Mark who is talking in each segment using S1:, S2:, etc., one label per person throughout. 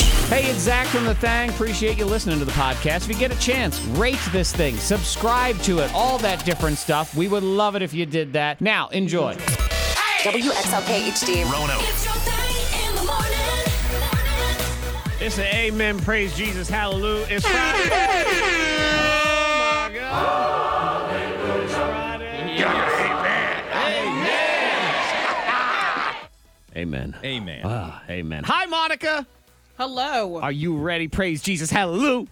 S1: Hey, it's Zach from The Thang. Appreciate you listening to the podcast. If you get a chance, rate this thing, subscribe to it, all that different stuff. We would love it if you did that. Now, enjoy.
S2: WXLK HD.
S3: It's your thing in the morning.
S4: It's an amen, praise Jesus, hallelujah. It's Friday. Oh my God. It's Friday.
S1: Amen.
S4: Amen.
S1: Ah, amen. Hi, Monica.
S5: Hello.
S1: Are you ready? Praise Jesus. Hallelujah.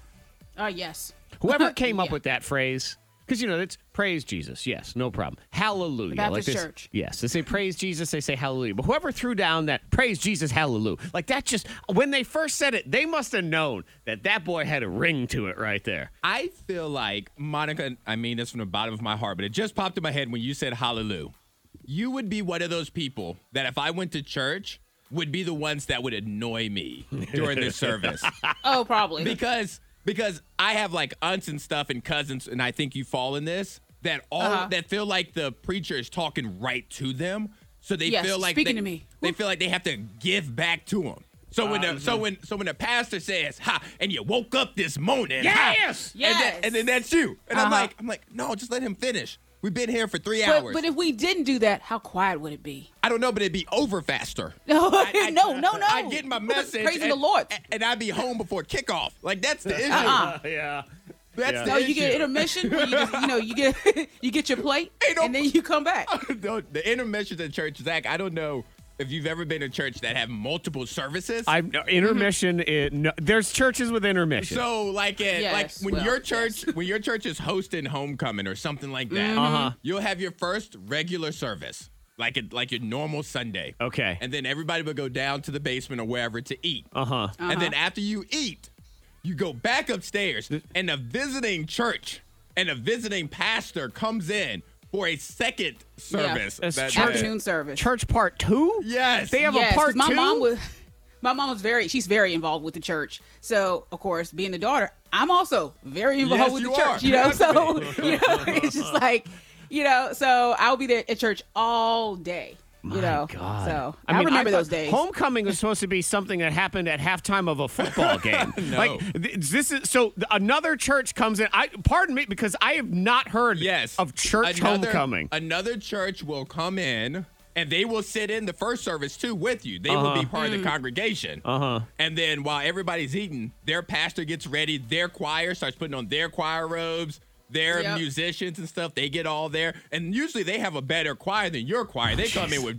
S5: Uh, yes.
S1: Whoever came up
S5: Yeah.
S1: with that phrase, because you know it's praise Jesus. Yes, no problem. Hallelujah.
S5: Baptist
S1: this-
S5: church.
S1: Yes, they say praise Jesus. They say hallelujah. But whoever threw down that praise Jesus, hallelujah, like that just when they first said it, they must have known that that boy had a ring to it right there.
S6: I feel like Monica, I mean this from the bottom of my heart, but it just popped in my head when you said hallelujah. You would be one of those people that if I went to church would be the ones that would annoy me during the service.
S5: Oh, probably.
S6: Because because I have like aunts and stuff and cousins and I think you fall in this that all
S5: Uh-huh.
S6: that feel like the preacher is talking right to them. So they
S5: Yes,
S6: feel like
S5: speaking
S6: they,
S5: to me.
S6: they feel like they have to give back to him. So when the
S5: Mm-hmm.
S6: so when so when the pastor says, "Ha," and you woke up this morning, ha,
S1: Yes!
S6: and, that-
S5: Yes. Uh-huh.
S6: and then that's you. And I'm like, I'm like, no, just let him finish. We've been here for three
S5: but,
S6: hours.
S5: but if we didn't do that, how quiet would it be?
S6: I don't know, but it'd be over faster.
S5: No, no, no, no.
S6: I'd get my message.
S5: Praise
S6: and,
S5: the Lord. Uh-uh.
S6: and- And I'd be home before kickoff. Like that's the issue.
S1: yeah.
S6: That's
S1: Yeah.
S6: the
S5: No,
S6: issue.
S5: Oh, you get intermission. Where you, just, you know, you get you get your plate,
S6: Ain't no-
S5: and then you come back.
S6: No, the intermissions at church, Zach. I don't know if you've ever been to church that have multiple services.
S1: I no, intermission. It, no, there's churches with intermission.
S6: Mm-hmm. so like at,
S5: Yes,
S6: like when
S5: well,
S6: your church when your church is hosting homecoming or something like that,
S1: Uh-huh.
S6: you'll have your first regular service. Like it, like your normal Sunday.
S1: Okay.
S6: And then everybody will go down to the basement or wherever to eat.
S1: uh-huh.
S6: And then after you eat, you go back upstairs, and a visiting church and a visiting pastor comes in for a second service.
S1: That's
S6: that
S1: church-
S6: day.
S5: Afternoon service.
S1: Church part two.
S6: Yes.
S1: They have
S5: yes,
S1: a
S5: 'cause
S1: part
S5: my
S1: two.
S5: mom was. My mom was very. She's very involved with the church. So, of course, being the daughter, I'm also very involved
S6: Yes,
S5: with
S6: you
S5: the church.
S6: are.
S5: You know,
S6: You
S5: so you know, it's just like, you know, so I'll be there at church all day. You know,
S1: God.
S5: so I, remember
S1: thought
S5: those days.
S1: Homecoming was supposed to be something that happened at halftime of a football game.
S6: No.
S1: Like th- this is so th- another church comes in. I pardon me because I have not heard
S6: Yes.
S1: of church
S6: Another-
S1: homecoming.
S6: Another church will come in and they will sit in the first service too with you. They will
S1: Uh-huh.
S6: be part of
S5: Mm.
S6: the congregation. Uh-huh. And then while everybody's eating, their pastor gets ready, their choir starts putting on their choir robes. Their
S5: Yep.
S6: musicians and stuff, they get all there. And usually they have a better choir than your choir. They come in with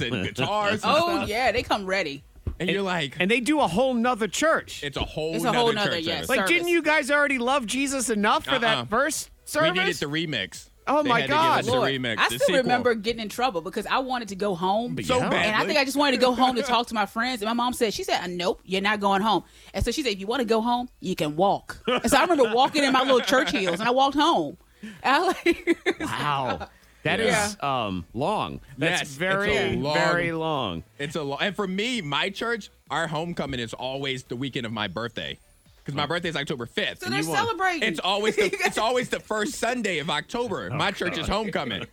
S6: and guitars and
S5: Oh
S6: stuff.
S5: yeah, they come ready.
S6: And you're like,
S1: and they do a whole nother church.
S6: it's a whole
S5: It's a
S6: nother
S5: whole
S6: church
S5: nother, yes.
S6: service.
S1: like,
S5: service.
S1: didn't you guys already love Jesus enough for
S6: Uh-uh.
S1: that first service?
S6: We needed the remix.
S1: Oh
S6: They
S1: my
S6: had to
S1: God.
S6: Give us the
S5: Lord,
S6: remix,
S5: I
S6: the
S5: still
S6: sequel.
S5: remember getting in trouble because I wanted to go home.
S1: But
S6: so
S1: yeah.
S6: bad.
S5: And I think I just wanted to go home to talk to my friends. And my mom said, she said, "Uh, nope, you're not going home. And so she said, if you want to go home, you can walk. And so I remember walking in my little church heels and I walked home. And I like,
S1: wow. that is um, long. That's
S6: Yes, it's a
S1: very,
S6: long-
S1: very long.
S6: It's a lot. And for me, my church, our homecoming is always the weekend of my birthday. Because
S1: Oh.
S6: my birthday is October 5th.
S5: so
S6: and
S5: they're
S6: you want-
S5: celebrating.
S6: It's always the it's always the first Sunday of
S1: Oh,
S6: October. my church is homecoming.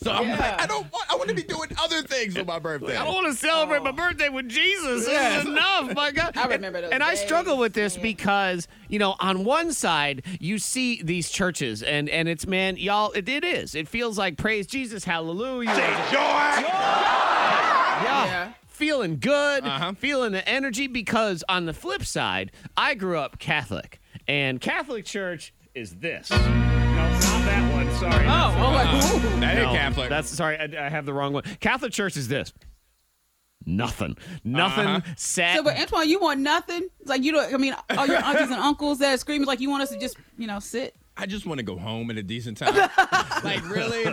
S6: So I'm like, I don't want I want to be doing other things on my birthday.
S1: I don't want to celebrate my birthday with Jesus. This
S6: Yes.
S1: is enough. My God.
S5: I remember those
S1: And I
S5: days,
S1: struggle with this because, you know, on one side, you see these churches, and, and it's, man, y'all, it, it is. It feels like praise Jesus, hallelujah. Yeah.
S5: Yeah.
S1: Feeling good,
S6: Uh-huh.
S1: feeling the energy because on the flip side, I grew up Catholic, and Catholic church is this. No, not that one. Sorry.
S5: oh, oh, like, ooh.
S6: That
S1: No,
S6: ain't Catholic.
S1: That's sorry, I, I have the wrong one. Catholic Church is this. Nothing. Nothing
S6: Uh-huh.
S1: set.
S5: So, but Antoine, you want nothing? It's like, you don't, I mean, all your aunties and uncles that are screaming, like, you want us to just, you know, sit?
S6: I just want to go home at a decent time. like really,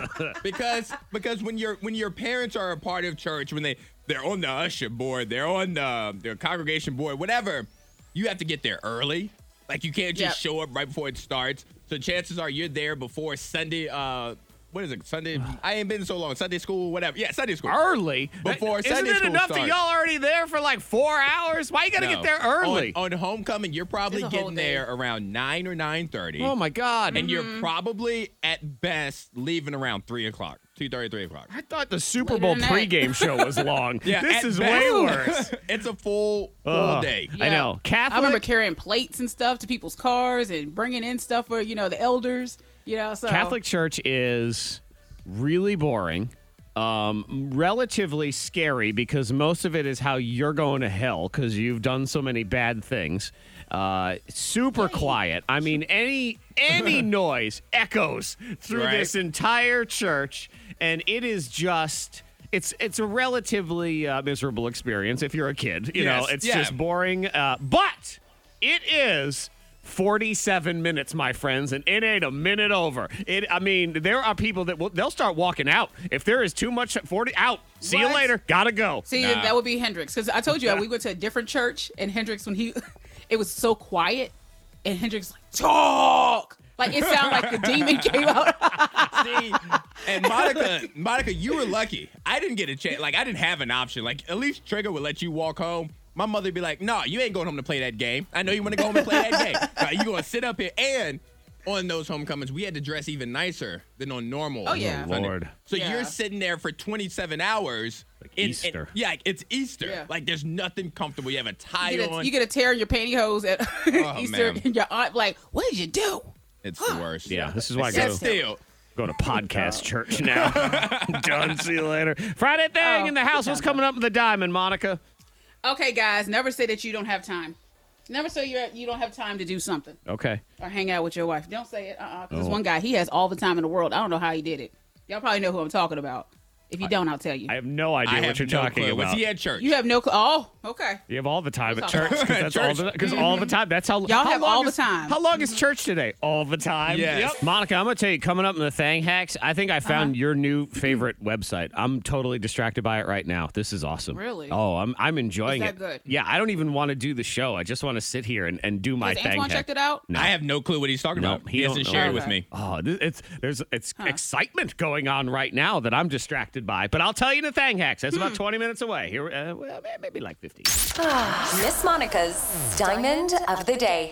S6: because because when your when your parents are a part of church, when they they're on the usher board, they're on the the congregation board, whatever, you have to get there early. Like you can't just
S5: Yep.
S6: show up right before it starts. So chances are you're there before Sunday. Uh, what is it? Sunday? I ain't been so long. Sunday school, whatever. Yeah, Sunday school.
S1: early
S6: Before
S1: Isn't
S6: Sunday
S1: it
S6: school
S1: enough that
S6: starts.
S1: y'all already there for like four hours? Why you gotta
S6: No.
S1: get there early?
S6: on, on homecoming. You're probably
S5: It's a whole
S6: getting
S5: day.
S6: there around nine or nine thirty.
S1: oh my god!
S6: and you're probably at best leaving around three o'clock. two thirty, three o'clock.
S1: I thought the Super
S5: Later
S1: Bowl
S5: tonight.
S1: pregame show was long. this
S6: at
S1: is
S6: best-
S1: way worse.
S6: it's a full full
S1: Ugh.
S6: day.
S1: I
S5: Yeah.
S1: know. Catholic.
S5: I remember carrying plates and stuff to people's cars and bringing in stuff for you know the elders. You know, so
S1: Catholic Church is really boring, um, relatively scary because most of it is how you're going to hell because you've done so many bad things. Uh, super quiet. I mean, any any noise echoes through
S6: Right.
S1: this entire church, and it is just. It's, it's a relatively uh, miserable experience if you're a kid. You
S6: Yes,
S1: know, it's
S6: yeah.
S1: just boring. Uh, but it is 47 minutes, my friends, and it ain't a minute over. It. I mean, there are people that will they'll start walking out if there is too much. 40 out. See you
S5: What?
S1: later. Gotta go.
S5: See,
S6: Nah.
S5: that would be Hendrix because I told you uh, we went to a different church and Hendrix when he, it was so quiet, and Hendrix like talk. Like it sounded like the demon came out.
S6: See, and Monica, Monica, you were lucky. I didn't get a chance. Like I didn't have an option. Like at least Trigger would let you walk home. My mother'd be like, "No, you ain't going home to play that game. I know you want to go home and play that game. But you gonna sit up here and." On those homecomings, we had to dress even nicer than on normal.
S5: Oh, yeah. Oh,
S6: Sunday.
S1: Lord.
S6: So
S5: Yeah.
S6: you're sitting there for 27 hours. in- in-
S1: Easter.
S6: yeah, like, it's Easter.
S5: Yeah.
S6: Like there's nothing comfortable. You have a tie
S5: You get, a,
S6: on.
S5: you get a tear in your pantyhose at
S1: Oh,
S5: Easter,
S6: man.
S5: and your aunt like, "What did you do?"
S6: it's the worst.
S1: Yeah, this is why I
S6: Sit
S1: go
S6: still.
S1: go to podcast
S5: Oh.
S1: church now. Done. See you later. Friday thing
S5: Oh,
S1: in the house. What's coming up in the diamond, Monica?
S5: Okay, guys, never say that you don't have time. Never say you you don't have time to do something
S1: Okay.
S5: or hang out with your wife. Don't say it. Uh-uh,
S1: Oh.
S5: 'cause this one guy, he has all the time in the world. I don't know how he did it. Y'all probably know who I'm talking about. If you don't, I'll tell you.
S1: I have no idea
S6: I
S1: what
S6: have
S1: you're
S6: no
S1: talking
S6: clue. Was
S1: about.
S6: he at church?
S5: you have no. cl- Oh, okay.
S1: You have all the time at
S5: That's
S1: church
S5: all.
S1: because that's all the
S6: Church.
S1: because all the time. That's how
S5: Y'all
S1: how
S5: have
S1: long
S5: all the
S1: is-
S5: time.
S1: How long is church today? All the time.
S6: Yes.
S1: Yep. Monica, I'm gonna tell you. Coming up in the Thang Hacks, I think I
S5: Uh-huh.
S1: found your new favorite website. I'm totally distracted by it right now. This is awesome.
S5: Really?
S1: Oh, I'm I'm enjoying
S5: Is that
S1: it.
S5: good?
S1: Yeah, I don't even want to do the show. I just want to sit here and, and do my
S5: Has
S1: Thang
S5: Antoine
S1: Hack.
S5: checked it out?
S6: I have no clue what he's talking
S1: No,
S6: about.
S1: he
S6: He, hasn't
S1: don't know.
S6: shared with
S5: Okay.
S6: me.
S1: Oh, this, it's there's it's excitement going on right now that I'm distracted by. But I'll tell you the Thang Hacks. That's
S5: Hmm.
S1: about 20 minutes away. Here, uh, well, maybe like 50.
S2: Miss Monica's Diamond of the Day.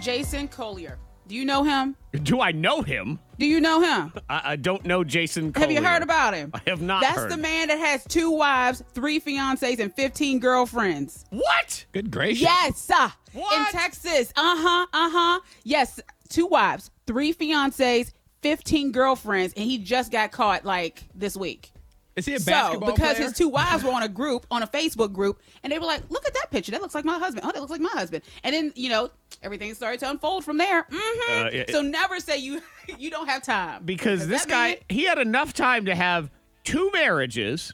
S5: Jason Collier. Do you know him?
S1: Do I know him?
S5: Do you know him?
S1: I, I don't know Jason.
S5: Have you
S1: Collier.
S5: heard about him?
S1: Oh, I have not.
S5: That's
S1: heard.
S5: the man that has two wives, three fiancées, and 15 girlfriends.
S1: What?
S6: Good gracious.
S5: Yes. uh, In
S1: What?
S5: Texas. Uh huh. Uh huh. Yes. Two wives, three fiancées, 15 girlfriends, and he just got caught like this week.
S6: Is he a
S5: So,
S6: basketball
S5: because
S6: player?
S5: his two wives were on a group, on a Facebook group, and they were like, look at that picture. That looks like my husband. Oh, that looks like my husband. And then, you know, everything started to unfold from there. hmm
S1: Uh, it-
S5: so never say you you don't have time.
S1: Because
S5: Does
S1: this
S5: that
S1: guy,
S5: mean
S1: he had enough time to have two marriages.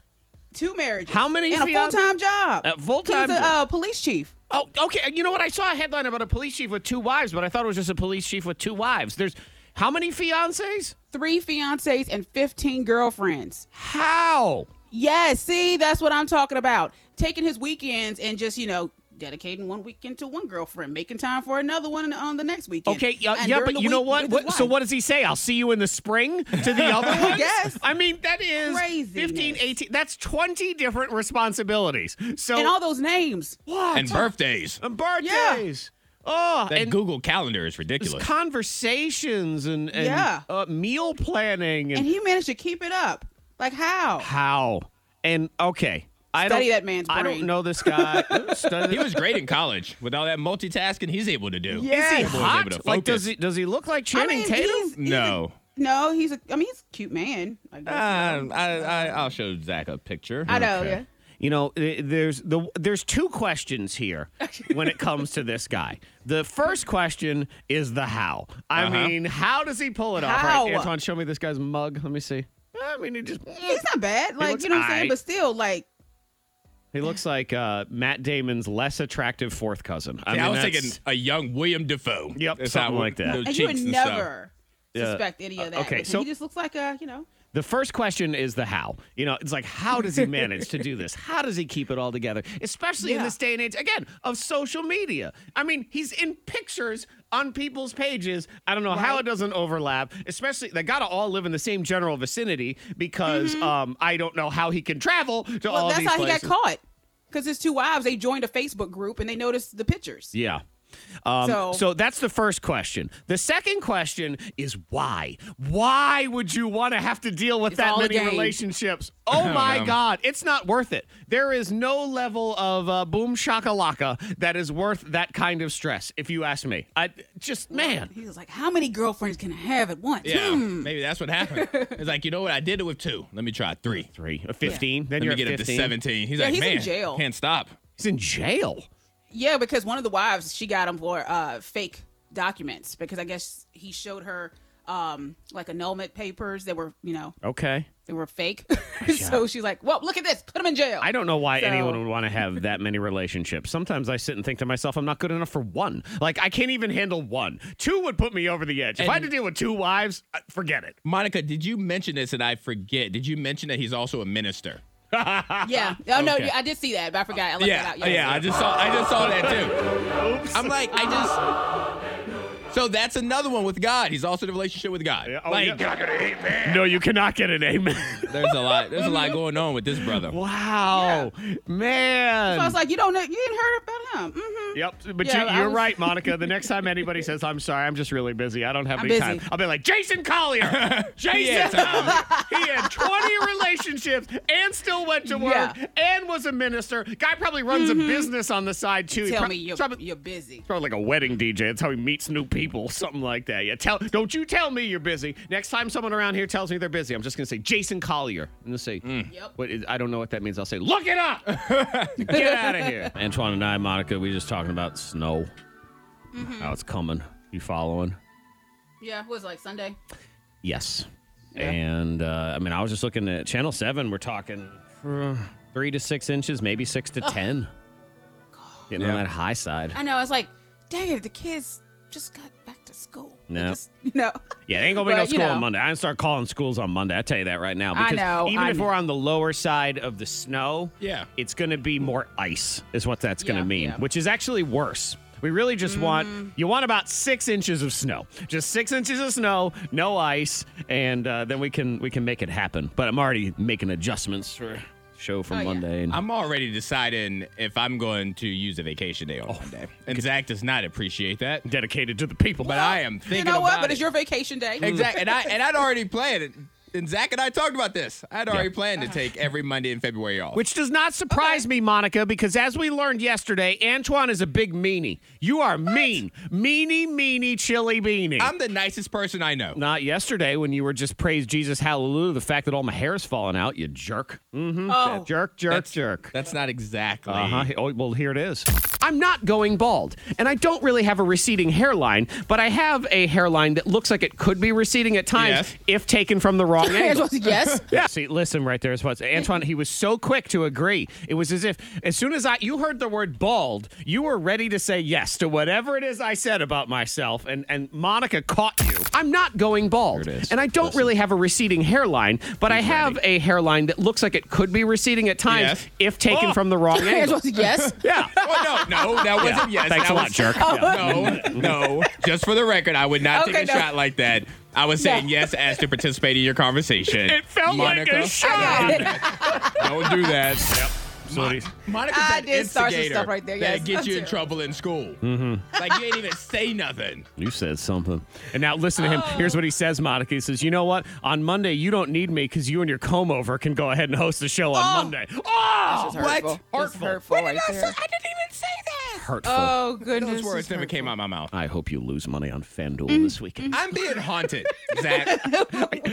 S5: two marriages.
S1: How many
S5: And a
S1: fian-
S5: full time job.
S1: A full-time
S5: He was a
S1: job.
S5: uh, police chief.
S1: Oh, okay. You know what? I saw a headline about a police chief with two wives, but I thought it was just a police chief with two wives. There's how many fiancés?
S5: Three fiancés and 15 girlfriends.
S1: How?
S5: Yes, see, that's what I'm talking about. Taking his weekends and just, you know, dedicating one weekend to one girlfriend, making time for another one on the next weekend.
S1: Okay, yeah,
S5: And
S1: yeah
S5: during
S1: but
S5: the
S1: you know
S5: week
S1: what?
S5: with his
S1: what? So
S5: wife.
S1: what does he say? I'll see you in the spring to the other ones?
S5: Yes.
S1: I mean, that is
S5: Craziness.
S1: 15, 18. That's 20 different responsibilities. So
S5: And all those names.
S1: what?
S6: and birthdays.
S1: And birthdays. Oh,
S6: That
S1: Um, and
S6: Google Calendar is
S1: It's
S6: ridiculous.
S1: conversations and, and
S5: Yeah.
S1: uh, meal planning and,
S5: And he managed to keep it up. Like how?
S1: how and okay. I
S5: Study
S1: don't,
S5: that man's
S1: I don't
S5: brain.
S1: know this guy. Study
S6: he was great in college with all that multitasking he's able to do.
S5: Yes.
S1: Is he
S5: Boy,
S6: was able to
S1: hot? Like
S6: focus.
S1: does he does he look like
S5: I
S1: Channing
S5: mean,
S1: Tatum?
S5: he's- he's a-
S6: No.
S5: no, he's a I mean he's a cute man. I guess.
S6: Uh, I, I, I'll show Zach a picture.
S5: I know,
S1: Ah, Okay.
S5: Oh, yeah.
S1: You know, th- there's the there's two questions here when it comes to this guy. The first question is the how. I
S6: Uh-huh.
S1: mean, how does he pull it off?
S5: How?
S1: Right, Antoine, show me this guy's mug. Let me see. I mean, he just
S5: He's not bad. Like,
S1: looks
S5: you know what I'm saying?
S1: aight.
S5: But still, like
S1: He looks like uh, Matt Damon's less attractive fourth cousin. I
S6: I,
S1: mean,
S6: was
S1: that's-
S6: thinking a young William Defoe.
S1: Yep,
S6: That's
S1: something
S6: how-
S1: like that.
S6: those
S5: and you would
S6: cheeks and stuff.
S5: never
S1: Yeah.
S5: suspect any
S1: Uh,
S5: of that.
S1: okay,
S5: But
S1: so-
S5: he just looks like a, you know,
S1: The first question is the how. You know, it's like, how does he manage to do this? How does he keep it all together? Especially in
S5: Yeah.
S1: this day and age, again, of social media. I mean, he's in pictures on people's pages. I don't know how it doesn't overlap, especially they got to all live in the same general vicinity because um, I don't know how he can travel to
S5: Mm-hmm. well,
S1: all
S5: that's
S1: these
S5: how
S1: places.
S5: he got caught. Because his two wives, they joined a Facebook group and they noticed the pictures.
S1: Yeah. Um, so,
S5: So-
S1: that's the first question. The second question is why? Why would you want to have to deal with
S5: It's
S1: that
S5: all a
S1: many
S5: game.
S1: relationships? Oh my God, it's not worth it. There is no level of uh, boom shakalaka that is worth that kind of stress. If you ask me, I just man.
S5: He was like, "How many girlfriends can I have at once?"
S6: Yeah,
S5: Hmm.
S6: maybe that's what happened. It's like, you know what? I did it with two. Let me try three.
S1: Three, uh, 15. Then
S6: Let
S1: you're
S6: me get
S1: at
S6: up to
S1: 15.
S6: 17. He's
S5: Yeah,
S6: like,
S5: he's in
S6: man,
S5: jail.
S6: can't stop.
S1: He's in jail.
S5: Yeah, because one of the wives she got him for uh, fake documents because I guess he showed her um, like annulment papers that were you know
S1: Okay.
S5: they were fake. so she's like, "Well, look at this. Put him in jail."
S1: I don't know why
S5: So-
S1: anyone would want to have that many relationships. Sometimes I sit and think to myself, I'm not good enough for one. Like, I can't even handle one. Two would put me over the edge. if I had to deal with two wives, uh, forget it.
S6: Monica, did you mention this and I forget? Did you mention that he's also a minister?
S5: Yeah. Oh no,
S1: Okay.
S5: I did see that, but I forgot. I left
S6: yeah, oh,
S5: that out.
S6: yeah, I just saw I just saw that too. I'm like, I just So that's another one with God. He's also in a relationship with God.
S1: Yeah, oh,
S6: like
S1: yeah. No, you cannot get an amen.
S6: there's a lot there's a lot going on with this brother.
S1: wow. Man.
S5: So I was like, "You don't know. You didn't heard about him." hmm
S1: Yep, but
S5: Yeah,
S1: you,
S5: I
S1: you're
S5: was-
S1: right, Monica. The next time anybody says, "I'm sorry, I'm just really busy. I don't have
S5: I'm
S1: any
S5: busy.
S1: time," I'll be like, "Jason Collier, Jason. he had 20 relationships and still went to work
S5: Yeah. Mm-hmm.
S1: and was a minister. Guy probably runs a business on the side too. He
S5: Tell
S1: prob-
S5: me you're,
S1: probably,
S5: you're busy.
S1: probably like a wedding DJ. That's how he meets new people, something like that. Yeah, tell don't you tell me you're busy. Next time someone around here tells me they're busy, I'm just gonna say Jason Collier and they'll say,
S5: Yep.
S1: what is, I don't know what that means. I'll say, look it up. Get out of here. Antoine and I, Monica, we just talking about snow. How it's coming. You following?
S5: Yeah, it was like Sunday.
S1: Yes. And uh, I mean, I was just looking at Channel Seven. We're talking uh, three to six inches, maybe six to ten. Getting on
S6: Yeah.
S1: that high side.
S5: I know. I was like, "Dang it, the kids just got back to school." They
S1: No.
S5: just- no.
S1: Yeah, there ain't gonna be no
S5: But, you
S1: school on
S5: know.
S1: Monday. I didn't start calling schools on Monday. I tell you that right now.
S5: I know,
S1: Even
S5: I
S1: if
S5: know.
S1: we're on the lower side of the snow,
S6: Yeah.
S1: it's gonna be more ice, is what that's gonna
S5: Yeah,
S1: mean,
S5: yeah. Mm.
S1: which is actually worse. We really just want you want about six inches of snow, just six inches of snow, no ice, and uh, then we can we can make it happen. But I'm already making adjustments for show for
S5: Oh, yeah.
S1: Monday. And
S6: I'm already deciding if I'm going to use a vacation day
S1: Oh,
S6: on Monday. And Zach does not appreciate that.
S1: dedicated to the people,
S6: But I am thinking
S5: You know what?
S6: about
S5: But
S6: it.
S5: it's your vacation day.
S6: Exactly. And I and I'd already planned it. And Zach and I talked about this. I'd already planned to take every Monday in February off.
S1: Which does not surprise me, Monica, because as we learned yesterday, Antoine is a big meanie. You are mean. Meanie, meanie, chili beanie.
S6: I'm the nicest person I know.
S1: not yesterday when you were just praised Jesus, hallelujah, the fact that all my hair is falling out, you jerk. Mm,
S5: Oh,
S1: Jerk, jerk,
S6: That's-
S1: jerk.
S6: That's not exactly.
S1: Uh huh. Oh, well, here it is. I'm not going bald, and I don't really have a receding hairline, but I have a hairline that looks like it could be receding at times
S6: Yes.
S1: if taken from the wrong angle.
S5: yes.
S1: Yeah. See, listen right there is what's Antoine. He was so quick to agree. It was as if as soon as I you heard the word bald, you were ready to say yes to whatever it is I said about myself, and and Monica caught you. I'm not going bald,
S6: There it is.
S1: and I don't
S6: Listen.
S1: really have a receding hairline, but I have a hairline that looks like it could be receding at times
S6: Yes.
S1: if taken
S6: Oh.
S1: from the wrong angle.
S5: yes.
S1: Yeah.
S6: Oh, no, no, that Oh. wasn't yes.
S1: Thanks
S6: that
S1: a lot,
S6: was-
S1: jerk. Yeah.
S6: No, no. Just for the record, I would not
S5: Okay,
S6: take a
S5: no.
S6: shot like that. I was saying yes as to participate in your conversation.
S1: It felt
S6: Monica,
S1: like a shot.
S6: Don't do that. Monica's
S5: I
S6: that
S5: did start some
S6: instigator
S5: stuff right there,
S6: That
S5: yes. Mm-hmm.
S6: gets you in
S5: That's
S6: trouble in school. Like you ain't even say nothing.
S1: You said something. And now listen to him.
S6: Oh.
S1: Here's what he says, Monica. He says, You know what? On Monday, you don't need me because you and your comb over can go ahead and host the show on Monday. Oh!
S5: Hurtful. That's
S1: Hurtful.
S5: hurtful
S1: What did
S5: right
S1: I
S5: there.
S1: say?
S6: didn't even say that.
S1: Hurtful.
S5: Oh goodness.
S6: Those words
S5: this is
S6: never came out my mouth.
S1: I hope you lose money on FanDuel
S6: Mm-hmm.
S1: this weekend.
S6: I'm being haunted, Zach.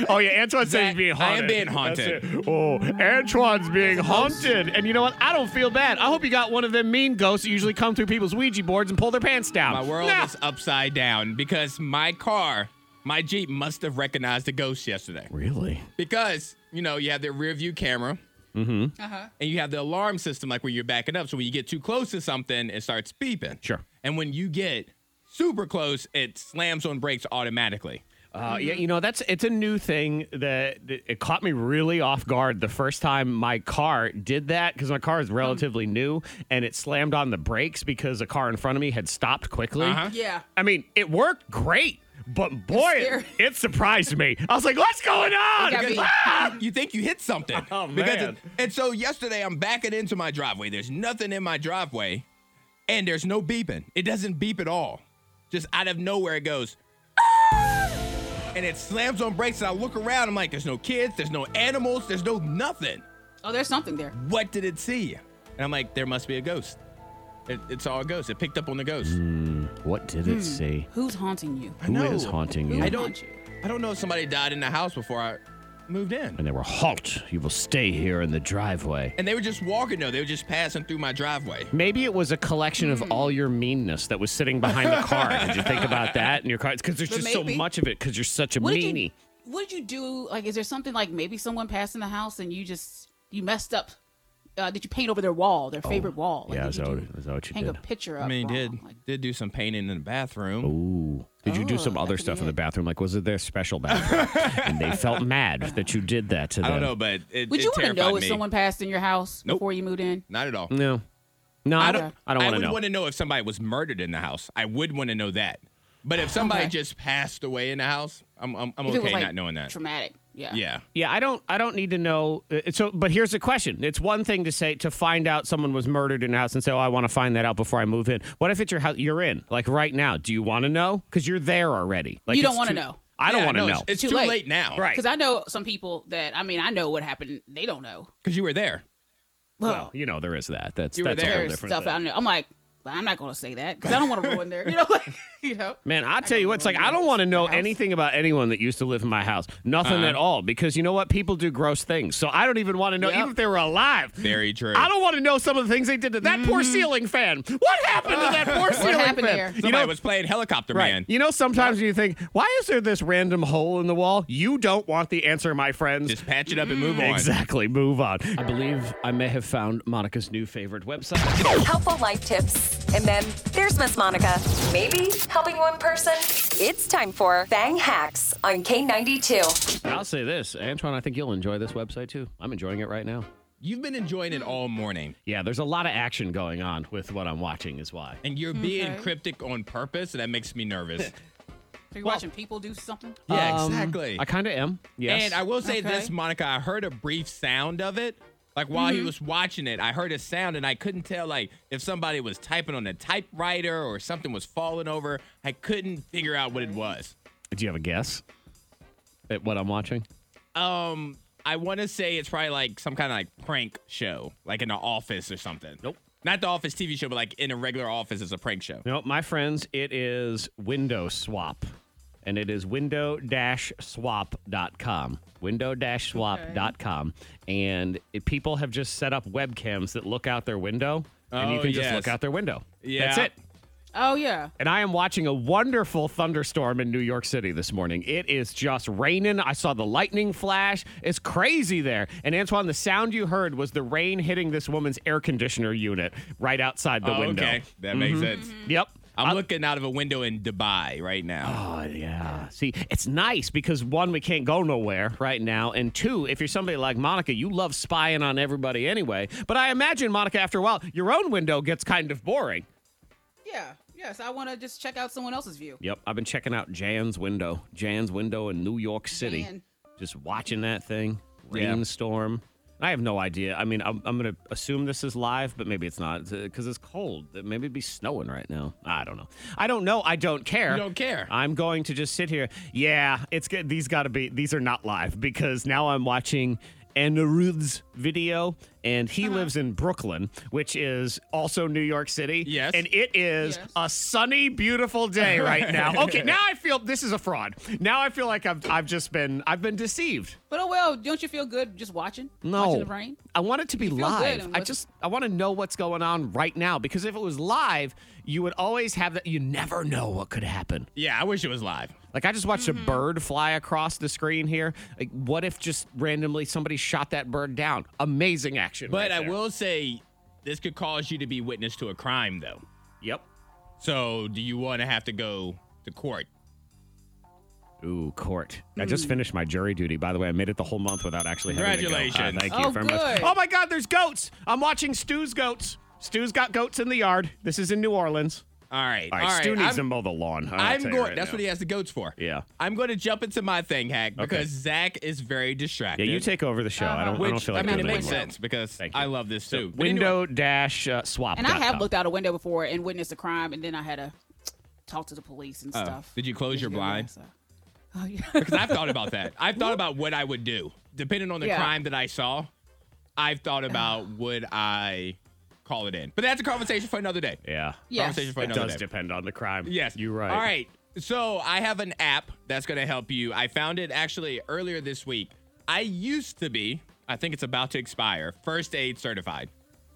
S1: Oh, yeah. Antoine said
S6: Zach,
S1: he's being
S6: Mm-hmm. I am
S1: haunted.
S6: being
S1: That's
S6: haunted.
S1: it. Oh, Antoine's being haunted. And you know what? I don't feel bad. I hope you got one of them mean ghosts that usually come through people's Ouija boards and pull their pants down.
S6: My world
S1: Nah.
S6: is upside down because my car, my Jeep, must have recognized a ghost yesterday.
S1: Really?
S6: Because, you know, you have the rear view camera. Mm-hmm. Uh-huh. And you have the alarm system, like where you're backing up. So when you get too close to something, it starts beeping.
S1: Sure.
S6: And when you get super close, it slams on brakes automatically.
S1: Uh, yeah, you know that's it's a new thing that, that it caught me really off guard the first time my car did that because my car is relatively new and it slammed on the brakes because a car in front of me had stopped quickly.
S6: Uh-huh.
S5: Yeah.
S1: I mean it worked great, but boy, it,
S5: scary.
S1: it surprised me. I was like, "What's going on?"
S5: got beat.
S1: Ah!
S6: You think you hit something.
S1: Oh, man.
S6: It, and so yesterday, I'm backing into my driveway. There's nothing in my driveway. and there's no beeping. It doesn't beep at all. Just out of nowhere, it goes, "Ah!" and it slams on brakes. And I look around. I'm like, there's no kids, there's no animals, there's no nothing.
S5: Oh, there's something there.
S6: What did it see? And I'm like, there must be a ghost. It, it's all a ghost. It picked up on the ghost.
S1: Mm. What did it see?
S5: Who's haunting you?
S1: Who is haunting you?
S6: I
S5: Hmm. Who
S6: don't.
S5: haunts you?
S6: I don't know if somebody died in the house before I moved in.
S1: And they were halt. You will stay here in the driveway.
S6: And they were just walking though. They were just passing through my driveway.
S1: Maybe it was a collection
S5: Hmm.
S1: of all your meanness that was sitting behind the car. Did you think about that in your car? Because there's
S5: But
S1: just so
S5: maybe-
S1: much of it. Because you're such a
S5: What did
S1: meanie.
S5: you? What did you do? Like, is there something like maybe someone passed in the house and you just you messed up? Uh, did you paint over their wall, their favorite wall? Like,
S1: Oh, yeah,
S5: did
S1: is
S5: you
S1: that
S5: do-
S1: what- is that what you
S5: hang
S1: did?
S5: a picture up.
S6: I mean,
S5: wrong?
S6: did
S5: Like,
S6: did do some painting in the bathroom.
S1: Ooh. Did you do
S5: Oh,
S1: some
S5: that
S1: other
S5: could
S1: stuff
S5: be
S1: in the
S5: it.
S1: bathroom? Like, was it their special bathroom? and they felt mad that you did that to them.
S6: I don't know, but it,
S5: would
S6: it
S5: you want to
S6: terrified
S5: know if
S6: me.
S5: someone passed in your house
S6: Nope.
S5: before you moved in?
S6: Not at all.
S1: No. No, Mm, I don't.
S5: Okay.
S1: I don't want to
S6: I would
S1: know.
S6: want to know if somebody was murdered in the house. I would want to know that. But if somebody
S5: Okay.
S6: just passed away in the house, I'm I'm, I'm
S5: If
S6: okay
S5: it was, like,
S6: not knowing that.
S5: Traumatic. Yeah.
S6: yeah.
S1: Yeah, I don't. I don't need to know. uh, So, but here's the question: It's one thing to say to find out someone was murdered in a house and say, "Oh, I want to find that out before I move in." What if it's your house you're in, like right now? Do you want to know? Because you're there already. Like
S5: You don't
S1: it's
S5: wanna
S1: too-
S5: know.
S1: I don't
S6: Yeah,
S1: want to
S6: no,
S1: know.
S6: It's, it's
S5: Too
S6: too,
S5: late.
S6: late. now.
S1: Right.
S5: Because I know some people that I mean I know what happened. They don't know.
S6: Because you were there.
S5: Oh.
S1: well, you know there is that. That's
S6: You were
S1: that's a
S6: there.
S1: whole
S5: there's
S1: different
S5: stuff
S1: thing.
S5: I know. I'm like, well, I'm not going to say that because I don't want to ruin their, you know, like, you know.
S1: Man, I tell you what, it's like I don't want to know anything about anyone that used to live in my house. Nothing
S6: Uh-huh.
S1: at all, because you know what? People do gross things, so I don't even want to know,
S5: Yep.
S1: even if they were alive.
S6: Very true.
S1: I don't want to know some of the things they did to that poor ceiling fan. What happened to that poor ceiling
S5: happened
S1: fan?
S5: there?
S1: You
S6: Somebody
S1: know,
S6: was playing helicopter man.
S1: You know, sometimes you think, why is there this random hole in the wall? You don't want the answer, my friends.
S6: Just patch it up and
S1: Mm.
S6: move on.
S1: exactly. Move on. I believe I may have found Monica's new favorite website.
S2: Helpful life tips. And then there's Miss Monica. Maybe helping one person. It's time for Bang Hacks on K92.
S1: I'll say this, Antoine, I think you'll enjoy this website too. I'm enjoying it right now.
S6: You've been enjoying it all morning,
S1: Yeah, there's a lot of action going on with what I'm watching, is why.
S6: and you're being cryptic on purpose, and that makes me nervous.
S5: You're watching people do something.
S6: yeah,
S1: Um,
S6: exactly.
S1: I kind of am. Yes.
S6: And I will say
S5: Okay.
S6: this, Monica, I heard a brief sound of it. Like while he was watching it, I heard a sound and I couldn't tell like if somebody was typing on a typewriter or something was falling over. I couldn't figure out what it was.
S1: Do you have a guess at what I'm watching?
S6: Um I want to say it's probably like some kind of like prank show, like in the office or something.
S1: Nope.
S6: Not the office TV show, but like in a regular office it's a prank show.
S1: No, my friends, it is window swap. And it is window swap.com. Window swap.com. And it, people have just set up webcams that look out their window. And you
S6: Oh,
S1: can just
S6: yes.
S1: look out their window.
S6: Yeah.
S1: That's it.
S5: Oh, yeah.
S1: And I am watching a wonderful thunderstorm in New York City this morning. It is just raining. I saw the lightning flash. It's crazy there. And Antoine, the sound you heard was the rain hitting this woman's air conditioner unit right outside the
S6: Oh,
S1: window. Mm-hmm.
S6: Okay. That makes sense.
S1: Yep.
S6: I'm looking out of a window in Dubai right now.
S1: Oh, yeah. See, it's nice because one, we can't go nowhere right now. And two, if you're somebody like Monica, you love spying on everybody anyway. But I imagine, Monica, after a while, your own window gets kind of boring.
S5: Yeah. Yes. I want to just check out someone else's view.
S1: Yep. I've been checking out Jan's window, Jan's window in New York City.
S5: Jan.
S1: Just watching that thing,
S6: Yeah.
S1: rainstorm. I have no idea. I mean, I'm, I'm going to assume this is live, but maybe it's not because it's cold. Maybe it'd be snowing right now. I don't know. I don't know. I don't care.
S6: You don't care.
S1: I'm going to just sit here. Yeah, it's good. These got to be. These are not live because now I'm watching Anirudh's video, and he
S6: Uh-huh.
S1: lives in Brooklyn, which is also New York City.
S6: Yes.
S1: and it is
S5: Yes.
S1: a sunny, beautiful day right now. okay, now I feel this is a fraud. Now I feel like I've I've just been I've been deceived.
S5: But oh, well, don't you feel good just watching?
S1: No,
S5: Watching the rain?
S1: I want it to be
S5: feel good
S1: live.
S5: and
S1: I
S5: what's-
S1: just I want to know what's going on right now because if it was live, you would always have that. You never know what could happen.
S6: Yeah, I wish it was live.
S1: Like I just watched
S5: Mm-hmm.
S1: a bird fly across the screen here. Like, what if just randomly somebody shot that bird down? Amazing action.
S6: But
S1: right
S6: I
S1: there.
S6: will say this could cause you to be witness to a crime though.
S1: Yep.
S6: So do you want to have to go to court?
S1: Ooh, court. I
S5: Hmm.
S1: just finished my jury duty. By the way, I made it the whole month without actually having to go. Uh,
S6: Congratulations.
S1: thank you
S5: Oh,
S1: very much.
S5: good.
S1: Oh my God, there's goats. I'm watching Stu's goats. Stu's got goats in the yard. This is in New Orleans.
S6: All right.
S1: All right, Stu needs
S6: I'm-
S1: to mow the lawn. I'll
S6: I'm
S1: tell
S6: going.
S1: you right
S6: that's
S1: now.
S6: what he has the goats for.
S1: Yeah.
S6: I'm going to jump into my thing, Hack, because
S1: Okay.
S6: Zach is very distracted.
S1: Yeah, you take over the show. I don't.
S6: Uh-huh. Which
S1: I don't feel like
S6: I mean, it
S1: doing
S6: makes
S1: anymore.
S6: sense because
S1: Thank you.
S6: I love this too. But anyway,
S1: Window dash uh, swap.
S5: And I have looked out a window before and witnessed a crime, and then I had to talk to the police
S1: Oh.
S5: and stuff.
S6: did you close your
S5: Yeah,
S6: blind?
S5: so- Oh, yeah.
S6: Because I've thought about that. I've thought about what I would do. Depending on the
S5: Yeah.
S6: crime that I saw, I've thought about would I call it in. But that's a conversation for another day.
S1: Yeah.
S5: Yes.
S6: Conversation for
S1: It
S6: another
S1: does
S6: day.
S1: depend on the crime.
S6: Yes.
S1: You're right.
S6: All right. So I have an app that's going to help you. I found it actually earlier this week. I used to be, I think it's about to expire, first aid certified.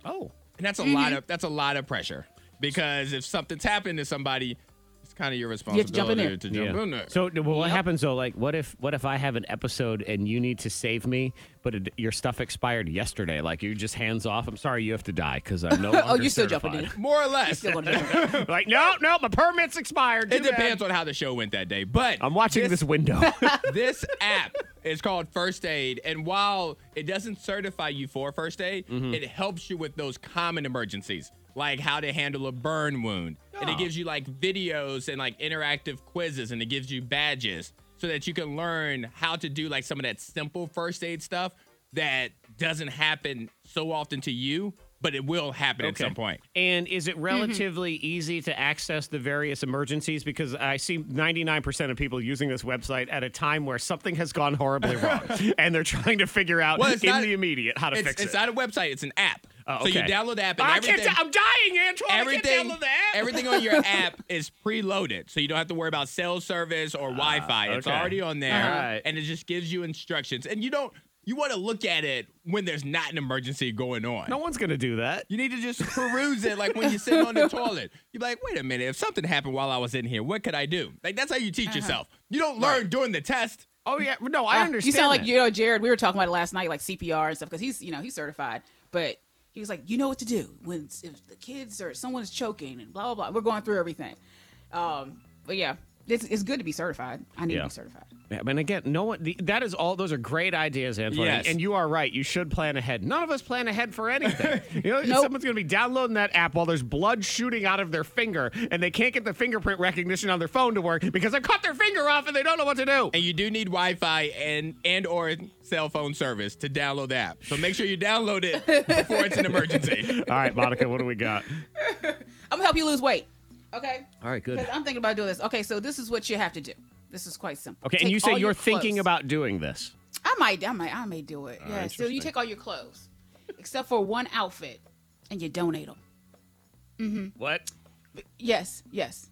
S1: Oh.
S6: And that's a
S5: Mm-hmm.
S6: lot of that's a lot of pressure because if something's happened to somebody, it's kind of your
S5: have to
S6: responsibility
S5: jump in there.
S6: to jump in
S1: Yeah.
S6: there.
S1: So well, what happens though? Like, what if what if I have an episode and you need to save me, but it, your stuff expired yesterday? Like, you just hands off. I'm sorry, you have to die because I'm no longer.
S5: oh, you still jumping
S1: certified.
S5: in?
S6: more or less,
S5: Still gonna jump in.
S1: like, no, no, my permit's expired.
S6: it
S1: Too bad.
S6: depends on how the show went that day. But
S1: I'm watching this window.
S6: this app is called First Aid, and while it doesn't certify you for first aid, it helps you with those common emergencies, like how to handle a burn wound. And it gives you like videos and like interactive quizzes, and it gives you badges so that you can learn how to do like some of that simple first aid stuff that doesn't happen so often to you, but it will happen at
S1: Okay.
S6: some point. Mm-hmm.
S1: And is it relatively easy to access the various emergencies? Because I see 99% of people using this website at a time where something has gone horribly wrong and they're trying to figure out
S6: Well,
S1: in
S6: it's not-
S1: the immediate how to
S6: It's,
S1: fix
S6: it's
S1: it.
S6: not a website; it's an app.
S1: Oh,
S6: So you
S1: okay.
S6: download the app, and
S1: I
S6: everything.
S1: can't i I'm dying, Antoine. Oh, I can't
S6: everything,
S1: download the app.
S6: everything on your app is preloaded, so you don't have to worry about cell service or Wi-Fi. It's
S1: Ah, okay.
S6: already on there,
S1: Alright.
S6: and it just gives you instructions. And you don't you want to look at it when there's not an emergency going on.
S1: no one's going to do that.
S6: You need to just peruse it like when you're sitting on the toilet. You're like, wait a minute, if something happened while I was in here, what could I do? Like that's how you
S1: Uh-huh.
S6: teach yourself. You don't learn during the test.
S1: Oh, yeah. No, I understand.
S5: Ah, You sound like
S1: that.
S5: you know Jared. We were talking about it last night, like CPR and stuff, because he's you know he's certified, but he was like, you know what to do when if the kids or someone's choking and blah blah blah. We're going through everything, um, but yeah, it's, it's good to be certified. I need
S1: Yeah.
S5: to be certified.
S1: Yeah, and again, no one. The, that is all. Those are great ideas, Antoine.
S6: Yes.
S1: And you are right. You should plan ahead. None of us plan ahead for anything. you know,
S5: Nope.
S1: someone's going to be downloading that app while there's blood shooting out of their finger, and they can't get the fingerprint recognition on their phone to work because they cut their finger off and they don't know what to do.
S6: And you do need Wi-Fi and and or cell phone service to download the app. So make sure you download it before it's an emergency.
S1: all right, Monica, what do we got?
S5: I'm gonna help you lose weight. Okay.
S1: All right, good.
S5: 'Cause I'm thinking about doing this. Okay, so this is what you have to do. This is quite simple.
S1: Okay, and
S5: Take
S1: you say
S5: all
S1: you're
S5: your
S1: thinking
S5: clothes.
S1: about doing this.
S5: I might, I might, I may do it. yeah. So you
S1: interesting.
S5: take all your clothes, except for one outfit, and you donate them.
S1: What?
S5: Yes, yes.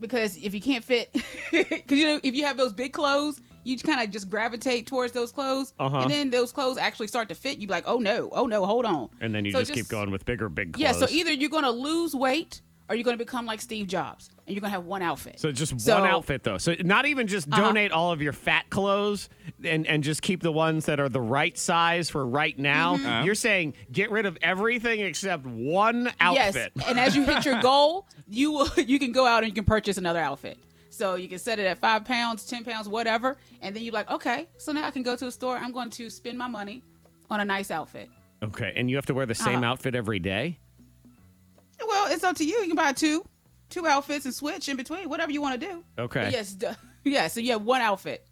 S5: Because if you can't fit, because you know, if you have those big clothes, you kind of just gravitate towards those clothes,
S1: Uh-huh.
S5: and then those clothes actually start to fit. You be like, oh no, oh no, hold on.
S1: And then you
S5: So
S1: just, keep going with bigger, big clothes.
S5: Yeah. So either you're gonna lose weight, or you're gonna become like Steve Jobs, and you're gonna have one outfit.
S1: So just
S5: So- Uh-huh.
S1: one outfit though. So not even just donate all of your fat clothes and and just keep the ones that are the right size for right now.
S5: Mm-hmm.
S6: Uh-huh.
S1: You're saying get rid of everything except one outfit.
S5: Yes, and as you hit your goal, you will you can go out and you can purchase another outfit. So you can set it at five pounds, ten pounds, whatever, and then you're like, okay, so now I can go to a store. I'm going to spend my money on a nice outfit.
S1: Okay, and you have to wear the same
S5: Uh-huh.
S1: outfit every day?
S5: Well, it's up to you. You can buy two, two outfits and switch in between, whatever you want to do.
S1: Okay.
S5: But yes, duh. yeah. So you have one outfit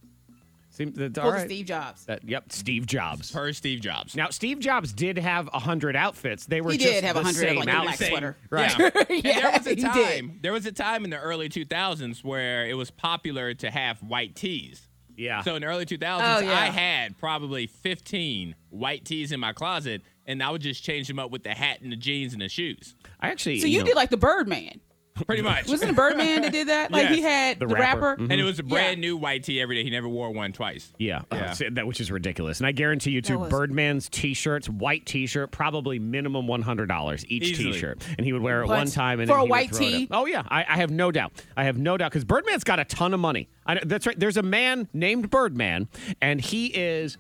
S1: Seem that's
S5: for
S1: all right.
S5: Steve Jobs.
S1: That- yep, Steve Jobs.
S6: Per Steve Jobs.
S1: Now Steve Jobs did have a hundred outfits. They were
S5: He
S1: just
S5: did have
S1: the
S5: a hundred
S1: same
S5: like a
S1: outfit.
S5: black sweater.
S1: Right.
S6: Yeah. And there
S5: Yeah,
S6: was a
S5: he did.
S6: time. There was a time in the early 2000s where it was popular to have white tees.
S1: Yeah.
S6: So in the early 2000s,
S5: Ah. Oh, yeah.
S6: I had probably 15 white tees in my closet, and I would just change them up with the hat and the jeans and the shoes.
S1: I actually
S5: So you
S1: know,
S5: did like the Birdman.
S6: Pretty much.
S5: Wasn't the Birdman that did that? Like he
S6: Yes,
S5: had
S1: the
S5: the,
S1: rapper. Mm-hmm.
S5: rapper.
S6: and it was a brand
S5: Yeah.
S6: new white tee every day. He never wore one twice.
S1: Yeah, uh,
S6: Yeah.
S1: see, that which is ridiculous, and I guarantee you too.
S5: was-
S1: Birdman's t-shirts, white t-shirt, probably minimum one hundred dollars each
S6: Easily.
S1: t-shirt, and he would wear it
S5: What?
S1: one time and
S5: For
S1: then
S5: a
S1: he would
S5: white
S1: throw it
S5: tee?
S1: up. Oh yeah, I, I have no doubt. I have no doubt because Birdman's got a ton of money. I, that's right. There's a man named Birdman, and he is.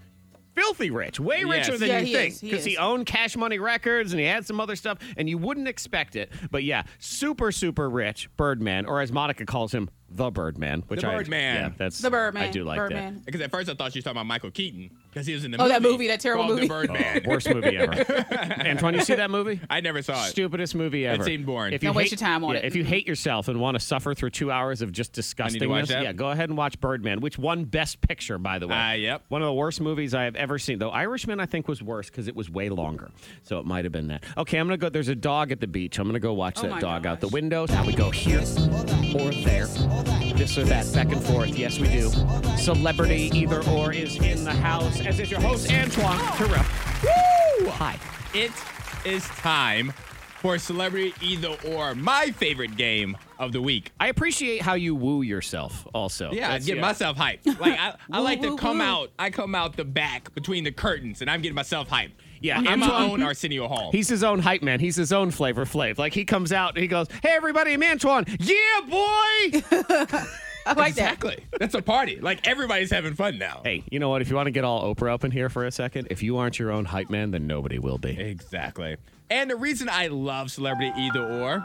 S1: Filthy rich, way
S6: Yes.
S1: richer than
S5: Yeah,
S1: you
S5: he
S1: think,
S5: is, he
S1: because he
S5: is.
S1: owned Cash Money Records and he had some other stuff, and you wouldn't expect it. But yeah, super, super rich Birdman, or as Monica calls him, The Birdman, which
S6: The
S1: I
S6: Birdman.
S1: yeah, that's
S5: The Birdman.
S1: I do like
S5: Birdman.
S6: Because at first I thought she was talking about Michael Keaton because he was in the
S5: Oh,
S6: movie
S5: that movie, that terrible
S6: called
S5: movie.
S6: The Birdman.
S1: that. Oh, Worst movie ever. Antoine, you see that movie?
S6: I never saw it.
S1: Stupidest movie ever.
S6: seemed boring.
S1: If
S5: Don't
S1: you
S5: waste
S1: hate-
S5: your time on
S1: yeah,
S5: it.
S1: If you hate yourself and want to suffer through two hours of just disgustingness,
S6: watch that.
S1: yeah, go ahead and watch Birdman, which won Best Picture, by the way.
S6: Ah, yep.
S1: One of the worst movies I have ever seen, though. Irishman, I think, was worse because it was way longer, so it might have been that. Okay, I'm gonna go. There's a dog at the beach. I'm gonna go watch
S5: Oh
S1: that
S5: my
S1: dog out the
S5: gosh.
S1: window. Now we go here or there, this or that, back and forth. Yes, we do. Celebrity either or is in the house. As is your host Antoine Terrell. Woo! Hi.
S6: It is time for Celebrity Either Or, my favorite game of the week.
S1: I appreciate how you woo yourself. Also,
S6: Yeah, I
S1: That's-
S6: get myself hyped. Like I, I
S5: Woo,
S6: like to
S5: woo,
S6: come
S5: woo.
S6: out. I come out the back between the curtains, and I'm getting myself hyped.
S1: Yeah,
S6: I'm my
S1: Antoine-
S6: own Arsenio Hall.
S1: He's his own hype man. He's his own flavor flav. Like he comes out and he goes, Hey everybody, I'm Antoine. Yeah, boy.
S5: I like that.
S6: exactly. That's a party. Like everybody's having fun now.
S1: hey, you know what? If you want to get all Oprah up in here for a second, if you aren't your own hype man, then nobody will be.
S6: Exactly. And the reason I love Celebrity Either Or.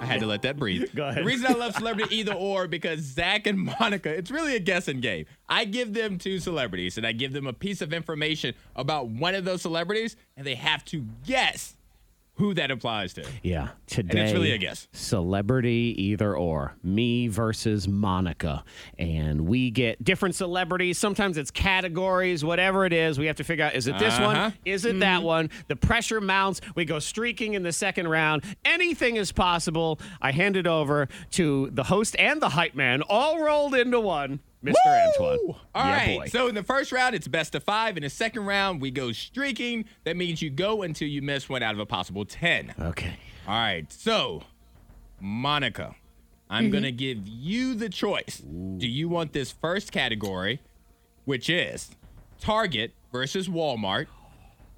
S6: I had to let that breathe.
S1: Go ahead.
S6: The reason I love Celebrity Either Or because Zach and Monica, it's really a guessing game. I give them two celebrities and I give them a piece of information about one of those celebrities, and they have to guess who that applies to.
S1: Yeah. Today
S6: really a guess.
S1: Celebrity either or. Me versus Monica. And we get different celebrities. Sometimes it's categories, whatever it is. We have to figure out is it this
S6: Uh-huh.
S1: one? Is it that one? The pressure mounts. We go streaking in the second round. Anything is possible. I hand it over to the host and the hype man, all rolled into one, Mr. Antoine.
S6: Woo! All
S1: Yeah,
S6: right.
S1: boy.
S6: So in the first round, it's best of five. In the second round, we go streaking. That means you go until you miss one out of a possible 10.
S1: okay.
S6: All right. So, Monica, I'm going to give you the choice. Do you want this first category, which is Target versus Walmart?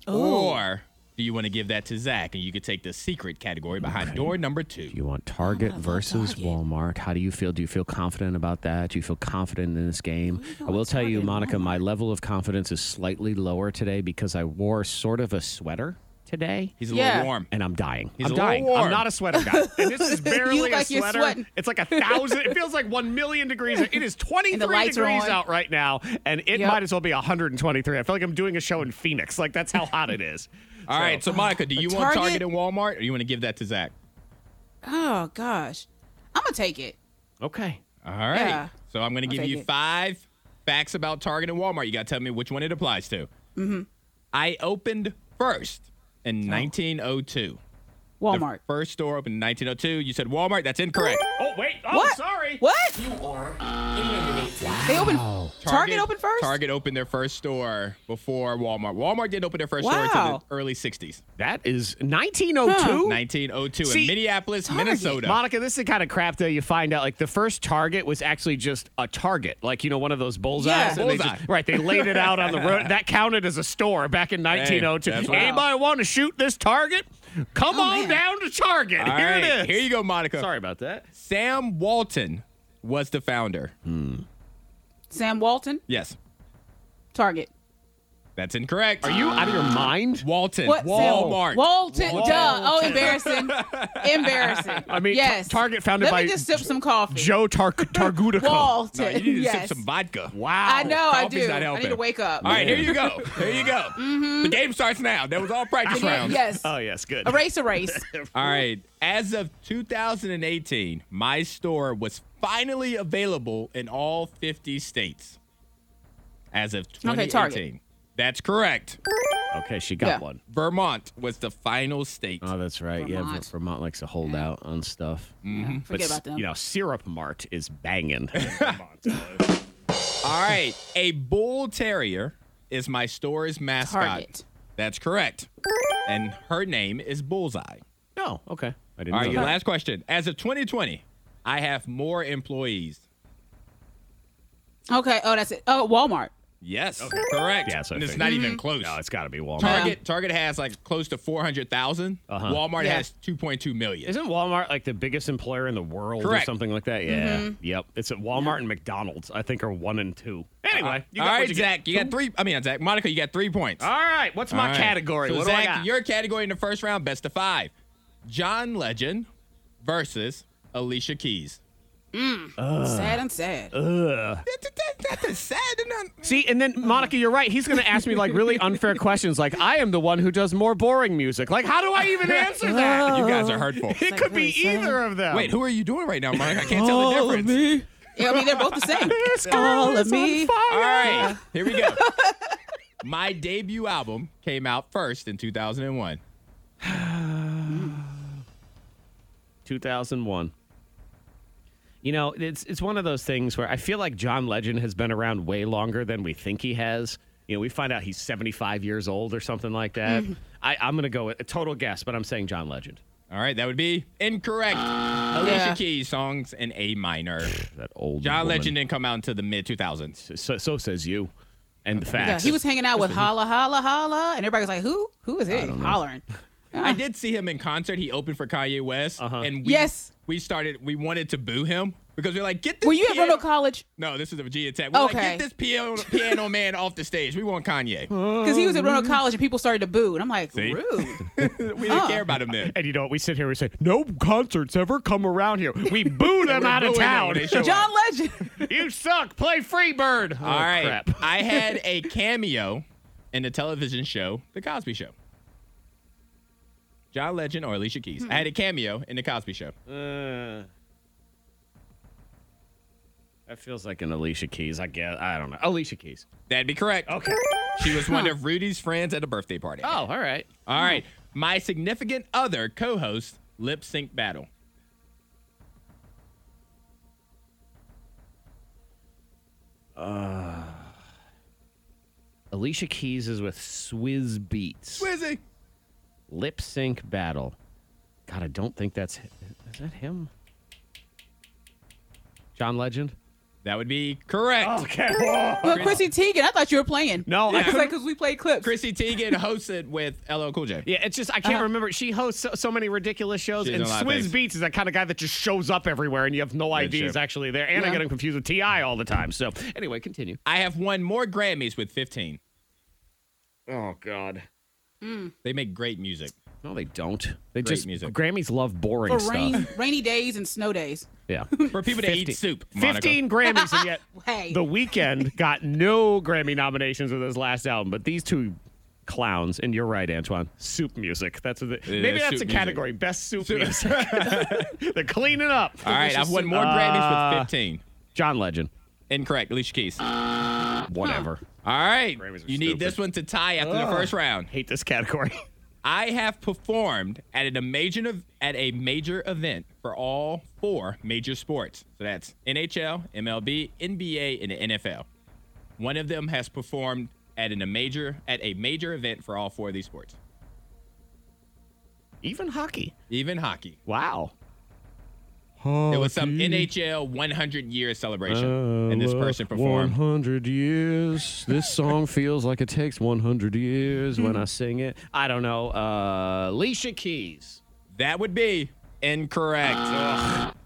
S6: Or do you want to give that to Zach and you could take the secret category behind door number two?
S1: You
S5: Oh,
S1: want Target versus Walmart. How do you feel? Do you feel confident about that? Do you feel confident in this game? I will tell you, Monica, my level of confidence is slightly lower today because I wore sort of a sweater today.
S6: He's a
S5: Yeah.
S6: little warm.
S1: And I'm dying.
S6: He's
S1: I'm
S6: a little
S1: dying. I'm
S6: warm.
S1: not a sweater guy. And this is barely
S5: look
S1: a
S5: like you're
S1: sweater.
S5: sweating.
S1: It's like a thousand. It feels like one million degrees. It is 23
S5: lights are
S1: degrees
S5: on.
S1: out right now, and it
S5: Yep.
S1: might as well be 123. I feel like I'm doing a show in Phoenix. Like that's how hot it is.
S6: All right. So, Monica, do you want Target
S5: Target-
S6: and Walmart or you want to give that to Zach?
S5: Oh gosh, I'm gonna take it.
S1: Okay.
S6: All right.
S5: Yeah.
S6: So I'm going to give
S5: take
S6: you
S5: it.
S6: five facts about Target and Walmart. You got to tell me which one it applies to. Mm-hmm. I opened first in 1902. The
S5: Oh. Walmart.
S6: first store opened in 1902. You said Walmart. That's incorrect.
S1: Oh wait. Oh,
S5: what?
S1: sorry.
S5: What? They open. Target, open first.
S6: Target opened their first store before Walmart. Walmart did open their first store
S5: Wow.
S6: in the early 60s.
S1: That is 1902.
S6: 1902
S1: See,
S6: in Minneapolis,
S5: Target.
S6: Minnesota.
S1: Monica, this is the kind of crap that you find out. Like the first target was actually just a target, like you know, one of those bullseyes.
S5: Yeah.
S1: and they
S6: Bullseye.
S1: just- right, they laid it out on the road. That counted as a store back in 1902.
S6: that's right.
S1: Anybody want to shoot this target? Come on
S5: Oh, man.
S1: down to Target.
S6: All
S1: Here
S6: right,
S1: it is.
S6: Here you go, Monica.
S1: Sorry about that.
S6: Sam Walton was the founder.
S5: Hmm. Sam Walton.
S6: Yes.
S5: Target.
S6: That's incorrect.
S1: Are you out of your mind?
S6: Walton?
S5: What?
S6: Walmart.
S5: Sam- Walton. Duh. Oh, embarrassing. embarrassing.
S1: I mean,
S5: yes.
S1: Tar- Target founded
S5: Let
S1: by
S5: me just sip some coffee.
S1: Joe Tar- Targutico.
S5: Walton.
S6: No, you need to
S5: yes.
S6: sip some vodka.
S1: Wow.
S5: I know. I
S6: Coffee's
S5: do.
S6: not
S5: I need
S6: helping.
S5: to wake up.
S6: All right, here you go. Here you go. The game starts now. That was all practice
S5: Yeah,
S6: rounds. Uh,
S5: Yes.
S1: Oh yes, good.
S5: A race, a race.
S6: All right. As of 2018, my store was finally available in all 50 states. As of
S5: Okay,
S6: 2018.
S5: Target.
S6: That's correct.
S1: Okay, she got
S5: Yeah.
S1: one.
S6: Vermont was the final state.
S1: Oh, that's right. Yeah,
S5: Vermont.
S1: Ver- Vermont likes to hold out on stuff.
S5: Forget
S1: s-
S5: about them.
S1: You know, Syrup Mart is banging.
S6: all right. A bull terrier is my store's mascot.
S5: Target.
S6: That's correct. And her name is Bullseye.
S1: no, okay. I didn't
S6: All right,
S1: know
S6: your
S1: that.
S6: last question. As of 2020, I have more employees.
S5: Okay. Oh, that's it. Oh, Walmart.
S6: Yes, correct.
S1: Yeah, so I
S6: and it's
S1: figured.
S6: not even close.
S1: No, Oh, it's got to be Walmart.
S6: Target Target has like close to 400,000.
S1: Uh-huh.
S6: Walmart
S5: Yeah.
S6: has 2.2 million.
S1: Isn't Walmart like the biggest employer in the world
S6: Correct.
S1: or something like that? Yeah.
S5: Mm-hmm.
S1: Yep. It's at Walmart and McDonald's, I think, are one and two. Anyway, you
S6: All
S1: got what
S6: right,
S1: you get.
S6: Zach, you got three. I mean, Zach, Monica, you got three points.
S1: All right. What's
S6: All
S1: my
S6: right.
S1: category?
S6: So
S1: what
S6: Zach,
S1: do I got?
S6: your category in the first round, best of five. John Legend versus Alicia Keys. Uh,
S5: sad and sad.
S6: That- that- that- That's a sad and un-
S1: See, and then Monica, you're right. He's going to ask me like really unfair questions. Like, I am the one who does more boring music. Like, how do I even answer that?
S6: You guys are hurtful.
S1: It could be
S5: really sad.
S1: either of them.
S6: Wait, who are you doing right now, Mike? I can't tell the difference.
S5: Yeah, I mean, they're both the same.
S1: This girl
S5: All of
S1: is
S5: me.
S1: on fire.
S6: All right, here we go. My debut album came out first in 2001.
S1: 2001. You know, it's it's one of those things where I feel like John Legend has been around way longer than we think he has. You know, we find out he's 75 years old or something like that. I, I'm going to go with a total guess, but I'm saying John Legend.
S6: All right, that would be incorrect. Alicia
S5: Uh, Yeah.
S6: Keys songs in A minor.
S1: That old
S6: John
S1: woman.
S6: Legend didn't come out until the mid 2000s.
S1: So, so says you, and the
S5: Yeah,
S1: facts.
S5: he was hanging out with holla, holla, holla, and everybody was like, "Who? Who is he hollering?" Ah.
S6: I did see him in concert. He opened for Kanye West, and we,
S5: Uh-huh. Yes.
S6: we started. We wanted to boo him because we are like, get this.
S5: Were you at
S6: piano-
S5: Roto College?
S6: No, this is a Virginia Tech. We're
S5: Okay.
S6: like, get this piano piano man off the stage. We want Kanye.
S5: Because he was at Roto College, and people started to boo, and I'm like,
S6: Mm-hmm. See?
S5: "Rude."
S6: we didn't care about him then.
S1: and you know what? We sit here and we say, no concerts ever come around here. We boo them
S6: We're
S1: out of
S6: booing them
S1: town.
S6: when they show up.
S5: John Legend.
S1: you suck. Play Freebird.
S6: All right.
S1: Oh, Crap.
S6: I had a cameo in the television show The Cosby Show. John Legend or Alicia Keys. I had
S1: Hmm.
S6: a cameo in The Cosby Show.
S1: That feels like an Alicia Keys. I guess. I don't know. Alicia Keys.
S6: That'd be correct.
S1: Okay.
S6: She was one of Rudy's friends at a birthday party.
S1: Oh, all right.
S6: All right. My significant other co host, Lip Sync Battle.
S1: Alicia Keys is with Swizz Beats.
S6: Swizzy.
S1: Lip sync battle. God, I don't think that's. Is that him? John Legend.
S6: That would be correct.
S1: Oh. Okay.
S5: Well, Chrissy Teigen, I thought you were playing.
S1: No, I
S5: it's like because we played clips.
S6: Chrissy Teigen hosted with LL Cool J.
S1: Yeah, it's just I can't remember. She hosts so, so many ridiculous shows,
S6: Uh-huh. She's
S1: and
S6: in a lot of
S1: Swizz
S6: things.
S1: Beats is that kind of guy that just shows up everywhere, and you have no idea he's
S6: true.
S1: actually there. And I
S5: Yeah.
S1: get him confused with Ti all the time. So anyway, continue.
S6: I have won more Grammys with 15.
S1: Oh God.
S6: They make great music.
S1: No, they don't. They
S6: Great
S1: just
S6: music.
S1: Grammys love boring
S5: for
S1: stuff.
S5: rain, rainy days and snow days.
S1: Yeah.
S6: For people to eat soup. Monica.
S1: Fifteen Grammys, and yet
S5: Hey.
S1: The Weeknd got no Grammy nominations with his last album. But these two clowns, and you're right, Antoine. Soup music. That's what they, maybe
S6: is
S1: that's
S6: soup
S1: a
S6: music.
S1: category. Best soup, music. They're cleaning up.
S6: All right, I've won more Grammys
S1: Ah.
S6: with 15.
S1: John Legend.
S6: Incorrect, Alicia Keys. All
S1: Whatever.
S6: right, you
S1: Grammys are
S6: need this
S1: stupid.
S6: one to tie after the first round.
S1: hate this category.
S6: I have performed at an amazing ev- at a major event for all four major sports. So that's NHL, MLB, NBA, and the NFL. One of them has performed at an a major at a major event for all four of these sports,
S1: Even hockey.
S6: even hockey.
S1: Wow.
S6: It was some NHL 100 year celebration, and this person performed.
S1: 100 years. This song feels like it takes 100 years when I sing it. I don't know. Uh, Alicia Keys.
S6: That would be incorrect.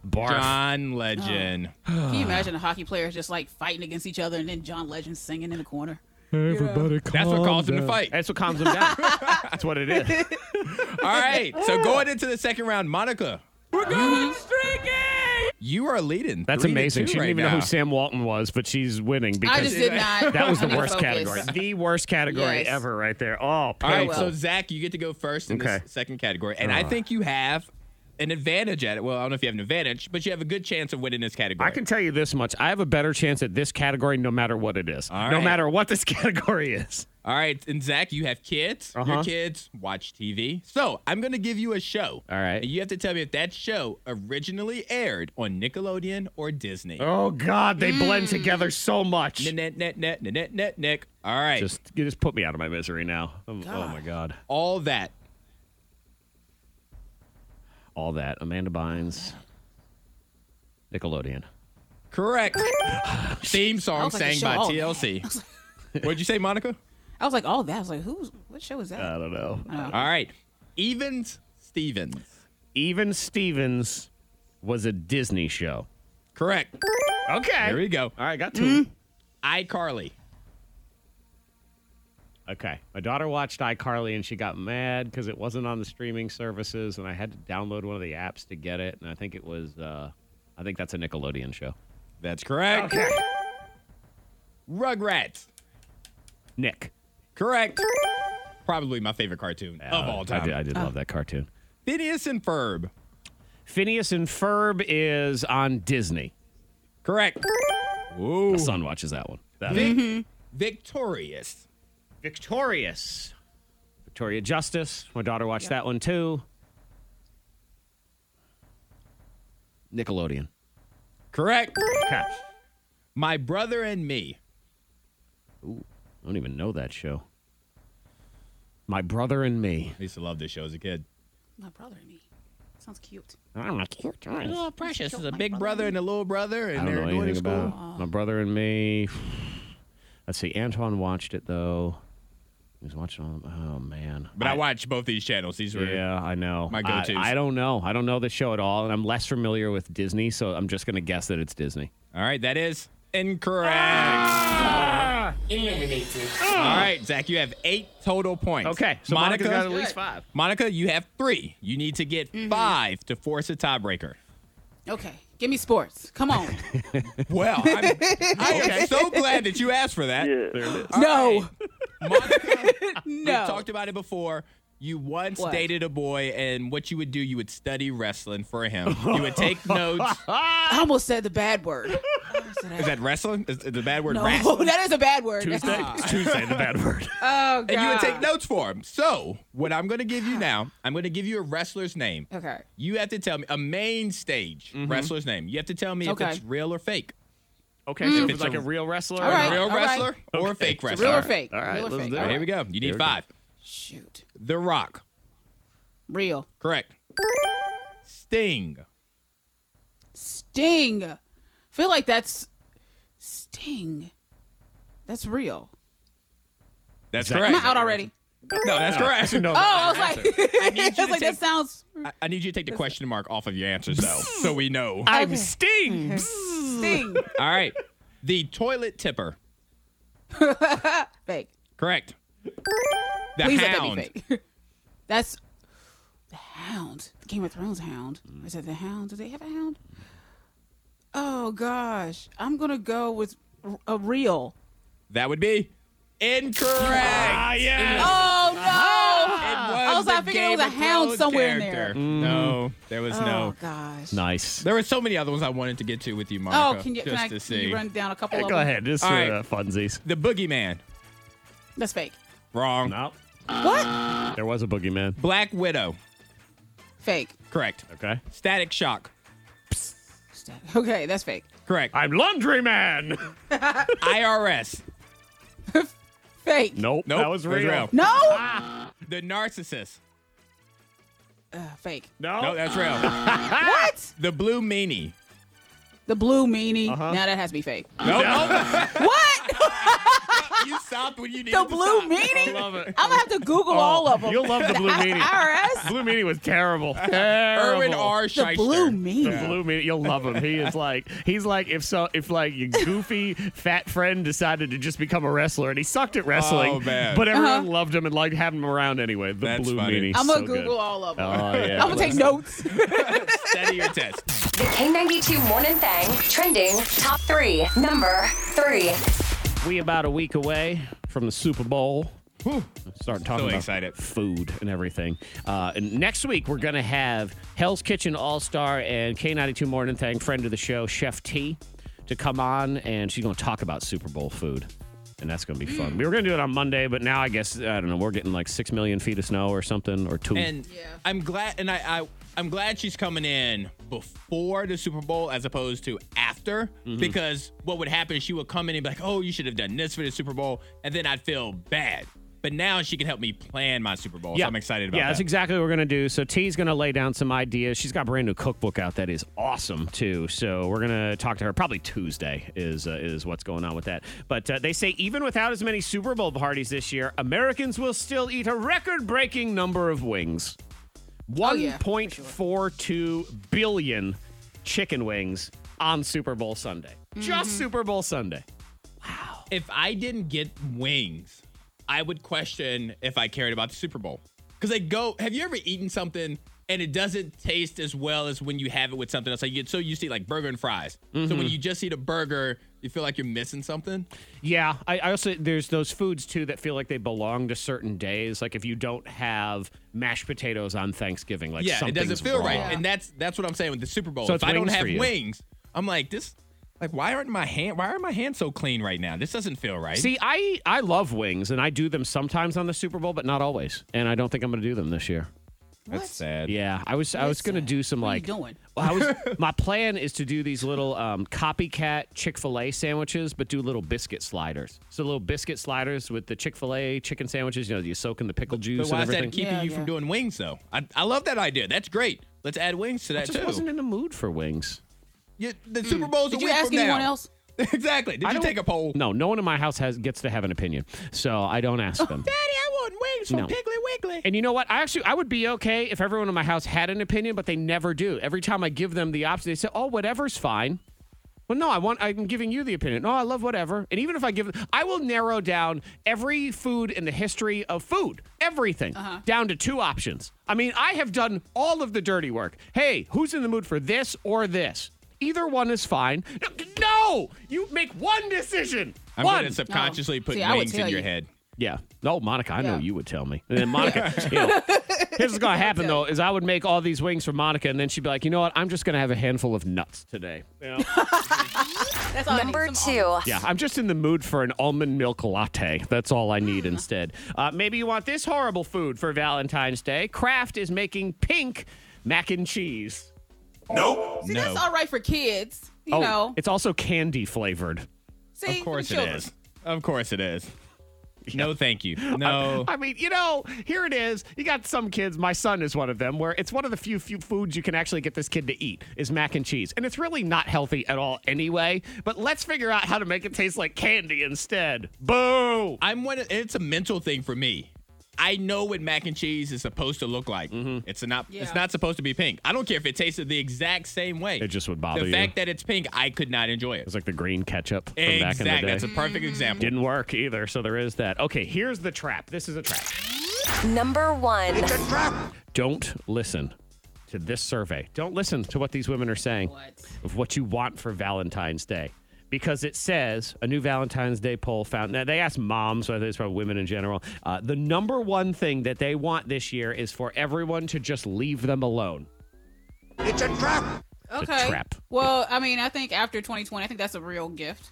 S1: Barf.
S6: John Legend.
S5: Can you
S1: Uh.
S5: imagine the hockey players just like fighting against each other, and then John Legend singing in the corner?
S7: Everybody calm
S6: That's what caused him to
S7: down.
S6: fight.
S1: That's what calms him down. That's what it is.
S6: All right. So going into the second round, Monica. We're going streaking. You are leading.
S1: That's
S6: three to
S1: amazing. She
S6: two
S1: didn't
S6: right
S1: even know
S6: now.
S1: who Sam Walton was, but she's winning because
S5: I just did not.
S1: that was
S5: I
S1: the
S5: didn't
S1: worst
S5: focus.
S1: category. The worst category
S5: Yes.
S1: ever, right there. Oh,
S6: All right.
S1: painful.
S6: So Zach, you get to go first in
S1: Okay. Uh.
S6: this second category, and I think you have an advantage at it. Well, I don't know if you have an advantage, but you have a good chance of winning this category.
S1: I can tell you this much. I have a better chance at this category no matter what it is.
S6: All
S1: No
S6: right.
S1: matter what this category is.
S6: All right. And Zach, you have kids.
S1: Uh-huh.
S6: Your kids watch TV. So I'm going to give you a show.
S1: All right.
S6: And you have to tell me if that show originally aired on Nickelodeon or Disney.
S1: Oh God, they
S6: Mm.
S1: blend together so much.
S6: Net, net, net, net, net, net, Nick. All right.
S1: Just you just put me out of my misery now. Um, Oh my God,
S6: all that.
S1: all that Amanda Bynes, Nickelodeon.
S6: Correct. Theme song
S5: Sounds like a
S6: sang by
S1: Oh.
S5: show.
S6: TLC. What'd you say, Monica?
S5: I was like, all that. I was like, who's what show is that?
S1: I don't know.
S6: All right. Evans Stevens.
S1: Even Stevens was a Disney show.
S6: Correct.
S1: Okay.
S6: There we go.
S1: All right, got two.
S6: iCarly.
S1: Okay. My daughter watched iCarly and she got mad because it wasn't on the streaming services, and I had to download one of the apps to get it. And I think it was uh, I think that's a Nickelodeon show.
S6: That's correct. Rugrats.
S1: Nick.
S6: Correct. Probably my favorite cartoon of all time.
S1: Uh, I did, I did love that cartoon.
S6: Phineas and Ferb.
S1: Phineas and Ferb is on Disney.
S6: Correct. Ooh.
S1: My son watches that one. That
S6: Victorious.
S1: Victorious. Victoria Justice. My daughter watched that one too. Nickelodeon.
S6: Correct.
S1: Okay. I
S6: My brother and me.
S1: don't even know that show. My brother and me.
S6: I used to love this show as a kid.
S5: My brother and me. Sounds cute.
S1: I'm a cute
S6: Oh, precious. There's a big brother and a little brother, and
S1: I don't
S6: they're
S1: know
S6: going to
S1: anything
S6: school.
S1: about it. my brother and me. Let's see. Antoine watched it though. He was watching all. Oh man.
S6: But I, watch both these channels. These were
S1: Yeah, I know.
S6: My
S1: I-
S6: go-tos.
S1: I, don't know. I don't know the show at all, and I'm less familiar with Disney, so I'm just going to guess that it's Disney.
S6: All right, that is incorrect.
S5: Ah!
S6: All right, Zach, you have eight total points.
S1: Okay, so Monica's got at least five.
S6: Monica, you have three. You need to get
S5: Mm-hmm.
S6: five to force a tiebreaker.
S5: Okay, give me sports. Come on.
S6: Well, I'm, I am so glad that you asked for that.
S5: no,
S6: Monica, we
S5: no.
S6: talked about it before. You once
S5: What?
S6: dated a boy, and what you would do, you would study wrestling for him. You would take notes.
S5: I almost said the bad word. I almost said
S6: Is
S5: that-
S6: that wrestling? Is, is the bad word
S5: no,
S6: wrestling?
S5: that is a bad word. That's-
S1: Tuesday, Tuesday, the bad word.
S5: Oh god.
S6: and you would take notes for him. So, what I'm going to give you now, I'm going to give you a wrestler's name.
S5: Okay.
S6: You have to tell me a main stage wrestler's name. You have to tell me
S5: Okay.
S6: if it's real or fake.
S5: Hmm.
S1: Okay, so if it's like a Ah, real wrestler.
S5: All right.
S6: A real
S5: all
S6: wrestler or a fake
S5: It's
S6: wrestler.
S5: real or fake?
S1: All right,
S5: real or
S1: let's
S5: fake?
S1: do
S6: All right, here we go. You need five.
S5: Shoot.
S6: The Rock.
S5: Real.
S6: Correct. Sting.
S5: Sting. Feel like that's Sting. That's real.
S6: That's
S1: Zach-
S6: correct.
S5: I'm out already.
S6: No, that's correct.
S1: No.
S5: Oh, I was like, I was
S6: you to
S5: like, that
S6: take-
S5: sounds
S6: I, I need you to take the question mark off of your answers, though, so we know.
S1: I'm Sting.
S5: Sting.
S6: All right. The toilet tipper.
S5: fake.
S6: Correct. The
S5: Please
S6: hound.
S5: let that be fake. That's the hound. The Game of Thrones hound. Is that the hound? Do they have a hound? Oh gosh, I'm gonna go with r- a real.
S6: That would be incorrect.
S5: Oh no!
S6: I
S5: Also, I figured it was a hound somewhere in there.
S6: Mm. No, there was no.
S5: Oh gosh.
S1: Nice.
S6: There were so many other ones I wanted to get to with you,
S5: Oh,
S6: Monica.
S5: can you, can
S6: just
S5: I
S6: to
S5: can
S6: see.
S5: you run down a couple of
S1: Go
S5: them?
S1: ahead. Just
S6: All
S1: uh,
S6: right.
S1: funsies.
S6: The boogeyman.
S5: That's fake.
S6: Wrong.
S1: No,
S5: What?
S1: there was a boogeyman.
S6: Black Widow.
S5: Fake.
S6: Correct.
S1: Okay.
S6: Static Shock.
S5: Okay, that's fake.
S6: Correct.
S1: I'm Laundry Man.
S6: IRS.
S5: Fake.
S1: Nope.
S6: Nope.
S1: That was
S6: that's
S1: real.
S5: No.
S6: Ah. The Narcissist.
S5: Uh, fake.
S1: No.
S6: No, that's real.
S5: What?
S6: the Blue Meanie.
S5: The blue meanie.
S6: Uh-huh.
S5: Now that has to be fake.
S6: No, no.
S5: What?
S6: you stopped when you needed
S5: The
S6: to
S5: blue
S6: stop.
S5: meanie?
S1: love it.
S5: I'm gonna have to Google all of them.
S1: You'll love the Blue Meanie.
S5: IRS.
S1: Blue Meanie was terrible. terrible.
S6: Erwin R.
S5: The
S6: Shyster.
S5: blue meanie.
S1: The Blue Meanie, you'll love him. He is like he's like if so if like your goofy fat friend decided to just become a wrestler and he sucked at wrestling,
S6: Oh, man.
S1: but everyone loved him and liked having him around anyway. The
S6: That's
S1: Blue
S6: funny.
S1: Meanie.
S5: Uh-huh. I'm
S1: so
S5: gonna Google
S1: good.
S5: all of them.
S1: Oh yeah.
S5: I'm gonna take notes.
S6: Study your test.
S2: The K92 Morning Thang trending top three. Number three.
S1: We about a week away from the Super Bowl. Start talking
S6: So
S1: about
S6: excited.
S1: food and everything. Uh, and next week we're gonna have Hell's Kitchen All Star and K92 Morning Thang friend of the show Chef T to come on, and she's gonna talk about Super Bowl food. And that's going to be
S6: Mm.
S1: fun. We were going to do it on Monday, but now I guess, I don't know, we're getting like 6 million feet of snow or something, or two.
S6: And I'm glad, and I, I, I'm glad she's coming in before the Super Bowl as opposed to after,
S1: Mm-hmm.
S6: because what would happen is she would come in and be like, "Oh, you should have done this for the Super Bowl," and then I'd feel bad. But now she can help me plan my Super Bowl, so I'm excited about
S1: Yeah, that's
S6: that.
S1: exactly what we're going to do. So T's going to lay down some ideas. She's got a brand new cookbook out that is awesome too. So we're going to talk to her probably Tuesday is uh, is what's going on with that. But uh, they say even without as many Super Bowl parties this year, Americans will still eat a record-breaking number of wings.
S5: Oh, yeah,
S1: One
S5: for
S1: point four two billion chicken wings on Super Bowl Sunday.
S5: Mm-hmm.
S1: Just Super Bowl Sunday.
S6: if I didn't get wings, I would question if I cared about the Super Bowl. Because they go, have you ever eaten something and it doesn't taste as well as when you have it with something else. Like you get so used to eat, like burger and fries. So
S1: Mm-hmm.
S6: when you just eat a burger, you feel like you're missing something.
S1: Yeah, I, I also there's those foods too that feel like they belong to certain days. Like if you don't have mashed potatoes on Thanksgiving, like
S6: yeah, it
S1: something's
S6: doesn't feel right.
S1: wrong.
S6: And that's that's what I'm saying with the Super Bowl.
S1: So
S6: if
S1: it's
S6: I don't
S1: wings for
S6: have
S1: you.
S6: wings, I'm like this. Like why aren't my hand? Why are my hands so clean right now? This doesn't feel right.
S1: See, I I love wings, and I do them sometimes on the Super Bowl, but not always. And I don't think I'm going to do them this year.
S6: that's sad.
S1: Yeah, I was I was going to do some
S5: What are you
S1: like
S5: doing?
S1: Well, I was my plan is to do these little um, copycat Chick Fil A sandwiches, but do little biscuit sliders. So little biscuit sliders with the Chick Fil A chicken sandwiches. You know, you soak in the pickle juice
S6: But why
S1: and
S6: is that
S1: everything.
S6: keeping
S5: Yeah,
S6: you
S5: yeah.
S6: from doing wings though? I, I love that idea. That's great. Let's add wings to that
S1: Just
S6: too.
S1: wasn't in the mood for wings.
S6: You- the Super Bowl's
S5: Mm. Did
S6: a
S5: you
S6: week
S5: ask
S6: from
S5: anyone
S6: now.
S5: else?
S6: exactly. Did you
S1: don't-
S6: take a poll?
S1: No, no one in my house has gets to have an opinion, so I don't ask them.
S6: Daddy, I want wings from
S1: No.
S6: Piggly Wiggly.
S1: And you know what? I actually I would be okay if everyone in my house had an opinion, but they never do. Every time I give them the option, they say, "Oh, whatever's fine." Well, no, I want I'm giving you the opinion. No, I love whatever. And even if I give I will narrow down every food in the history of food, everything down to two options. I mean, I have done all of the dirty work. Hey, who's in the mood for this or this? Either one is fine. No, no! you make one decision.
S6: I'm
S1: one.
S6: gonna subconsciously
S5: No.
S6: put
S5: See, I would
S6: wings in
S5: tell
S6: your
S5: you.
S6: head.
S1: Yeah. No, Monica, I know
S5: Yeah.
S1: you would tell me. And then Monica, you know, here's what's going to happen, though, is I would make all these wings for Monica, and then she'd be like, you know what? I'm just going to have a handful of nuts today. You know?
S5: That's all I need,
S2: Number
S5: some almonds.
S2: two.
S1: yeah, I'm just in the mood for an almond milk latte. That's all I need instead. Uh, maybe you want this horrible food for Valentine's Day. Kraft is making pink mac and cheese.
S5: See,
S6: No.
S5: that's all right for kids. You
S1: oh,
S5: know,
S1: it's also candy flavored.
S5: see, for
S6: Of
S5: the
S6: course it
S5: children.
S6: is. Of course it is. No, thank you. No.
S1: I mean, you know, here it is. You got some kids. My son is one of them, where it's one of the few few foods you can actually get this kid to eat is mac and cheese, and it's really not healthy at all anyway. But let's figure out how to make it taste like candy instead. Boo!
S6: I'm one. Of, it's a mental thing for me. I know what mac and cheese is supposed to look like.
S1: Mm-hmm.
S6: It's not.
S5: Yeah.
S6: It's not supposed to be pink. I don't care if it tasted the exact same way.
S1: It just would bother
S6: The
S1: you.
S6: fact that it's pink, I could not enjoy it.
S1: It's like the green ketchup from back in the
S6: Exactly.
S1: day.
S6: That's a perfect example.
S1: Didn't work either, so there is that. Okay, here's the trap. This is a trap.
S2: Number one.
S1: Don't listen to this survey. Don't listen to what these women are saying.
S5: What?
S1: of what you want for Valentine's Day. Because it says a new Valentine's Day poll found. Now they asked moms, so I think it's probably women in general. Uh, the number one thing that they want this year is for everyone to just leave them alone. a
S5: Okay.
S1: trap.
S5: Well, I mean, I think after 2020, I think that's a real gift.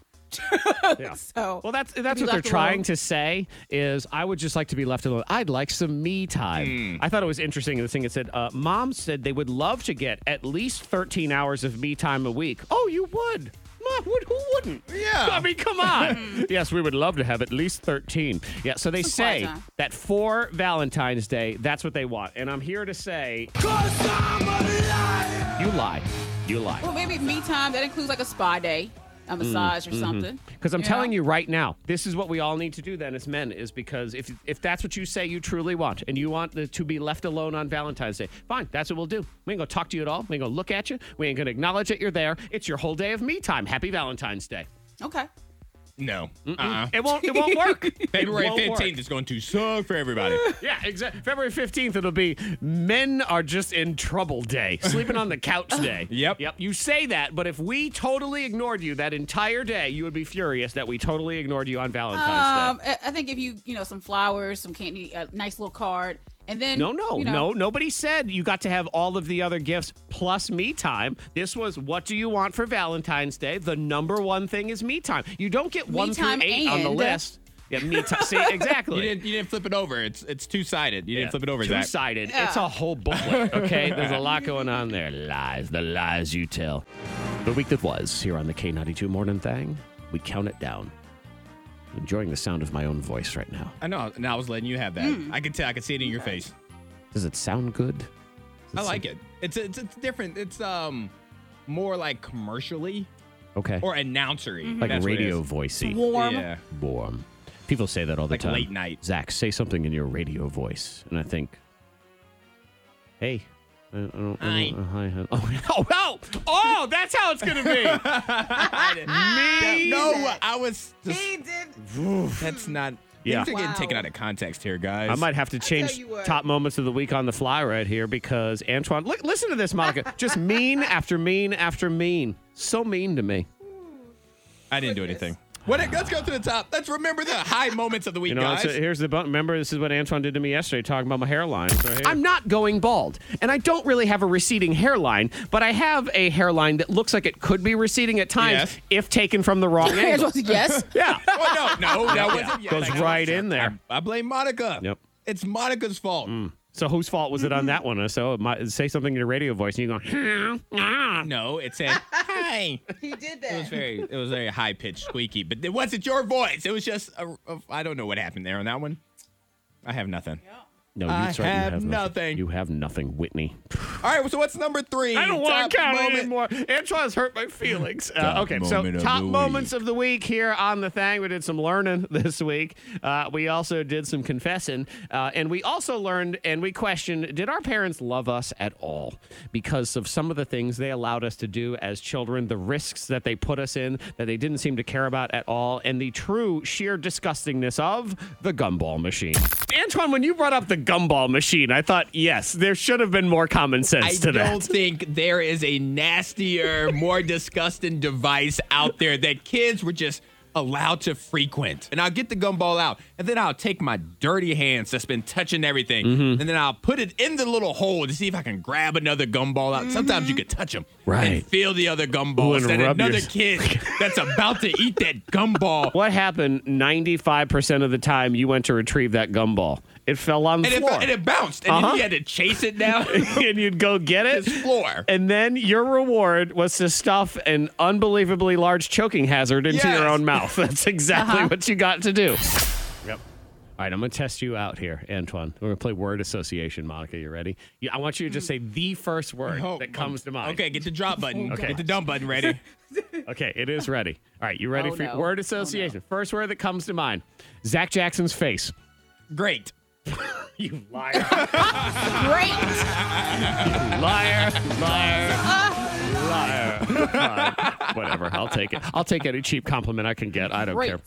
S1: Yeah.
S5: So,
S1: Well, that's that's
S5: be
S1: what they're
S5: left
S1: trying
S5: alone.
S1: to say is I would just like to be left alone. I'd like some me time. I thought it was interesting the thing it said. Uh, Mom said they would love to get at least 13 hours of me time a week. Oh, you would. Mom, would, who wouldn't?
S6: Yeah.
S1: I mean, come on. yes, we would love to have at least 13. Yeah. So they
S5: Some quiet
S1: say
S5: time.
S1: that for Valentine's Day, that's what they want, and I'm here to say, you lie, you lie.
S5: well, maybe me time. That includes like a spa day, a massage or something.
S1: Because Mm-hmm. I'm telling you right now, this is what we all need to do then as men is because if if that's what you say you truly want and you want the, to be left alone on Valentine's Day, fine, that's what we'll do. We ain't gonna talk to you at all. We ain't gonna look at you. We ain't gonna acknowledge that you're there. It's your whole day of me time. Happy Valentine's Day.
S5: Okay.
S6: No. Uh-uh.
S1: It won't it won't work. It
S6: February
S1: won't work.
S6: 15th is going to suck for everybody.
S1: Yeah, exactly. February 15th, it'll be Men Are Just in Trouble Day, Sleeping on the Couch Day.
S6: Yep.
S1: Yep. You say that, but if we totally ignored you that entire day, you would be furious that we totally ignored you on Valentine's Day.
S5: Um, I I think if you, you know, some flowers, some candy, a nice little card, and then
S1: No, no,
S5: you know,
S1: no. Nobody said you got to have all of the other gifts plus me time. This was what do you want for Valentine's Day? The number one thing is me time. You don't get one
S5: time
S1: through eight on the
S5: and-
S1: list. Yeah, me time. See, exactly.
S6: You didn't. You didn't flip it over. It's it's two sided. You
S1: Yeah.
S6: didn't flip it over. Zach.
S1: Two-sided. It's a whole booklet. Okay, there's a lot going on there. Lies, the lies you tell. The week that was here on the K92 Morning Thing, we count it down. Enjoying the sound of my own voice right now.
S6: I know. And I was letting you have that. I could tell. I could see it in your face.
S1: Does it sound good?
S6: I like it. It's it's it's different. It's um more like commercially
S1: Okay.
S6: or announcery.
S1: like
S6: That's what it
S1: radio
S6: is.
S1: voicey.
S5: warm.
S6: Yeah.
S1: warm. People say that all the
S6: Like
S1: time.
S6: late night.
S1: Zach, say something in your radio voice, and I think, hey. I I don't, I don't, hi. hi. Oh, oh, oh, oh, that's how it's going to be.
S6: No, I was. Just,
S5: He did.
S6: that's not.
S1: Yeah.
S6: Things are
S5: Wow.
S6: getting taken out of context here, guys.
S1: I might have to change
S5: you what.
S1: top moments of the week on the fly right here because Antoine, look, listen to this, Monica. Just mean after mean after mean. So mean to me.
S6: I didn't do anything. What, let's go to the top. Let's remember the high moments of the week,
S1: You know,
S6: guys.
S1: it's- here's the button. Remember, this is what Antoine did to me yesterday, talking about my hairline. I'm not going bald, and I don't really have a receding hairline, but I have a hairline that looks like it could be receding at times
S6: Yes.
S1: if taken from the wrong angle.
S5: yes.
S1: Yeah.
S6: oh, no, no, that wasn't. yeah,
S1: Goes
S6: like,
S1: right in there.
S6: I blame Monica.
S1: Yep. Mm.
S6: It's Monica's fault.
S1: So whose fault was it on that one? So it might, say something in your radio voice, and you go,
S6: No, it said hi.
S5: He did
S6: It was
S5: that.
S6: very, it was very high pitched, squeaky, but it wasn't your voice. It was just, I a, I don't know what happened there on that one. I have nothing.
S1: "No,
S6: I
S1: that's right, you
S6: have
S1: have
S6: nothing.
S1: You have nothing, Whitney."
S6: All right, so what's number three?
S1: I don't want to
S6: Top
S1: count
S6: moment.
S1: it anymore. Antoine's hurt my feelings. Uh,
S6: Top
S1: okay, so
S6: moment of
S1: top
S6: the
S1: moments of the week here on the thing. We did some learning this week. Uh, we also did some confessing, uh, and we also learned and we questioned: Did our parents love us at all because of some of the things they allowed us to do as children? The risks that they put us in that they didn't seem to care about at all, and the true sheer disgustingness of the gumball machine. Antoine, when you brought up the gumball machine, I thought yes, there should have been more common sense
S6: I
S1: to that.
S6: don't think there is a nastier, more disgusting device out there that kids were just allowed to frequent. And I'll get the gumball out, and then I'll take my dirty hands that's been touching everything,
S1: Mm-hmm.
S6: and then I'll put it in the little hole to see if I can grab another gumball out. Sometimes you could touch them
S1: Right.
S6: and feel the other
S1: Ooh,
S6: gumball.
S1: and
S6: and
S1: rub
S6: another
S1: yours.
S6: kid that's about to eat that gumball.
S1: What happened 95% of the time you went to retrieve that gumball? It fell on the
S6: And it,
S1: floor.
S6: and it bounced, and
S1: Uh-huh.
S6: then you had to chase it down.
S1: and you'd go get it.
S6: It's floor.
S1: And then your reward was to stuff an unbelievably large choking hazard into
S6: Yes. Uh-huh.
S1: your own mouth. That's exactly what you got to do. Yep. All right, I'm going to test you out here, Antoine. We're going to play word association, Monica. You ready? You, I want you to just say the first word
S6: Oh,
S1: that comes to mind.
S6: Okay, get the drop button.
S1: Okay.
S6: Get the dump button ready.
S1: Okay, it is ready. All right, you ready
S5: Oh,
S1: for
S5: no.
S1: word association? First word that comes to mind Zach Jackson's face.
S6: Great.
S1: You liar.
S5: Great.
S1: liar, liar, liar. Fine. Whatever. I'll take it. I'll take any cheap compliment I can get. I don't
S5: Great.
S1: care.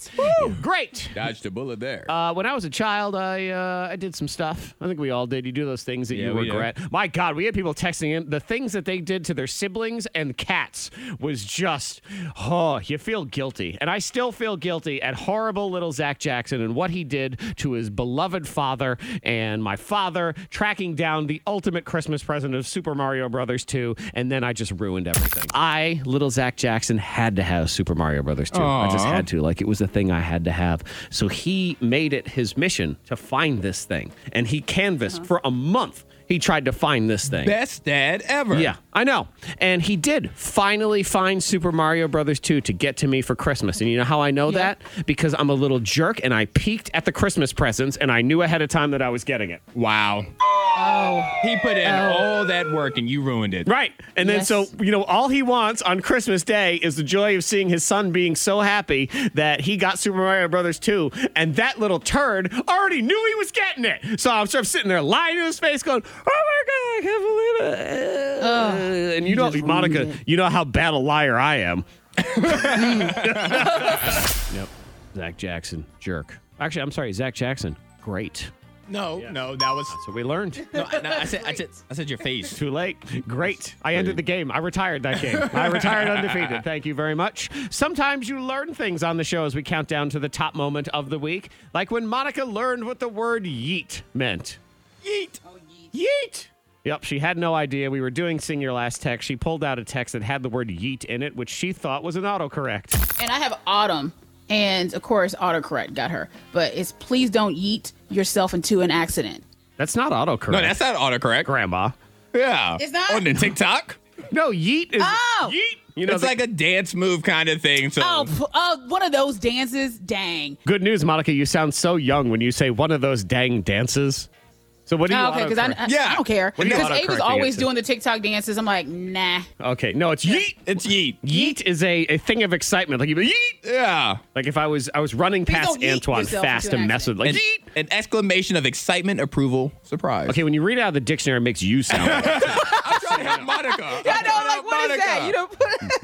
S1: Great.
S6: Dodged a bullet there.
S1: Uh, when I was a child, I uh, I did some stuff. I think we all did. You do those things that
S6: Yeah,
S1: you
S6: we did.
S1: regret. My God, we had people texting in the things that they did to their siblings and cats was just oh, you feel guilty, and I still feel guilty at horrible little Zach Jackson and what he did to his beloved father and my father tracking down the ultimate Christmas present of Super Mario Brothers 2, and then I just ruined everything. I little Zach Jackson had to have Super Mario Brothers 2. I just had to. Like it was the thing I had to have. So he made it his mission to find this thing. And he canvassed for a month. He tried to find this thing.
S6: Best dad ever.
S1: Yeah, I know. And he did finally find Super Mario Brothers 2 to get to me for Christmas. And you know how I know that? Because I'm a little jerk and I peeked at the Christmas presents and I knew ahead of time that I was getting it.
S6: Wow.
S5: Oh.
S6: He put in
S5: Oh.
S6: all that work and you ruined it.
S1: Right. And then
S5: Yes.
S1: so, you know, all he wants on Christmas Day is the joy of seeing his son being so happy that he got Super Mario Brothers 2. And that little turd already knew he was getting it. So I'm sort of sitting there lying to his face going, oh my God, I can't believe it. and you know,
S5: just
S1: Monica,
S5: ruined it.
S1: you know how bad a liar I am. yep. Zach Jackson, jerk. Actually, I'm sorry, Zach Jackson, great.
S6: No, no, that was.
S1: So we learned.
S6: No, I, no, I said, I said, I said your face.
S1: Too late. Great. I ended the game. I retired that game. I retired undefeated. Thank you very much. Sometimes you learn things on the show as we count down to the top moment of the week, like when Monica learned what the word yeet meant.
S6: Yeet.
S5: Oh,
S1: Yeet! Yep, she had no idea. We were doing Sing Your Last Text. She pulled out a text that had the word yeet in it, which she thought was an autocorrect.
S5: And I have Autumn. And of course, autocorrect got her. But it's please don't yeet yourself into an accident.
S1: That's not autocorrect.
S6: No, that's not autocorrect.
S1: grandma.
S6: Yeah.
S5: It's not?
S6: On the TikTok?
S1: No, yeet is
S5: Oh!
S1: yeet. You know,
S6: it's
S1: the-
S6: like a dance move kind of thing. So
S5: Oh, p- oh, one of those dances? Dang.
S1: good news, Monica. You sound so young when you say one of those dang dances. So what do you?
S5: Oh, okay, because I, I,
S6: Yeah.
S5: I don't care.
S6: What do you
S5: Because
S1: autocorrect
S5: Ava's
S1: the
S5: always
S1: answer?
S5: doing the TikTok dances. I'm like, nah.
S1: Okay, no, it's yeet.
S6: it's yeet.
S1: Yeet is a, a thing of excitement. Like you yeet.
S6: Yeah.
S1: Like if I was I was running past
S5: don't yeet
S1: Antoine
S5: yourself
S1: fast
S5: into an
S1: and mess with like
S6: An,
S1: yeet.
S6: an exclamation of excitement, approval, surprise.
S1: Okay, when you read out of the dictionary, it makes you sound. like-
S6: I'm trying to help Monica.
S5: I know, like, what is that? You don't put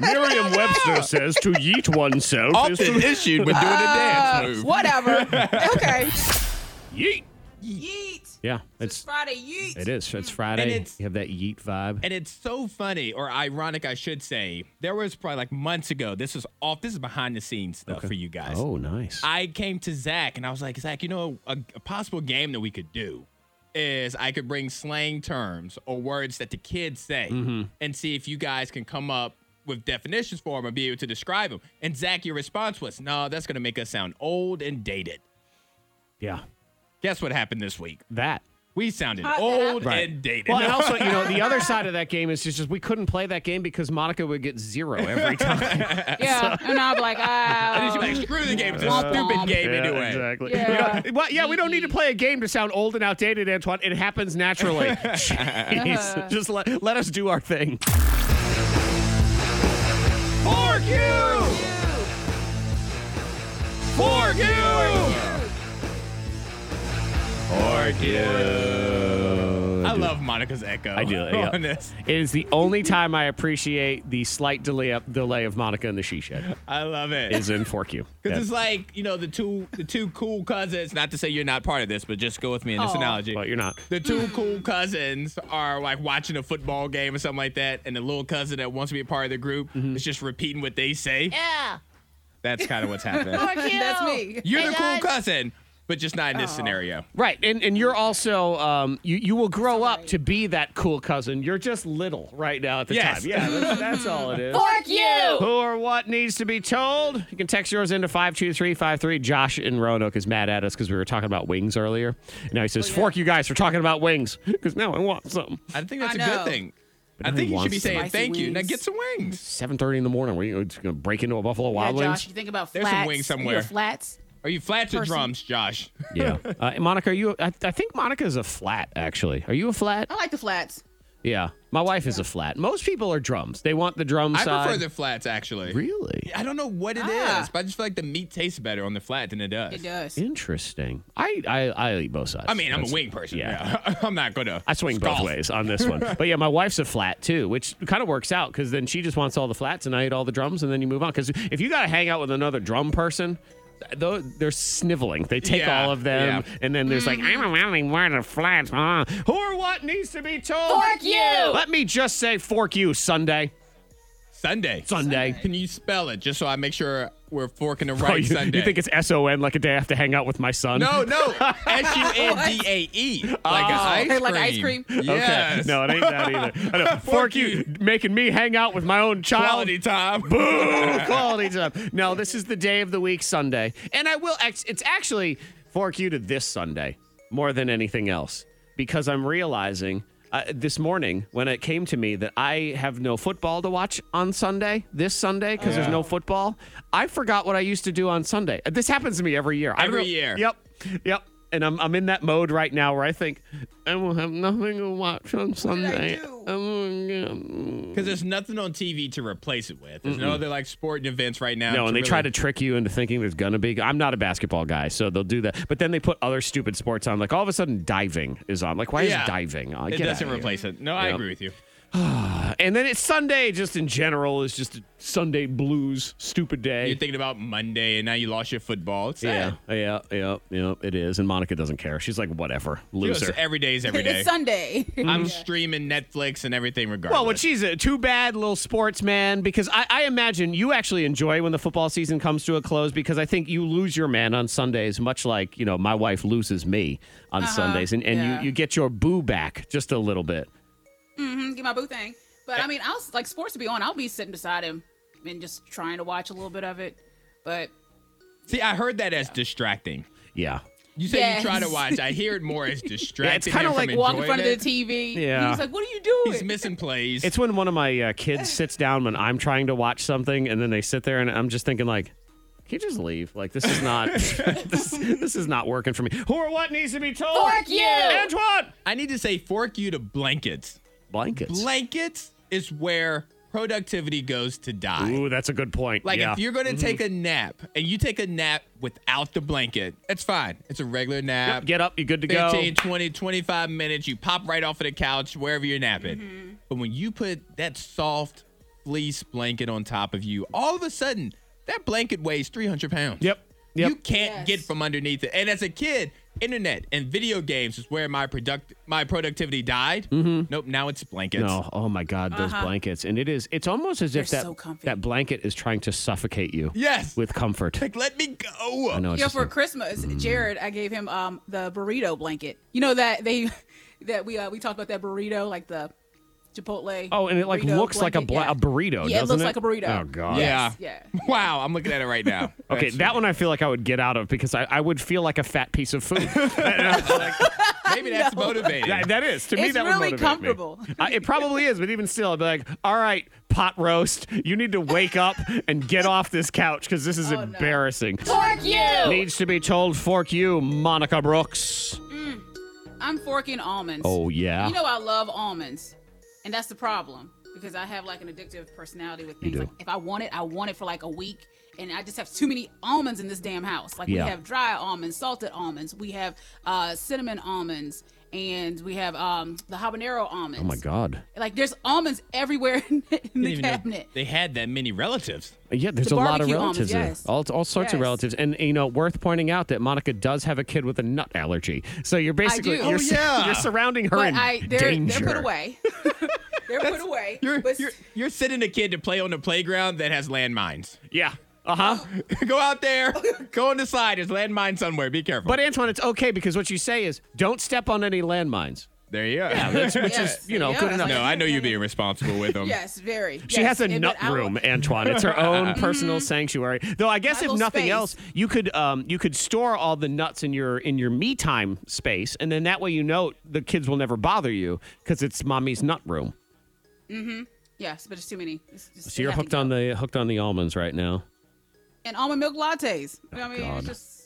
S1: Merriam Webster says to yeet oneself is
S6: Often
S1: to
S6: issued with doing a
S5: Uh,
S6: dance move.
S5: Whatever. okay.
S1: yeet.
S5: Yeet.
S1: Yeah,
S5: It's
S1: it's
S5: Friday. Yeet.
S1: it is. It's Friday.
S6: it's-
S1: you have that yeet vibe.
S6: And it's so funny, or ironic, I should say. There was probably like months ago. This is off. This is behind the scenes stuff for you guys.
S1: Oh, nice.
S6: I came to Zach and I was like, Zach, you know, a, a possible game that we could do is I could bring slang terms or words that the kids say
S1: Mm-hmm.
S6: and see if you guys can come up with definitions for them and be able to describe them. And Zach, your response was, no, that's going to make us sound old and dated.
S1: yeah,
S6: Guess what happened this week?
S1: that.
S6: We sounded
S5: How'd that
S6: old
S5: happen?
S1: Right.
S6: and dated.
S1: Well, and also, you know, the other side of that game is just, just we couldn't play that game because Monica would get zero every time.
S5: Yeah. And I'm like,
S6: And then she'd
S5: ah.
S6: be like, screw the game. It's a
S5: Womp
S6: stupid
S5: womp.
S6: game anyway.
S1: exactly.
S5: Yeah.
S1: You know, well, yeah, we don't need to play a game to sound old and outdated, Antoine. It happens naturally.
S6: Uh-huh.
S1: Jeez. Just let, let us do our thing.
S6: For you! For you! For you! I love Monica's echo.
S1: I do. Yeah.
S6: on this.
S1: It is the only time I appreciate the slight delay delay of Monica in the she shed
S6: I love it.
S1: is in 4Q.
S6: Because
S1: Yeah.
S6: it's like you know the two the two cool cousins. Not to say you're not part of this, but just go with me in this
S5: Aw.
S6: analogy.
S1: Well, you're not.
S6: The two cool cousins are like watching a football game or something like that, and the little cousin that wants to be a part of the group
S1: Mm-hmm.
S6: is just repeating what they say.
S7: Yeah.
S6: That's kind of what's happening.
S5: That's me.
S6: You're the cool
S7: guys.
S6: cousin, but just not in this scenario.
S1: Right, and and you're also um, you you will grow up to be that cool cousin. You're just little right now at the
S6: Yes.
S1: time. Yeah, that's, that's all it is.
S7: Fork you.
S1: Who or what needs to be told? You can text yours into 52353. Josh in Roanoke is mad at us because we were talking about wings earlier. And now he
S6: Oh,
S1: says, Fork you guys for talking about wings because now I want some.
S6: I think that's
S5: I
S6: a
S5: know.
S6: good thing. I
S1: now
S6: think
S1: he
S6: you should be
S1: wants
S6: saying
S5: spicy
S6: thank you. Now
S5: wings.
S6: get some wings.
S1: 7.30 in the morning. We're going to break into a Buffalo Wild
S5: yeah, Josh,
S1: Wings.
S5: you think about
S6: There's
S5: flats.
S6: some wings somewhere.
S5: You know, flats.
S6: Are you flats or
S5: Person.
S6: drums, Josh?
S1: Yeah. Uh, Monica, are you? I, I think Monica is a flat, actually. Are you a flat?
S6: Oh.
S5: I like the flats.
S1: Yeah. My wife is a flat. Most people are drums. They want the drum
S6: I
S1: side.
S6: prefer the flats actually.
S1: really?
S6: I don't know what it is,
S5: Ah.
S6: but I just feel like the meat tastes better on the flat than it does.
S5: It does.
S1: Interesting. I, I, I eat both sides.
S6: I mean, I'm a
S1: That's-
S6: wing person.
S1: yeah.
S6: Yeah, I'm not gonna.
S1: I swing both
S6: scoff.
S1: ways on this one. but yeah, my wife's a flat too, which kind of works out because then she just wants all the flats and I eat all the drums and then you move on. Because if you got to hang out with another drum person, though they're sniveling. They take
S6: Yeah,
S1: all of them
S6: yeah. Mm-hmm.
S1: and then there's like, I'm only one of flats. Huh? Who or what needs to be told?
S7: Fork you.
S1: Let me just say, fork you, Sunday.
S6: Sunday.
S1: Sunday.
S6: Can you spell it just so I make sure we're forking the
S1: Oh,
S6: right
S1: you,
S6: Sunday?
S1: you think it's S O N like a day I have to hang out with my son?
S6: no, no, S U N D A E, like ice cream.
S5: Oh. Like ice cream?
S6: Yes.
S1: Okay. No, it ain't that either. I know. Fork,
S6: Fork
S1: you.
S6: you.
S1: making me hang out with my own child.
S6: Quality time.
S1: Ooh, quality time. No, this is the day of the week, Sunday. And I will, act- it's actually fork you to this Sunday more than anything else because I'm realizing uh, this morning when it came to me that I have no football to watch on Sunday, this Sunday, because there's no football. I forgot what I used to do on Sunday. Uh, This happens to me every year. I
S6: Every
S1: real-
S6: year.
S1: Yep. Yep. And I'm, I'm in that mode right now where I think I will have nothing to watch on Sunday.
S5: do?
S1: I'm-
S6: Because there's nothing on TV to replace it with. There's no other like sporting events right now.
S1: No, and they try
S6: really-
S1: to trick you into thinking there's gonna be. I'm not a basketball guy, so they'll do that. But then they put other stupid sports on. Like all of a sudden, diving is on. Like why
S6: Yeah.
S1: is diving on?
S6: It
S1: Get outta
S6: doesn't
S1: here.
S6: replace it. No, I
S1: Yep.
S6: agree with you.
S1: And then it's Sunday, just in general, is just a Sunday blues, stupid day.
S6: You're thinking about Monday, and now you lost your football. It's
S1: yeah,
S6: sad.
S1: yeah, yeah, yeah. It is, and Monica doesn't care. She's like, whatever,
S6: You know, it's
S1: loser.
S6: every day is every day.
S5: It's Sunday.
S6: I'm streaming Netflix and everything regardless.
S1: Well, Oh, when she's a too bad little sports man, because I, I imagine you actually enjoy when the football season comes to a close because I think you lose your man on Sundays, much like, you know, my wife loses me on
S6: Uh-huh.
S1: Sundays. And, and
S5: yeah.
S1: you, you get your boo back just a little bit.
S5: get my boo thing. But I mean, I'll like sports to be on. I'll be sitting beside him and just trying to watch a little bit of it. But
S6: See, I heard that as distracting.
S1: Yeah.
S6: You say you try to
S5: Yes.
S6: watch. I hear it more as distracting.
S1: kinda
S6: than from
S1: like
S5: walk in front
S6: enjoying
S5: of the TV.
S1: Yeah.
S5: He's like, "What are you doing?"
S6: it. He's missing plays.
S1: It's when one of my uh, kids sits down when I'm trying to watch something and then they sit there and I'm just thinking like, can you just leave? Like this is not this, this is not working for me. Who or what needs to be told?
S7: Fork you.
S1: Antoine!
S6: I need to say fork you to blankets.
S1: Blankets.
S6: Blankets is where productivity goes to die.
S1: Ooh, that's a good point.
S6: Like
S1: yeah.
S6: if you're gonna take a nap and you take a nap without the blanket, it's fine. It's a regular nap.
S1: Get up, you're good to go.
S6: 15, 20, 25
S5: Mm-hmm.
S6: minutes, you pop right off of the couch, wherever you're napping. But when you put that soft fleece blanket on top of you. All of a sudden, that blanket weighs 300 pounds.
S1: Yep. Yep.
S6: You can't
S5: Yes.
S6: get from underneath it. And as a kid, internet and video games is where my product my productivity died. Nope, now it's blankets.
S1: Mm-hmm. No, oh my God, those blankets, and it is—it's almost as if
S5: Uh-huh. They're
S1: that
S5: so comfy.
S1: that blanket is trying to suffocate you.
S6: Yes.
S1: with comfort.
S6: Like, let me go.
S1: I know. It's
S5: Yeah,
S1: just
S5: for
S1: like,
S5: Christmas, Jared, I gave him um the burrito blanket. You know that they that we uh, we talked about that burrito, like the Chipotle.
S1: oh, and it like
S5: burrito
S1: looks like a, bla-
S5: blanket, yeah.
S1: a burrito.
S5: Yeah, it
S1: doesn't
S5: looks like a burrito.
S1: Oh God.
S6: Yeah.
S5: yeah.
S6: Wow, I'm looking at it right now.
S1: Okay, that one I feel like I would get out of because I, I would feel like a fat piece of food.
S6: Maybe that's motivating.
S1: That- that is to me.
S5: It's
S1: that would
S5: really
S1: motivate me.
S5: comfortable.
S1: I, it probably is, but even still, I'd be like, "All right, pot roast, you need to wake up and get off this couch because this
S5: Oh,
S1: is embarrassing."
S3: Fork you!
S1: Needs to be told. Fork you, Monica Brooks.
S5: I'm forking almonds.
S1: Oh yeah.
S5: You know I love almonds, and that's the problem because I have like an addictive personality with things.
S1: do.
S5: Like if I want it, I want it for like a week, and I just have too many almonds in this damn house. Like
S1: Yeah.
S5: we have dry almonds, salted almonds, we have uh, cinnamon almonds, and we have um, the habanero almonds.
S1: oh my God.
S5: Like there's almonds everywhere in the
S6: Didn't even know
S5: cabinet.
S6: They had that many relatives.
S1: Yeah, there's
S5: The
S1: a lot of
S5: barbecue almonds,
S1: relatives there.
S5: yes.
S1: All, all sorts of
S5: Yes.
S1: relatives, and you know, worth pointing out that Monica does have a kid with a nut allergy. So you're basically
S5: do.
S1: you're,
S5: Oh,
S1: su-
S6: yeah.
S1: you're surrounding her
S5: But
S1: in
S5: I they're
S1: danger.
S5: they're put away. they're put away.
S6: You're,
S5: but
S6: you're, you're sending a kid to play on the playground that has landmines.
S1: Yeah. Uh
S5: Oh.
S1: huh.
S6: go out there, go on the slide. There's landmines somewhere. Be careful.
S1: But Antoine, it's okay because what you say is don't step on any landmines.
S6: there you are.
S1: which
S5: Yes.
S1: is you know
S5: Yeah,
S1: good
S5: that's
S1: enough.
S5: like-
S6: no, I know you're being responsible with them.
S5: yes, very.
S1: She
S5: Yes,
S1: has a
S5: and-
S1: nut
S5: but I- Mm-hmm.
S1: room, Antoine. It's her own personal sanctuary. Though I guess
S5: My
S1: if
S5: little
S1: nothing
S5: space.
S1: else, you could um, you could store all the nuts in your in your me time space, and then that way you know the kids will never bother you because it's mommy's nut room.
S5: Yes, but it's too many. It's just-
S1: So
S5: they
S1: you're
S5: have to
S1: hooked on
S5: go.
S1: the hooked on the almonds right now.
S5: and almond milk lattes. I mean,
S1: Oh, God.
S5: it's just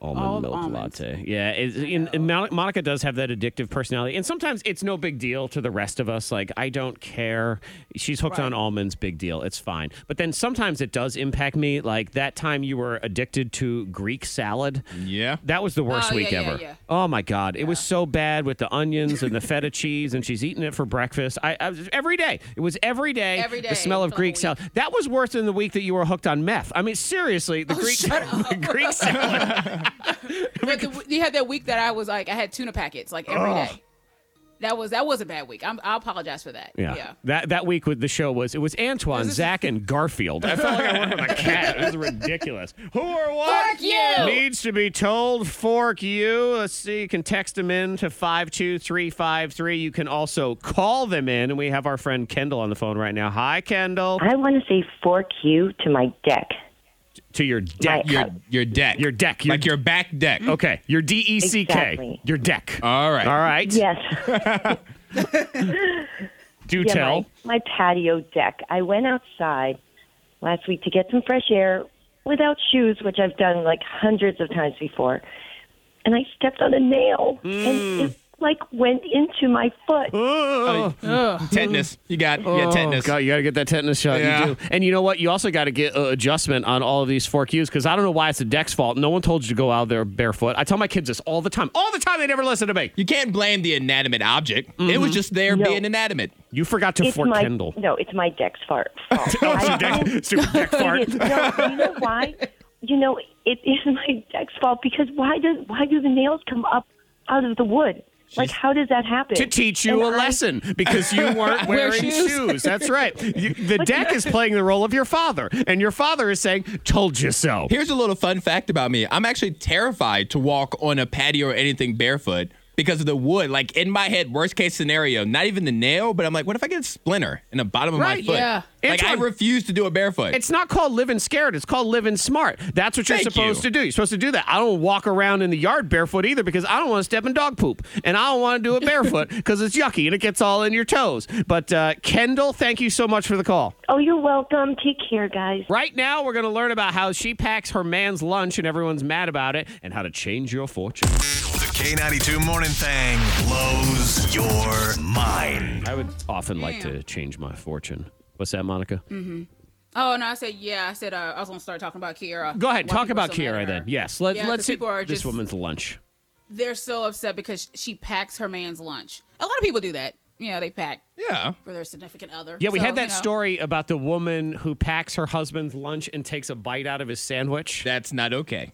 S1: Almond
S5: All
S1: milk
S5: almonds.
S1: latte. Yeah, it's- and, and Mon- Monica does have that addictive personality, and sometimes it's no big deal to the rest of us. Like I don't care. She's hooked on almonds. Big deal. It's fine. But then sometimes it does impact me. Like that time you were addicted to Greek salad.
S6: Yeah.
S1: That was the worst
S5: Oh, yeah,
S1: week
S5: yeah,
S1: ever.
S5: yeah.
S1: Oh my god, it was so bad with the onions and the feta cheese, and she's eating it for breakfast. I, I was- every day. It was every day.
S5: Every
S1: The
S5: day
S1: smell of
S5: for like a
S1: Greek
S5: week.
S1: salad. That was worse than the week that you were hooked on meth. I mean, seriously, the
S5: Oh,
S1: Greek the Greek salad.
S5: But the, you had that week that I was like, I had tuna packets like every day. That was that was a bad week. I'm, I apologize for that.
S1: Yeah. That that week with the show was it was Antoine, Zach, and Garfield. I felt like I worked with a cat. It was ridiculous. Who or what
S3: Fork you!
S1: needs to be told? Fork you. Let's see. You can text them in to five two three five three. You can also call them in, and we have our friend Kendall on the phone right now. Hi, Kendall.
S7: I want to say fork you to my deck.
S1: To your deck.
S7: Right.
S6: Your your deck.
S1: Your deck. Your-
S6: like your back deck.
S1: Okay. Uh-huh. Your D E C K.
S7: Exactly.
S1: Your deck.
S6: All right.
S1: All right.
S7: Yes.
S1: Do
S7: Yeah,
S1: tell.
S7: my, my patio deck. I went outside last week to get some fresh air without shoes, which I've done like hundreds of times before. And I stepped on a nail
S1: Mm.
S7: and it like went into my foot.
S1: Oh.
S6: Tetanus. You got yeah
S1: Oh,
S6: tetanus.
S1: God, you got to get that tetanus shot.
S6: Yeah.
S1: You do. And you know what? You also got to get uh, adjustment on all of these fork Qs because I don't know why it's the deck's fault. No one told you to go out there barefoot. I tell my kids this all the time. All the time. They never listen to me.
S6: You can't blame the inanimate object. It
S1: Mm-hmm.
S6: was just there
S7: No.
S6: being inanimate.
S1: You forgot to
S7: It's
S1: fork
S7: my
S1: Kendall. Oh,
S7: no, it's my deck's fart. fault. I didn't
S1: Deck, stupid deck fart.
S7: It is. No, you know why? You know, it is my deck's fault because why does why do the nails come up out of the wood? like how does that happen?
S1: To teach you
S7: And
S1: a
S7: I-
S1: lesson because you weren't
S5: Wear
S1: wearing shoes.
S5: shoes.
S1: That's right. You, the deck is playing the role of your father, and your father is saying, "Told you so."
S6: Here's a little fun fact about me. I'm actually terrified to walk on a patio or anything barefoot because of the wood. Like in my head, worst case scenario, not even the nail, but I'm like, what if I get a splinter in the bottom of
S1: Right,
S6: my foot?
S5: yeah.
S6: Like I
S1: Antoine-
S6: refuse to do it barefoot.
S1: It's not called living scared. It's called living smart. That's what you're
S6: Thank
S1: supposed to
S6: you.
S1: do. You're supposed to do that. I don't walk around in the yard barefoot either because I don't want to step in dog poop. And I don't want to do it barefoot because it's yucky and it gets all in your toes. But uh, Kendall, thank you so much for the call.
S7: Oh, you're welcome. Take care, guys.
S1: Right now, we're going to learn about how she packs her man's lunch and everyone's mad about it and how to change your fortune.
S8: The K92 Morning Thing blows your mind.
S1: I would often like to change my fortune. What's that, Monica?
S5: Oh no, I said yeah. I said uh, I was gonna start talking about Kiera.
S1: Go ahead,
S5: Why
S1: talk
S5: people are
S1: about
S5: so mad at
S1: Kiera
S5: her.
S1: then. Yes, let,
S5: Yeah, 'cause
S1: let's hit
S5: people are
S1: this
S5: just-
S1: woman's lunch.
S5: They're so upset because she packs her man's lunch. A lot of people do that. you know, they pack
S6: Yeah.
S5: for their significant other.
S1: Yeah, we
S5: So,
S1: had that
S5: you know,
S1: story about the woman who packs her husband's lunch and takes a bite out of his sandwich.
S6: That's not okay.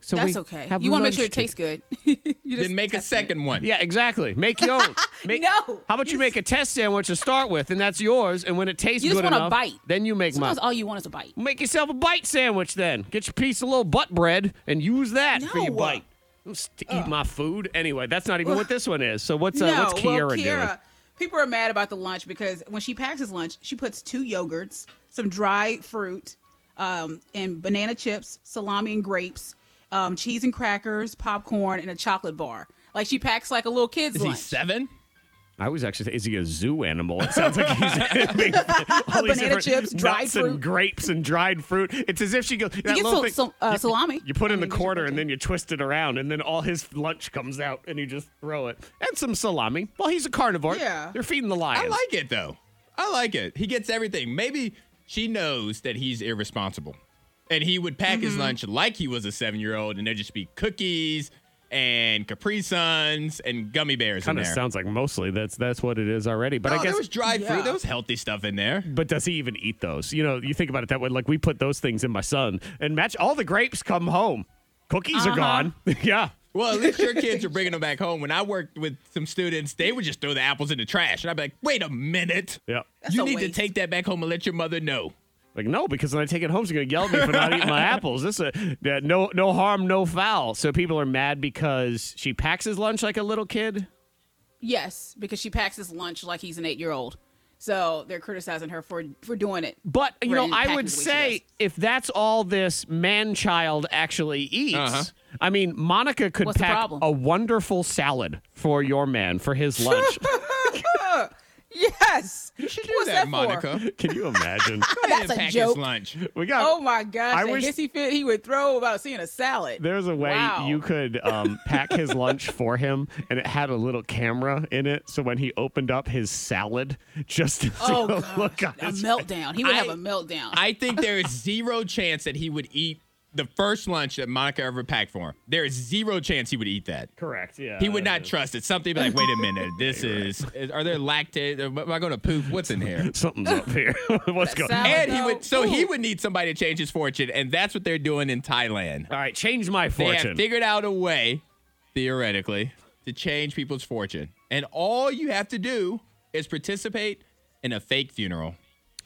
S1: So
S5: That's
S1: we
S5: okay.
S1: have
S5: You want to make
S1: lunch
S5: sure it
S1: to-
S5: tastes good. You just
S6: Then make a
S5: test it.
S6: second one.
S1: Yeah, exactly. Make your own. Make,
S5: No.
S1: How about you make a test sandwich to start with, and that's yours. And when it tastes
S5: You just
S1: good
S5: want a
S1: enough,
S5: bite.
S1: then you make mine.
S5: Sometimes all you want is a bite.
S1: Make yourself a bite sandwich. Then get your piece of little butt bread and use that for your
S5: No.
S1: bite. Just to eat my food anyway. That's not even what this one is. So what's uh,
S5: no,
S1: what's Kiera,
S5: well,
S1: doing?
S5: Kiara, people are mad about the lunch because when she packs his lunch, she puts two yogurts, some dried fruit, um, and banana chips, salami and grapes, um, cheese and crackers, popcorn, and a chocolate bar. Like she packs like a little kid's
S6: Is he
S5: lunch.
S6: seven?
S1: I was actually is he a zoo animal? It sounds like he's eating all these
S5: Banana
S1: different
S5: chips, dried
S1: nuts
S5: fruit.
S1: and grapes and dried fruit. It's as if she goes. That
S5: He gets
S1: little
S5: sal-
S1: thing-
S5: sal- uh, salami.
S1: You put
S5: I
S1: in the
S5: mean, just-
S1: corner and then you twist it around, and then all his lunch comes out, and you just throw it and some salami. Well, he's a carnivore.
S5: Yeah.
S1: you're feeding the lions.
S6: I like it though. I like it. He gets everything. Maybe she knows that he's irresponsible. And he would pack
S1: Mm-hmm.
S6: his lunch like he was a seven year old, and there'd just be cookies and Capri Suns and gummy bears
S1: Kind
S6: in
S1: of
S6: there.
S1: sounds like mostly that's that's what it is already. But
S6: no,
S1: I guess.
S6: Oh, there was dried
S5: Yeah.
S6: fruit. There was healthy stuff in there.
S1: but does he even eat those? You know, you think about it that way. Like we put those things in my son, and match all the grapes come home. Cookies are
S5: Uh-huh.
S1: gone. yeah.
S6: Well, at least your kids are bringing them back home. When I worked with some students, they would just throw the apples in the trash, and I'd be like, "Wait a minute,
S1: Yeah.
S6: you
S5: a
S6: need to
S5: waste.
S6: take that back home and let your mother know."
S1: Like no, because when I take it home, she's gonna yell at me for not eating my apples. This uh, uh, no no harm, no foul. So people are mad because she packs his lunch like a little kid.
S5: Yes, because she packs his lunch like he's an eight-year-old. So they're criticizing her for for doing it.
S1: But you know,
S5: Right,
S1: I
S5: packing
S1: would
S5: the way she
S1: say
S5: does.
S1: if that's all this man child actually eats,
S6: Uh-huh.
S1: I mean, Monica could
S5: What's the
S1: pack
S5: problem?
S1: a wonderful salad for your man for his lunch.
S5: Yes.
S6: You should do
S5: What's
S6: that,
S5: that for? Oh,
S6: Monica.
S1: Can you imagine?
S5: That's a
S6: pack
S5: joke.
S6: his lunch.
S1: We got
S5: Oh my gosh!
S1: I
S5: I
S1: wish-
S5: wish he fit. He would throw about seeing a salad.
S1: There's a way
S5: Wow.
S1: you could um, pack his lunch for him, and it had a little camera in it. So when he opened up his salad, just to
S5: Oh,
S1: look on
S5: a
S1: his
S5: meltdown. He would have
S6: I-
S5: a meltdown.
S6: I think there is zero chance that he would eat the first lunch that Monica ever packed for him. There is zero chance he would eat that.
S1: correct. Yeah,
S6: He would not trust it. Something like, wait a minute, this is, is- are there lactate? Am I going to poop? What's in here?
S1: Something's up here. What's going?
S5: salad-
S6: And he would, so he
S5: Ooh.
S6: would need somebody to change his fortune, and that's what they're doing in Thailand.
S1: All right, change my
S6: They
S1: fortune.
S6: have figured out a way, theoretically, to change people's fortune, and all you have to do is participate in a fake funeral.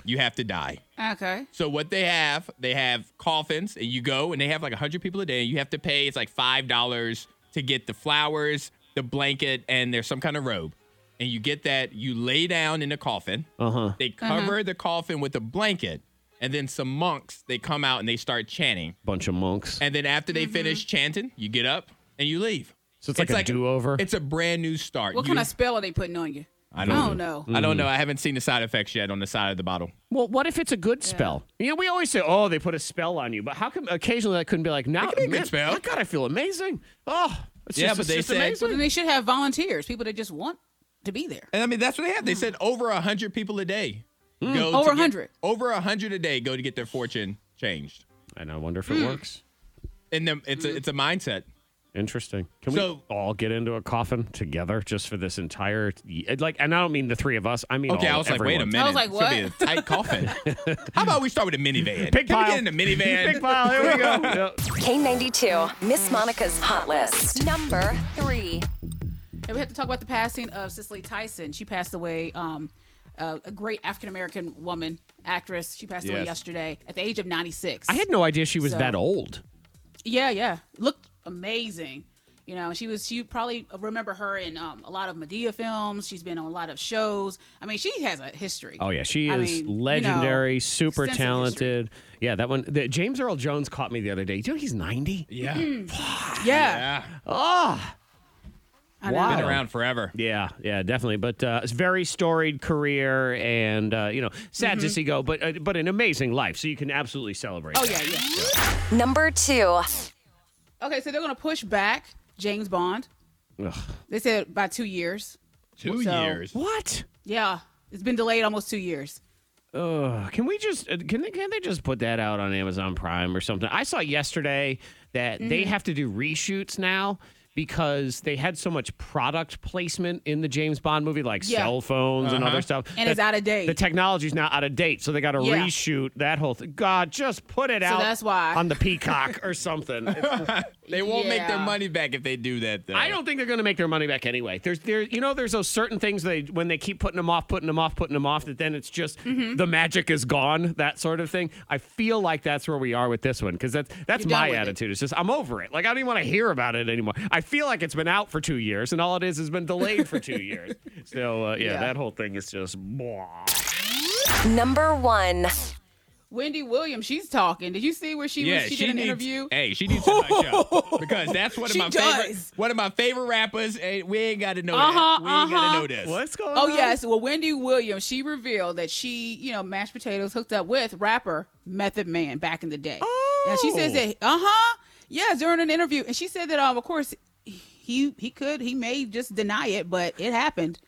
S6: You have to die.
S5: okay.
S6: So what they have, they have coffins, and you go and they have like hundred people a day, and you have to pay. It's like five dollars to get the flowers, the blanket, and there's some kind of robe. And you get that. You lay down in the coffin. Uh-huh. They cover the coffin with a blanket, and then some monks they come out and they start chanting.
S1: Bunch of monks.
S6: And then after
S5: Mm-hmm.
S6: they finish chanting, you get up and you leave.
S1: So it's like a do-over?
S6: It's a brand new start.
S5: What
S6: You-
S5: kind of oh, spell are they putting on you?
S6: I don't
S5: know.
S6: I
S1: Mm-hmm.
S6: don't know. I haven't seen the side effects yet on the side of the bottle.
S1: Well, what if it's a good spell? You know, we always say, "Oh, they put a spell on you," but how come occasionally that couldn't be like, "Now,
S6: could be a good
S1: man,
S6: spell."
S1: my God, I feel amazing." Oh, it's
S6: Yeah,
S1: just,
S6: but
S1: it's
S6: they
S1: just
S6: said-
S5: But then
S1: amazing.
S5: they should have volunteers, people that just want to be there.
S6: And I mean, that's what they have. They said over a hundred people a day. Go
S5: Over
S6: to get-
S5: 100.
S6: Over a hundred a day go to get their fortune changed.
S1: And I wonder if it works.
S6: And then it's a it's a mindset.
S1: Interesting. Can
S6: So-
S1: we all get into a coffin together just for this entire like? And I don't mean the three of us. I mean,
S6: Okay,
S1: all,
S6: I was like, wait a
S1: everyone.
S6: minute.
S5: I was like,
S6: This could be a tight coffin. How about we start with a minivan?
S1: Big
S6: Can
S1: pile.
S6: we get in a minivan?
S1: Big pile. Here we go. Yep.
S2: K92, Miss Monica's Hot List. Number three.
S5: And we have to talk about the passing of Cicely Tyson. She passed away, um, uh, a great African American woman, actress. She passed away
S6: Yes.
S5: yesterday at the age of 96.
S1: I had no idea she was
S5: So-
S1: that old.
S5: Yeah, yeah. Looked amazing. You know, she was, you probably remember her in um, a lot of Medea films. She's been on a lot of shows. I mean, she has a history.
S1: Oh yeah, she
S5: I
S1: is
S5: mean, you know,
S1: legendary, super
S5: extensive
S1: talented. Yeah, that one. The, James Earl Jones caught me the other day. Do you know he's ninety?
S6: Yeah.
S5: Mm. history. Yeah.
S6: Yeah.
S5: I know.
S1: Wow.
S6: Been around forever.
S1: Yeah, yeah, definitely. But uh, it's a very storied career, and uh, you know, sad
S6: Mm-hmm.
S1: to see go, but uh, but an amazing life. So you can absolutely celebrate.
S5: Oh,
S1: that.
S5: yeah, yeah.
S2: Number two.
S5: Okay, so they're going to push back James Bond. They said by two years.
S6: Two
S5: So-
S6: years.
S1: What?
S5: Yeah, it's been delayed almost two years.
S1: Ugh, can we just uh, can they, can they just put that
S5: Mm-hmm.
S1: out on Amazon Prime or something? I saw yesterday that they have to do reshoots now because they had so much product placement in the James Bond movie, like
S5: Yeah. Uh-huh.
S1: cell phones and other stuff.
S5: And it's
S1: that
S5: out of date.
S1: The technology's now out of date, so they got to
S5: Yeah.
S1: reshoot that whole thing. God, just put it out
S5: that's why.
S1: on the Peacock or something. It's-
S6: They won't make their
S5: Yeah.
S6: money back if they do that, though.
S1: I don't think they're going to make their money back anyway. There's there, you know, there's those certain things they when they keep putting them off, putting them off, putting them off. That then it's just the magic is gone, that sort of thing. I feel like that's where we are with this one because that's that's
S5: You're done
S1: my
S5: with it.
S1: attitude. It's just I'm over it. Like I don't even want to hear about it anymore. I feel like it's been out for two years, and all it is has been delayed for two years. So uh, yeah,
S5: Yeah.
S1: that whole thing is just. blah.
S2: Number one.
S5: Wendy Williams, she's talking. Did you see where she
S6: Yeah,
S5: was? She,
S6: she
S5: did an
S6: needs,
S5: interview.
S6: Hey, she needs to nut up because that's one of
S5: She
S6: my favorite
S5: does.
S6: one of my favorite rappers. And we ain't got to know
S5: Uh-huh,
S6: that. We ain't got to
S5: uh-huh.
S6: know this.
S1: What's going
S5: Oh
S1: on?
S5: yes, well Wendy Williams, she revealed that she, you know, mashed potatoes hooked up with rapper Method Man back in the day. And she says that, uh huh, yeah, during an interview, and she said that, um, of course, he he could, he may just deny it, but it happened.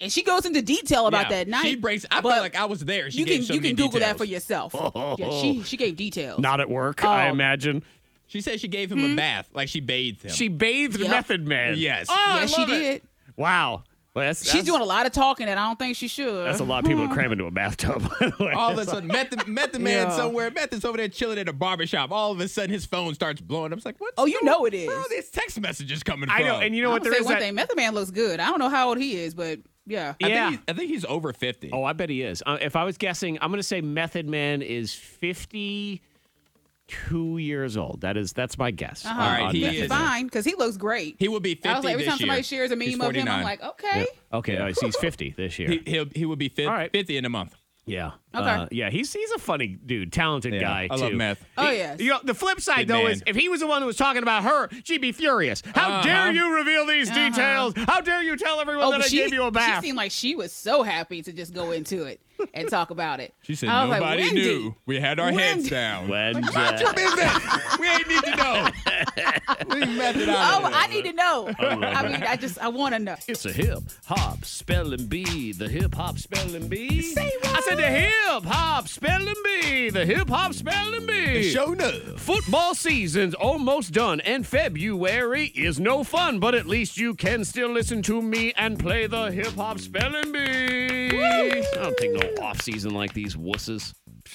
S5: And she goes into detail about
S6: Yeah,
S5: that night.
S6: She breaks. I
S5: but
S6: feel like I was there. She
S5: you
S6: gave
S5: can
S6: so
S5: you can
S6: many
S5: Google that
S6: details.
S5: for yourself. Yeah, she she gave details.
S1: Not at work, I
S5: Oh.
S1: imagine.
S6: She said she gave him
S5: Hmm?
S6: a bath, like she bathed him.
S1: She bathed
S5: Yep.
S1: Method Man.
S6: Yes.
S1: Oh, I
S5: yes, she
S1: love it.
S5: did.
S1: Wow. Well, that's,
S5: She's doing a lot of talking that I don't think she should.
S1: That's a lot of people to cram into a bathtub. by the way.
S6: all of a sudden, Method, Method Man
S5: Yeah.
S6: somewhere, Method's over there chilling at a barbershop. All of a sudden, his phone starts blowing up. It's like, what?
S5: Oh, you know it is.
S6: Where are these text messages coming
S1: I
S6: from?
S1: know, and you know
S5: I'm
S1: what?
S5: gonna
S1: There
S5: say
S1: is
S5: one
S1: that.
S5: thing. Method Man looks good. I don't know how old he is, but yeah.
S6: I,
S1: Yeah.
S6: think he's, I think he's over 50.
S1: Oh, I bet he is. Uh, if I was guessing, I'm going to say Method Man is 52 years old. That is, that's my guess.
S5: Uh-huh.
S1: on-
S6: All right,
S1: on
S6: he
S1: Method
S6: is-
S1: Man.
S5: fine because he looks great.
S6: He will be 50
S5: I was like, every
S6: this
S5: time somebody
S6: year.
S5: shares a meme
S6: He's
S5: of him,
S6: 49.
S5: I'm like, okay. Oh,
S1: Okay, I see. He's 50 this year.
S6: He, he'll, he will be 50,
S1: All right.
S6: 50 in a month.
S1: yeah.
S5: Okay.
S1: Uh, yeah, he's he's a funny dude, talented
S6: Yeah,
S1: guy.
S6: I
S1: too.
S6: love Meth.
S5: Oh yes.
S1: You know, the flip side
S6: Good
S1: though
S6: man.
S1: is if he was the one who was talking about her, she'd be furious. How
S6: Uh-huh.
S1: dare you reveal these details? How dare you tell everyone
S5: Uh-huh. Oh,
S1: that
S5: but
S1: I
S5: she,
S1: gave you a bath?
S5: she seemed like she was so happy to just go into it and talk about it.
S6: She said
S5: I was like,
S6: nobody
S5: Wendy,
S6: knew. We had our heads
S5: Wendy.
S6: down.
S1: When,
S6: Mind your business. we ain't need to know. Leave Method out.
S5: Oh,
S6: of it.
S5: I need to know. I mean, I just I want to know.
S1: It's a hip hop spelling bee, the hip hop spelling bee. Say what? I said the hip hop spelling bee, the hip hop spelling bee.
S6: Show enough.
S1: Football season's almost done, and February is no fun, but at least you can still listen to me and play the hip hop spelling bee. I don't take no off season like these wusses.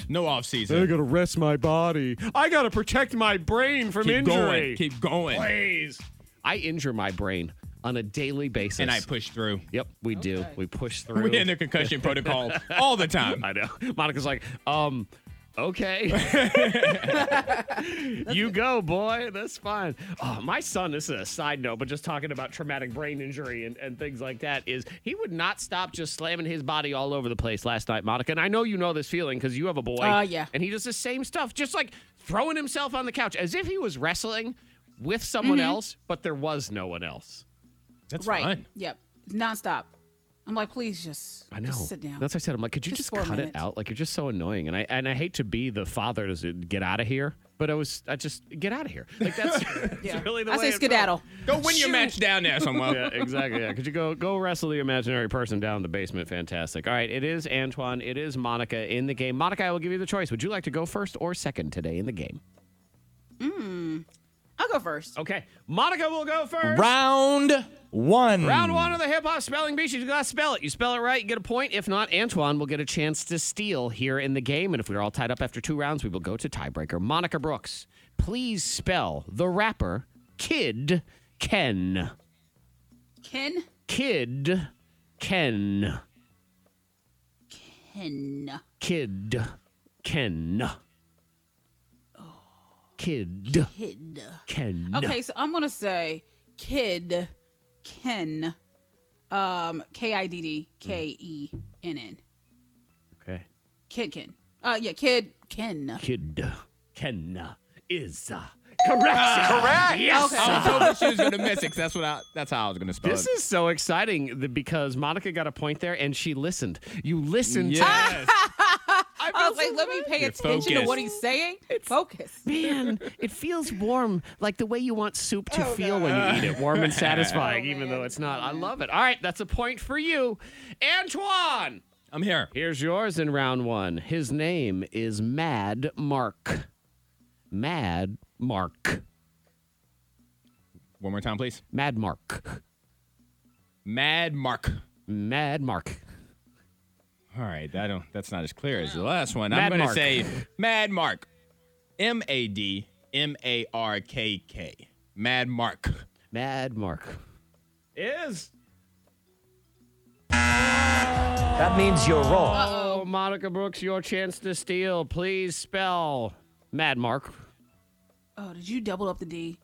S6: No off season.
S1: gotta rest my body. I gotta protect my brain from
S6: Keep going. Keep going.
S1: Please. I injure my brain on a daily basis.
S6: And I push through.
S1: Yep, we do. We push through.
S6: We're in the concussion protocol all the time.
S1: I know. Monica's like, um, okay. you go, boy. That's fine. Oh, my son, this is a side note, but just talking about traumatic brain injury and, and things like that, is he would not stop just slamming his body all over the place last night, Monica. And I know you know this feeling because you have a boy.
S5: Uh, yeah.
S1: And he does the same stuff, just like throwing himself on the couch as if he was wrestling with someone
S5: Mm-hmm.
S1: else, but there was no one else.
S6: That's
S5: Right.
S6: fun.
S5: Yep. Nonstop. I'm like, please just.
S1: I know.
S5: Just sit down.
S1: That's what I said. I'm like, could you just,
S5: Just for a
S1: cut it
S5: minute.
S1: out? Like, you're just so annoying. And I and I hate to be the father to s- get out of here, but I was, I just get out of here. Like that's, that's really the
S5: I
S1: way
S5: say
S1: it felt.
S5: skedaddle.
S6: Go win your match down there somewhere.
S1: Yeah, exactly. Yeah. Could you go go wrestle the imaginary person down in the basement? Fantastic. All right, it is Antoine. It is Monica in the game. Monica, I will give you the choice. Would you like to go first or second today in the game?
S5: I'll go first.
S1: Okay, Monica will go first.
S4: Round one.
S1: Round one of the hip hop spelling bee. She's gonna spell it. You spell it right, you get a point. If not, Antoine will get a chance to steal here in the game. And if we're all tied up after two rounds, we will go to tiebreaker. Monica Brooks, please spell the rapper Kid Ken.
S5: Ken.
S1: Kid Ken.
S5: Ken.
S1: Kid Ken. Kid
S5: Kid.
S1: Ken.
S5: Okay, so I'm gonna say kid, Ken, um, K I D D K E N N,
S1: Okay.
S5: kid Ken. Uh, yeah, kid Ken.
S1: Kid Ken is uh, correct. correct. Yes.
S6: I was hoping she was gonna miss it. 'cause that's what I. That's how I was gonna spell
S1: This
S6: it.
S1: is so exciting th- because Monica got a point there and she listened. You listened
S6: yes.
S5: I was like, Oh, let me pay attention to what he's saying. Focus.
S1: to Man, it feels warm, like the way you want soup to
S5: Oh,
S1: feel when you eat it. Warm and satisfying, even though it's not. I love it. All right, that's a point for you. Antoine!
S6: I'm here.
S1: Here's yours in round one. His name is Mad Mark. Mad Mark.
S6: One more time, please.
S1: Mad Mark.
S6: Mad Mark.
S1: Mad Mark.
S6: All right, I don't. That's not as clear as the last one.
S1: Mad
S6: I'm going
S1: Mark.
S6: to say Mad Mark. M A D M A R K K. Mad Mark.
S1: Mad Mark. Is.
S9: That means you're wrong.
S1: Oh, Monica Brooks, your chance to steal. Please spell Mad Mark.
S5: Oh, did you double up the D?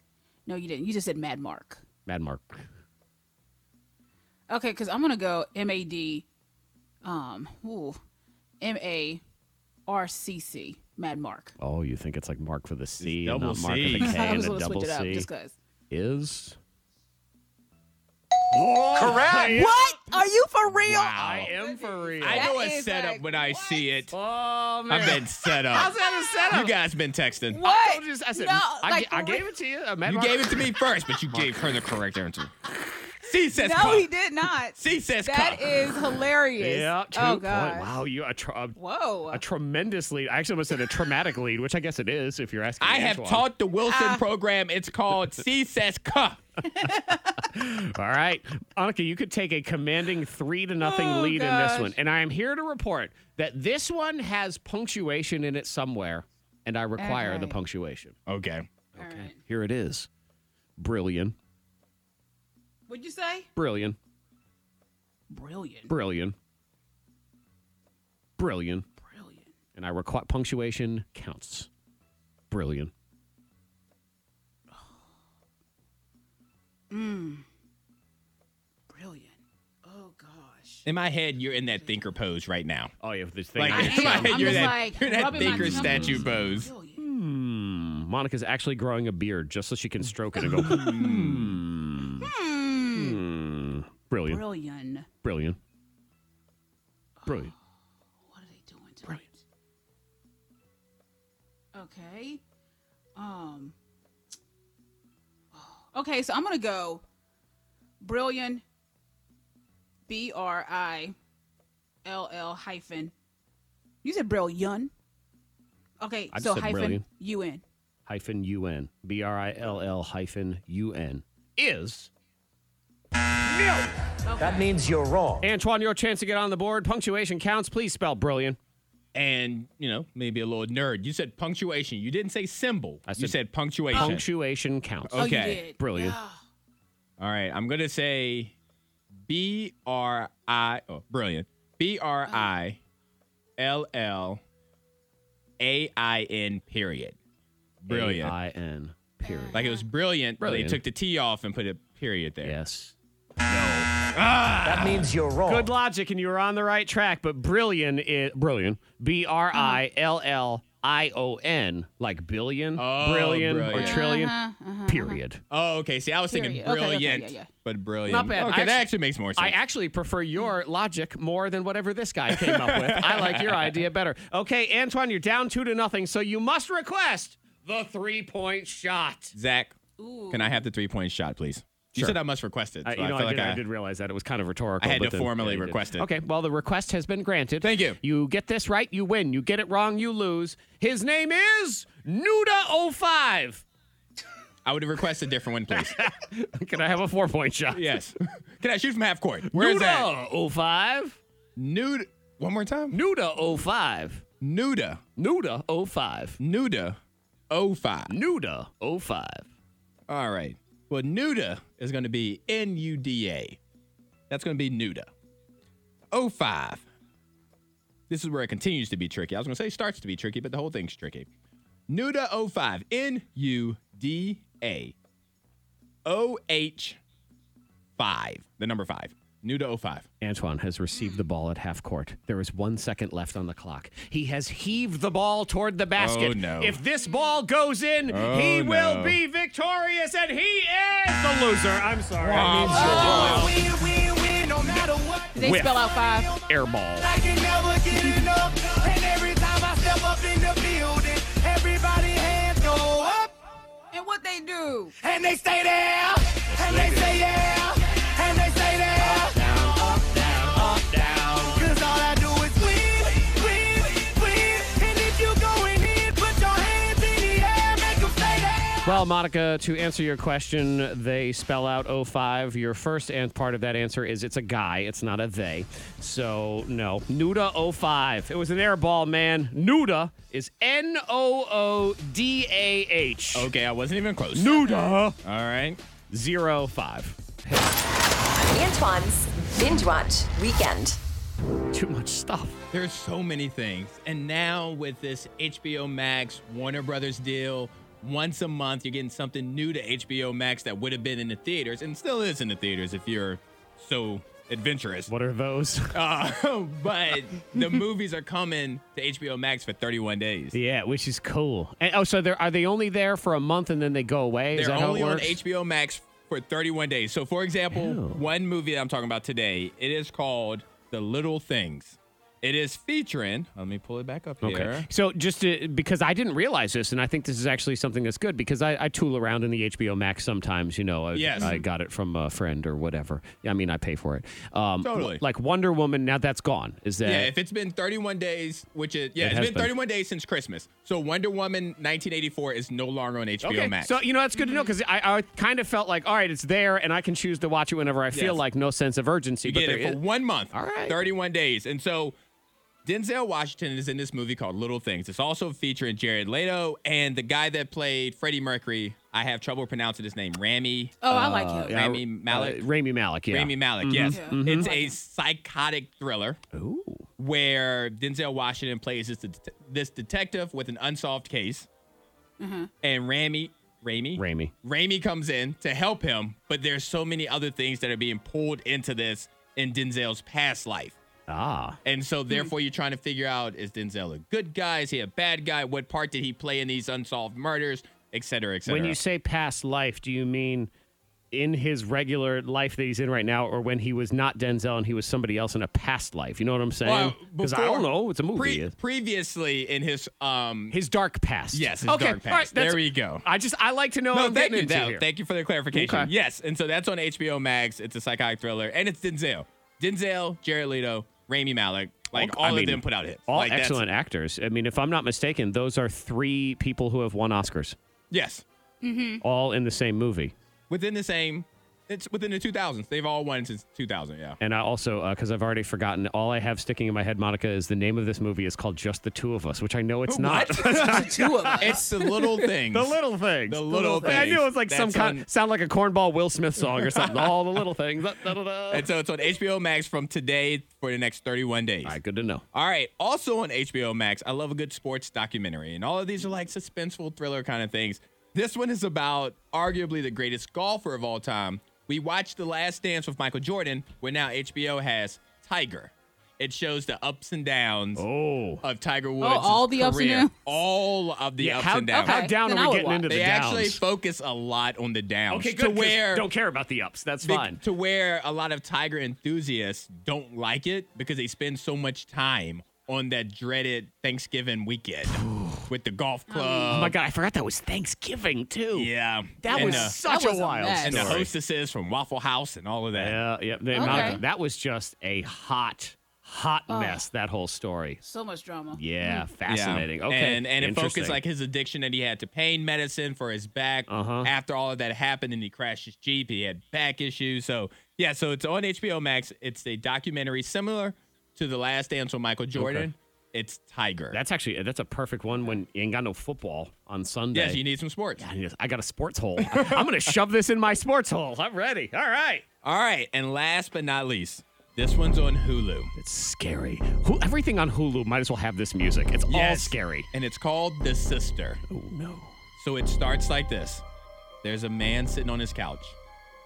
S5: No, you didn't. You just said Mad Mark.
S1: Mad Mark.
S5: Okay, because I'm gonna go M A D, um, ooh, M A R C C, Mad Mark.
S1: Oh, you think it's like Mark for the C, and
S6: double
S1: not Mark
S6: C.
S1: with a K
S5: I
S1: and
S5: was
S1: a
S5: gonna
S1: double
S5: switch it up
S1: C
S5: just cause.
S1: is.
S9: Correct.
S5: What? Are you for real?
S1: I am for real.
S6: I know a
S5: is
S6: setup
S5: like,
S6: when I see it.
S1: oh man,
S6: I've been set up.
S1: how's that a setup?
S6: You guys been texting.
S1: I told you, I said,
S5: No,
S1: I,
S5: like,
S1: ga- I
S5: for
S1: gave it to you. Uh, Mad
S6: You
S1: Mark.
S6: gave it to me first, but you gave her the correct answer. C says
S5: No,
S6: cock.
S5: he did not.
S6: C says cock.
S5: That is hilarious.
S1: Yeah, two
S5: oh
S1: point.
S5: god.
S1: Wow, you a, tra- a,
S5: Whoa.
S1: a tremendous lead. I actually almost said a traumatic lead, which I guess it is if you're asking.
S6: I have
S1: Antoine.
S6: taught the Wilson
S5: Ah.
S6: program. It's called C says cock.
S1: All right, Annika, you could take a commanding three to nothing
S5: Oh,
S1: lead in this
S5: gosh.
S1: one, and I am here to report that this one has punctuation in it somewhere, and I require the
S5: Okay.
S1: punctuation.
S6: Okay.
S5: All right.
S1: Here it is. Brilliant,
S5: What'd you say?
S1: brilliant,
S5: Brilliant.
S1: brilliant, brilliant,
S5: Brilliant.
S1: and I require punctuation counts. Brilliant.
S5: Brilliant. Oh gosh.
S6: In my head, you're in that thinker pose right now.
S1: Oh yeah, this thing.
S6: Like
S5: I
S6: in my
S5: am.
S6: head,
S5: I'm
S6: you're
S5: just
S6: that,
S5: like
S6: you're that
S5: rubbing my
S6: thinker
S5: tongue.
S6: statue
S1: Hmm.
S6: pose.
S5: Brilliant.
S1: Monica's actually growing a beard just so she can stroke it and go. hmm. Hmm. Brilliant.
S5: Brilliant.
S1: Brilliant. Brilliant.
S5: What are they doing to Brilliant. Okay. Um. oh, Okay, so I'm gonna go. Brilliant. B R I L L hyphen. You said brilliant. Okay,
S1: I just
S5: so
S1: said
S5: hyphen
S1: brilliant.
S5: U N.
S1: Hyphen UN. B R I L L hyphen UN is.
S9: That means you're wrong.
S1: Antoine, your chance to get on the board. Punctuation counts. Please spell brilliant.
S6: And, you know, maybe a little nerd. You said punctuation. You didn't say symbol.
S1: I
S6: you
S1: said
S6: said punctuation.
S1: Punctuation counts.
S5: Oh, you
S6: Okay,
S5: did.
S1: brilliant.
S6: All right. I'm going to say B R I. Oh, brilliant. B R I L L A I N, period. Brilliant.
S1: I N. Period.
S6: Like it was brilliant, but they
S1: Brilliant.
S6: took the T off and put a period there.
S1: Yes.
S9: Ah! That means you're wrong.
S1: Good logic, and you were on the right track. But brilliant is brilliant. B R I L L I O N, like billion,
S6: Oh,
S1: brillion, or
S6: brilliant.
S1: 10000000000
S5: Uh-huh.
S1: Period.
S6: Oh, okay. See, I was thinking
S5: Period. Okay, okay, yeah,
S6: brilliant,
S5: yeah.
S6: but brilliant.
S1: Not bad.
S6: Okay,
S1: I
S6: that
S1: actu-
S6: actually makes more sense.
S1: I actually prefer your logic more than whatever this guy came up with. I like your idea better. Okay, Antoine, you're down two to nothing, so you must request the three point shot.
S6: Zach, can I have the three point shot, please? You
S1: Sure.
S6: said I must request it.
S1: I,
S6: so
S1: you know, I,
S6: feel like
S1: did, I did realize that it was kind of rhetorical.
S6: I had
S1: but
S6: to
S1: then-
S6: formally
S1: yeah, you did.
S6: request it.
S1: Okay, well, the request has been granted.
S6: Thank you.
S1: You get this right, you win. You get it wrong, you lose. His name is Nuda05.
S6: I would request a different one, please.
S1: Can I have a four point shot?
S6: yes. Can I shoot from half court? Where is that?
S1: Nuda05.
S6: Nude. One more time.
S1: Nuda05.
S6: Nuda.
S1: Nuda05.
S6: Nuda. Oh five.
S1: Nuda05.
S6: All right. Well, Nuda is going to be N U D A. That's going to be Nuda. Oh five. This is where it continues to be tricky. I was going to say starts to be tricky, but the whole thing's tricky. Nuda oh five. N U D A. O H 5. The number 5. Nuda oh five.
S1: Antoine has received the ball at half court. There is one second left on the clock. He has heaved the ball toward the basket.
S6: Oh, no.
S1: If this ball goes in,
S6: Oh,
S1: he will
S6: no.
S1: be victorious, and he is the loser. I'm sorry.
S5: Did they
S1: Whiff.
S5: spell out five?
S1: Air ball.
S5: And what they do?
S1: Well, Monica, to answer your question, they spell out 05. Your first and part of that answer is it's a guy, it's not a they. So, no. Nuda 05. It was an air ball, man. Nuda is N O O D A H.
S6: Okay, I wasn't even close.
S1: Nuda
S6: All right.
S1: 05.
S2: Antoine's Binge Watch Weekend.
S1: Too much stuff.
S6: There's so many things. And now with this HBO Max Warner Brothers deal, once a month you're getting something new to HBO Max that would have been in the theaters and still is in the theaters if you're so adventurous.
S1: What are those?
S6: Uh, but the movies are coming to HBO Max for 31 days.
S1: yeah, which is cool. And, oh, so they're, are they only there for a month and then they go away? is
S6: They're
S1: that
S6: only
S1: how it
S6: on
S1: works?
S6: HBO Max for 31 days. So, for example, one movie that I'm talking about today, it is called The Little Things. It is featuring. Let me pull it back up here.
S1: Okay. So just to, because I didn't realize this, and I think this is actually something that's good because I, I tool around in the HBO Max sometimes. You know, I,
S6: Yes. Mm-hmm.
S1: I got it from a friend or whatever. I mean, I pay for it. Um,
S6: Totally.
S1: Like Wonder Woman. Now that's gone. Is that?
S6: Yeah, if it's been 31 days, which is yeah,
S1: It
S6: it has
S1: has
S6: been
S1: been.
S6: 31 days since Christmas. So Wonder Woman 1984 is no longer on HBO
S1: Okay,
S6: Max.
S1: so you know that's good to know because I, I kind of felt like, all right, it's there, and I can choose to watch it whenever I feel
S6: Yes.
S1: like. No sense of urgency,
S6: you
S1: but
S6: get it
S1: there
S6: for
S1: is-
S6: one month.
S1: All right.
S6: 31 days. And so Denzel Washington is in this movie called Little Things. It's also featuring Jared Leto and the guy that played Freddie Mercury. I have trouble pronouncing his name. Rami.
S5: Oh, I like him.
S1: yeah,
S6: Rami Malek?
S1: Uh, Rami Malek. Yeah. Mm-hmm.
S6: Rami Malek, yes.
S5: Yeah.
S6: It's a psychotic thriller
S1: Ooh.
S6: where Denzel Washington plays this, det- this detective with an unsolved case. And Rami, Rami,
S1: Rami.
S6: Raimi comes in to help him, but there's so many other things that are being pulled into this in Denzel's past life.
S1: Ah.
S6: And so therefore you're trying to figure out is Denzel a good guy? Is he a bad guy? What part did he play in these unsolved murders? Et cetera, et cetera.
S1: When you say past life, do you mean in his regular life that he's in right now, or when he was not Denzel and he was somebody else in a past life? You know what I'm saying?
S6: Well,
S1: Because I
S6: before-
S1: don't know. It's a movie.
S6: pre- previously in his um
S1: his dark past.
S6: Yes, his
S1: okay.
S6: dark
S1: all right,
S6: past.
S1: that's-
S6: There you go.
S1: I just I like to know. what
S6: No,
S1: I'm
S6: thank you.
S1: getting into
S6: no,
S1: here.
S6: Thank you for the clarification.
S1: Okay.
S6: Yes, and so that's on HBO Max. It's a psychotic thriller, and it's Denzel, Denzel, Jared Leto, Rami Malek. Like
S1: I
S6: all
S1: mean,
S6: of them put out hits.
S1: All
S6: like, that's-
S1: excellent actors. I mean, if I'm not mistaken, those are three people who have won Oscars,
S6: Yes,
S1: all in the same movie.
S6: within the same. It's within the 2000s. They've all won since 2000. Yeah.
S1: And I also, because I've already forgotten, all I have sticking in my head, Monica, is the name of this movie is called Just the Two of Us, which I know it's not.
S5: Two of us.
S6: It's the little things.
S1: The little things.
S6: The little
S1: I knew it was
S6: things.
S1: like some
S6: That's
S1: kind,
S6: on-
S1: sound like a cornball Will Smith song or something. All the little things. Da, da, da, da.
S6: And so it's on HBO Max from today for the next 31 days.
S1: All right, good to know.
S6: All right. Also on HBO Max, I love a good sports documentary, and all of these are like suspenseful thriller kind of things. This one is about arguably the greatest golfer of all time. We watched The Last Dance with Michael Jordan, where now HBO has Tiger. It shows the ups and downs
S1: Oh.
S6: of Tiger Woods.
S5: all the ups and downs?
S6: All of the ups
S1: how,
S6: and downs.
S1: how
S5: Okay,
S1: down
S5: then
S1: are
S5: I
S1: we
S5: would
S1: getting
S5: watch.
S1: into
S6: They
S1: the downs?
S6: actually focus a lot on the downs.
S1: okay,
S6: To
S1: good. 'cause
S6: where
S1: Don't care about the ups. That's
S6: Be-
S1: fine.
S6: To where a lot of Tiger enthusiasts don't like it because they spend so much time on that dreaded Thanksgiving weekend with the golf
S1: Oh
S6: club.
S1: my God, I forgot that was Thanksgiving, too.
S6: yeah.
S1: That
S6: and
S1: was
S6: the-
S1: such
S5: That
S1: a
S5: was a
S1: wild
S5: mess.
S6: and the
S1: story.
S6: hostesses from Waffle House and all of that.
S1: Yeah, yeah. They-
S5: Okay.
S1: Monica, that was just a hot, hot mess, that whole story.
S5: so much drama.
S1: Yeah,
S6: Yeah.
S1: fascinating. Okay.
S6: And and it
S1: interesting.
S6: focused like his addiction that he had to pain medicine for his back.
S1: Uh-huh.
S6: After all of that happened and he crashed his Jeep, he had back issues. So yeah, so it's on HBO Max. It's a documentary similar to The Last Dance with Michael Jordan. It's Tiger.
S1: That's actually that's a perfect one when you ain't got no football on Sunday.
S6: Yes, you need some sports.
S1: I just- I got a sports hole. I'm going to shove this in my sports hole. I'm ready. All right.
S6: All right, and last but not least, this one's on Hulu.
S1: It's scary. Who, everything on Hulu might as well have this music. It's all
S6: Yes.
S1: scary.
S6: And it's called The Sister.
S1: Oh, no.
S6: So it starts like this There's a man sitting on his couch.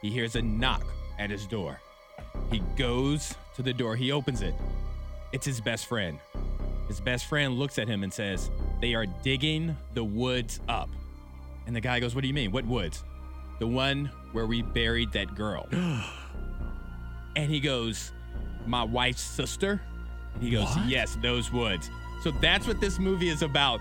S6: He hears a knock at his door. He goes to the door, he opens it. It's his best friend. His best friend looks at him and says, They are digging the woods up. And the guy goes, What do you mean? What woods? The one where we buried that girl. and he goes, My wife's sister? And he goes, Yes, those woods. So that's what this movie is about.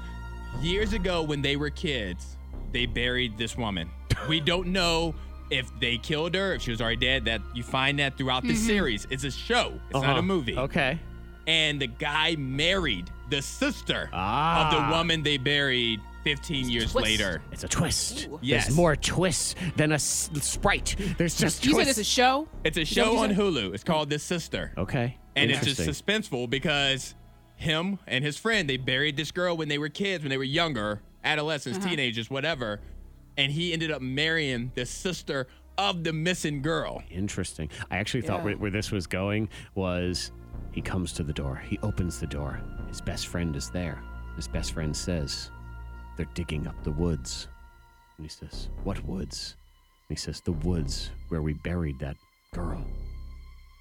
S6: Years ago, when they were kids, they buried this woman. we don't know if they killed her, if she was already dead. That you find that throughout the series. It's a show. It's not
S1: Mm-hmm. Uh-huh.
S6: a movie
S1: Okay.
S6: and the guy married the sister
S1: Ah.
S6: of the woman they buried 15 years
S5: twist.
S6: later.
S1: It's a twist.
S6: Yes.
S1: There's more twists than a s- sprite. There's just
S5: You
S1: twists.
S5: said it's a show.
S6: It's a
S5: Is that what
S6: show
S5: you
S6: on
S5: said?
S6: Hulu. It's called This Sister.
S1: okay.
S6: And it's just
S1: Interesting.
S6: suspenseful because him and his friend, they buried this girl when they were kids, when they were younger, adolescents,
S1: Uh-huh.
S6: teenagers, whatever. And he ended up marrying the sister of the missing girl.
S1: Interesting. I actually thought where, where this was going was he comes to the door, he opens the door. His best friend is there. His best friend says, They're digging up the woods. And he says, What woods? And he says, The woods where we buried that girl. And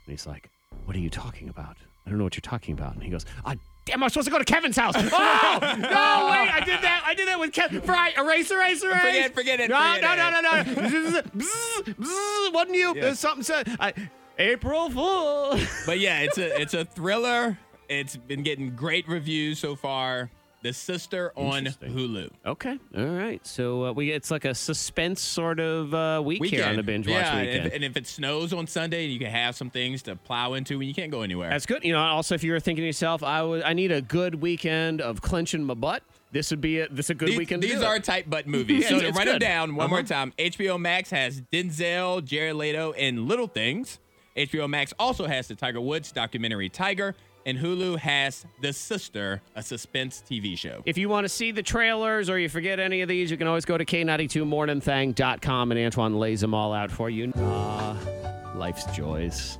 S1: he's like, What are you talking about? I don't know what you're talking about. And he goes, Ah, Damn, I was supposed to go to Kevin's house. Oh, no, wait, I did that. I did that with Kevin. Right, erase, erase, erase.
S6: Forget- forget it,
S1: No,
S6: forget
S1: no, no, no,
S6: it.
S1: no, Bzz, bzz, bzz, wasn't you? There's Something said. I, April Fool.
S6: But yeah, it's a it's a thriller. It's been getting great reviews so far. The sister on
S1: Interesting.
S6: Hulu.
S1: okay. All right. So uh, we it's like a suspense sort of uh, week here on the binge watch
S6: yeah, and if-
S1: weekend.
S6: And, if it snows on Sunday, you can have some things to plow into and you can't go anywhere.
S1: That's good. You know, also if you were thinking to yourself, I would, I need a good weekend of clenching my butt. This would be a, this a good
S6: these,
S1: weekend.
S6: these
S1: to do
S6: are
S1: it.
S6: tight butt movies.
S1: Yeah,
S6: so
S1: it's-
S6: to
S1: it's
S6: run them
S1: good.
S6: down one more
S1: Uh-huh.
S6: time, HBO Max has Denzel, Jared Leto, and Little Things. HBO Max also has the Tiger Woods documentary Tiger, and Hulu has The Sister, a suspense TV show.
S1: If you want to see the trailers or you forget any of these, you can always go to K92morningthang.com and Antoine lays them all out for you. Ah, life's joys,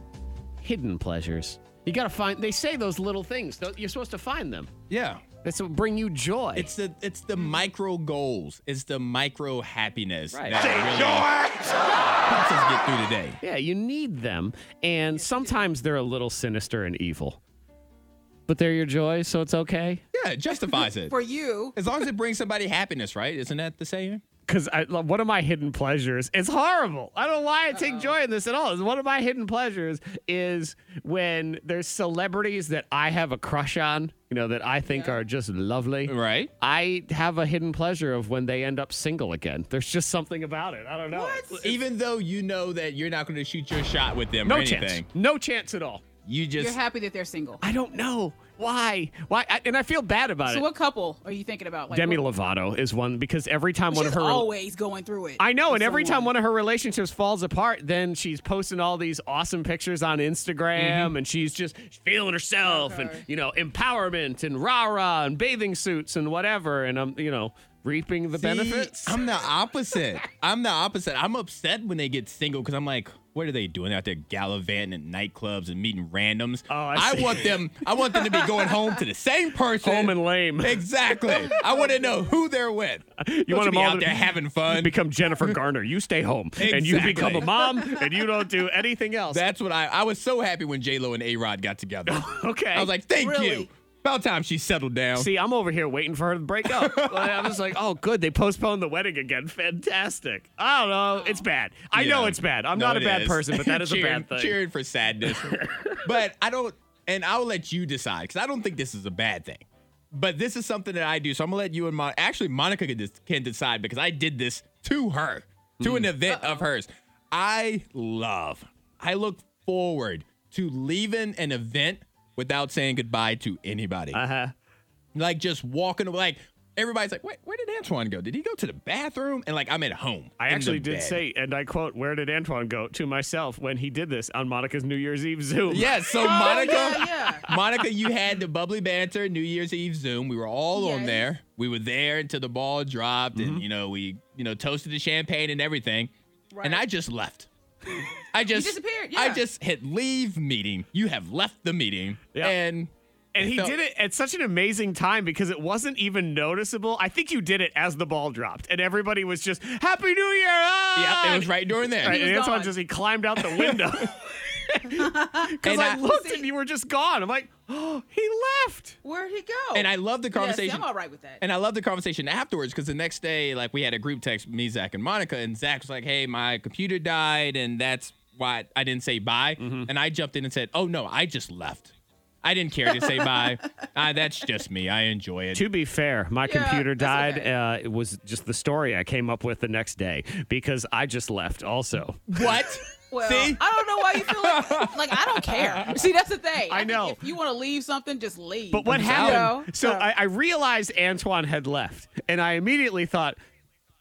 S1: hidden pleasures. You got to find, they say those little things. tho- You're supposed to find them.
S6: Yeah.
S1: That's what bring you joy.
S6: It's the it's the micro goals. It's the micro happiness
S1: Right.
S6: that really helps us get through the day.
S1: yeah, you need them. And sometimes they're a little sinister and evil. But they're your joys, so it's okay.
S6: Yeah, it justifies it.
S5: For you,
S6: As long as it brings somebody happiness, right? Isn't that the saying?
S1: Because one of my hidden pleasures is horrible. I don't know why I take joy in this at all. One of my hidden pleasures is when there's celebrities that I have a crush on, you know, that I think are just lovely.
S6: Right.
S1: I have a hidden pleasure of when they end up single again. There's just something about it. I don't know.
S6: Even though you know that you're not going to shoot your shot with them
S1: No
S6: or anything,
S1: chance. No chance at all.
S6: you
S5: you're
S6: just
S5: happy that they're single.
S1: I don't know why. Why? I, and I feel bad about
S5: So
S1: it.
S5: what couple are you thinking about? Like,
S1: Demi
S5: what,
S1: Lovato is one because every time one
S5: she's
S1: of her
S5: always going through it.
S1: I know,
S5: with
S1: and every
S5: someone.
S1: time one of her relationships falls apart, then she's posting all these awesome pictures on Instagram
S6: Mm-hmm.
S1: and she's just feeling herself and you know, empowerment and rah-rah and bathing suits and whatever and I'm, you know, reaping the benefits.
S6: I'm the opposite. I'm the opposite. I'm upset when they get single because I'm like, what are they doing out there gallivanting at nightclubs and meeting randoms? Oh,
S1: I see.
S6: want them. I want them to be going home to the same person.
S1: Home and lame.
S6: Exactly. I want to know who they're with.
S1: want
S6: You want to
S1: them
S6: be
S1: all
S6: out
S1: to-
S6: there having fun.
S1: Become Jennifer Garner. You stay home and you
S6: Exactly.
S1: become a mom and you don't do anything else.
S6: That's what I. I was so happy when J Lo and A Rod got together.
S1: okay.
S6: I was like, thank you.
S5: Really?
S6: About time she settled down.
S1: See, I'm over here waiting for her to break up. Like, I'm just like, oh, good, they postponed the wedding again. Fantastic. I don't know. It's bad. I know
S6: Yeah.
S1: it's bad. I'm
S6: No,
S1: not a
S6: it
S1: bad
S6: is.
S1: person, but that is a
S6: cheering,
S1: bad thing.
S6: Cheering for sadness. but I don't, and I'll let you decide because I don't think this is a bad thing. But this is something that I do. So I'm going to let you and Mon- actually, Monica can, dis- can decide because I did this to her, to an
S1: Hmm.
S6: event of hers. I love, I look forward to leaving an event without saying goodbye to anybody
S1: Uh-huh.
S6: like just walking away. Like everybody's like, wait, where did Antoine go? Did he go to the bathroom? And like I'm at home.
S1: I
S6: in
S1: actually
S6: the
S1: did
S6: bed.
S1: say, and I quote, "Where did Antoine go?" to myself when he did this on Monica's New Year's Eve Zoom.
S6: Yes, so Monica,
S5: Oh, yeah,
S6: Monica, you had the bubbly banter New Year's Eve Zoom. We were all on
S5: Yes.
S6: there. We were there until the ball dropped,
S1: Mm-hmm.
S6: and you know we, you know, toasted the champagne and everything. And
S5: Right.
S6: I just left. I just
S5: disappeared,
S6: I
S5: yeah.
S6: just hit leave meeting. You have left the meeting,
S1: Yeah.
S6: and
S1: and he
S6: felt-
S1: did it at such an amazing time because it wasn't even noticeable. I think you did it as the ball dropped, and everybody was just "Happy New Year!" ah!"
S6: yeah, it was right during there.
S1: Right,
S5: was
S1: and Antoine
S5: gone.
S1: just he climbed out the window because
S6: And
S1: I,
S6: I-
S1: looked and you were just gone. I'm like, oh, he left.
S5: Where'd he go?
S6: And I love the conversation.
S5: Yeah, see, I'm all right with that.
S6: And I love the conversation afterwards because the next day, like we had a group text, me, Zach, and Monica, and Zach was like, "Hey, my computer died, and that's why I didn't say bye." And I jumped in and said, "Oh no, I just left." I didn't care to say bye. Uh, that's just me. I enjoy it.
S1: To be fair, my
S5: Yeah,
S1: computer died.
S5: that's okay.
S1: Uh, it was just the story I came up with the next day because I just left also.
S6: What?
S5: Well,
S6: See?
S5: I don't know why you feel like, like I don't care. See, that's the thing.
S1: I
S5: think
S1: know.
S5: If you want to leave something, just leave.
S1: But what
S5: You
S1: happened?
S5: know?
S1: So I, I realized Antoine had left, and I immediately thought,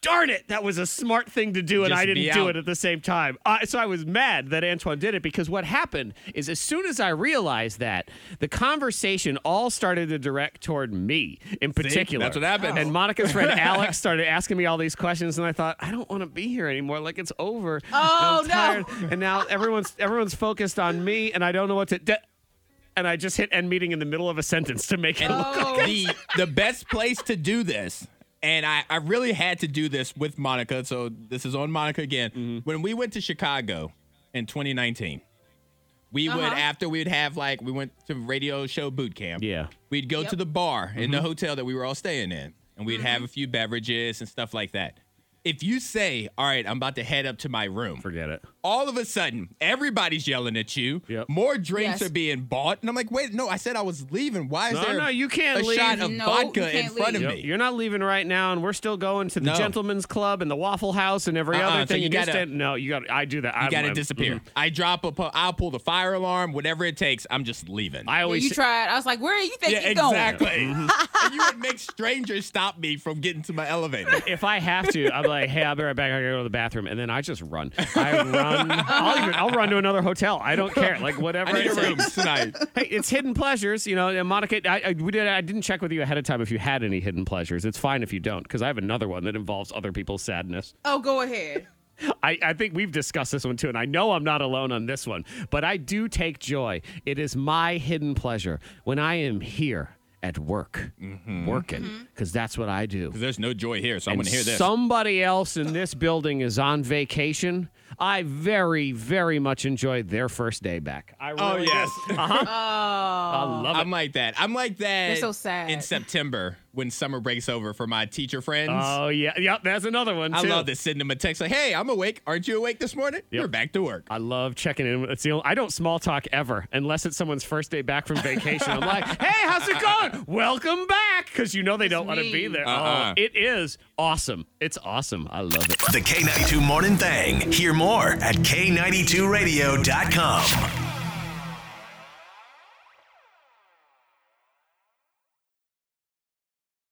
S1: "Darn it, that was a smart thing to do, and
S6: Just
S1: I
S6: be
S1: didn't do
S6: out.
S1: it at the same time." Uh, so I was mad that Antoine did it because what happened is, as soon as I realized that, the conversation all started to direct toward me in particular.
S6: That's what happens.
S1: And Monica's friend Alex started asking me all these questions, and I thought, "I don't want to be here anymore. Like it's over.
S5: Oh,
S1: And I'm
S5: no.
S1: tired." and now everyone's everyone's focused on me, and I don't know what to. do. and I just hit end meeting in the middle of a sentence to make it
S6: And
S1: look.
S6: the the best place to do this, and I, I really had to do this with Monica, so this is on Monica again. When we went to Chicago in 2019, we would after we'd have like we went to radio show boot camp.
S1: Yeah.
S6: We'd go to the bar in the hotel that we were all staying in, and we'd have a few beverages and stuff like that. If you say, "All right, I'm about to head up to my room,"
S1: Forget it.
S6: all of a sudden, everybody's yelling at you.
S1: Yep.
S6: More drinks
S5: Yes.
S6: are being bought, and I'm like, wait, no, I said I was leaving. Why is
S1: No,
S6: there
S1: no, you can't
S6: a
S1: leave.
S6: shot of
S5: No, you
S6: vodka in
S5: can't
S6: front
S5: leave.
S6: of me?
S1: You're not leaving right now, and we're still going to the
S6: No.
S1: gentleman's club and the Waffle House and every
S6: Uh-uh,
S1: other
S6: so
S1: thing.
S6: you
S1: do
S6: gotta-
S1: stand- no, you got. I do that. I,
S6: you gotta
S1: I'm-
S6: disappear.
S1: mhm.
S6: I drop a, pu- I'll pull the fire alarm, whatever it takes. I'm just leaving.
S1: I
S5: Yeah,
S1: always.
S5: you tried. I was like, where do you think
S6: yeah,
S5: you're going?
S6: exactly.
S1: Mm-hmm.
S6: and you would make strangers stop me from getting to my elevator.
S1: if I have to, I'm like, hey, I'll be right back. I gotta go to the bathroom, and then I just run. I run. I'll even. I'll run to another hotel. I don't care. Like whatever.
S6: I need
S1: it
S6: a
S1: takes.
S6: room tonight.
S1: Hey, it's hidden pleasures, you know. And Monica, I, I we did. I didn't check with you ahead of time if you had any hidden pleasures. It's fine if you don't, because I have another one that involves other people's sadness.
S5: Oh, go ahead.
S1: I, I think we've discussed this one too, and I know I'm not alone on this one, but I do take joy. It is my hidden pleasure when I am here at work,
S6: Mm-hmm.
S1: working, because that's what I do.
S6: There's no joy here, so I'm
S1: And
S6: gonna hear this.
S1: Somebody else in this building is on vacation. I very, very much enjoyed their first day back. I really Uh-huh.
S6: Oh yes,
S1: I love it.
S6: I'm like that. I'm like that.
S5: They're so sad.
S6: In September, when summer breaks over for my teacher friends.
S1: Oh yeah, yep. That's another one.
S6: I
S1: too.
S6: love this. Send them a text like, "Hey, I'm awake. Aren't you awake this morning? You're back to work."
S1: I love checking in. It's the only, I don't small talk ever unless it's someone's first day back from vacation. I'm like, hey, how's it going? Welcome back. Because you know they don't want to be
S5: me.
S1: there.
S6: Uh-uh.
S1: Oh, it is awesome. It's awesome. I love it.
S8: The K92 Morning Thing. Hear more at K92Radio.com.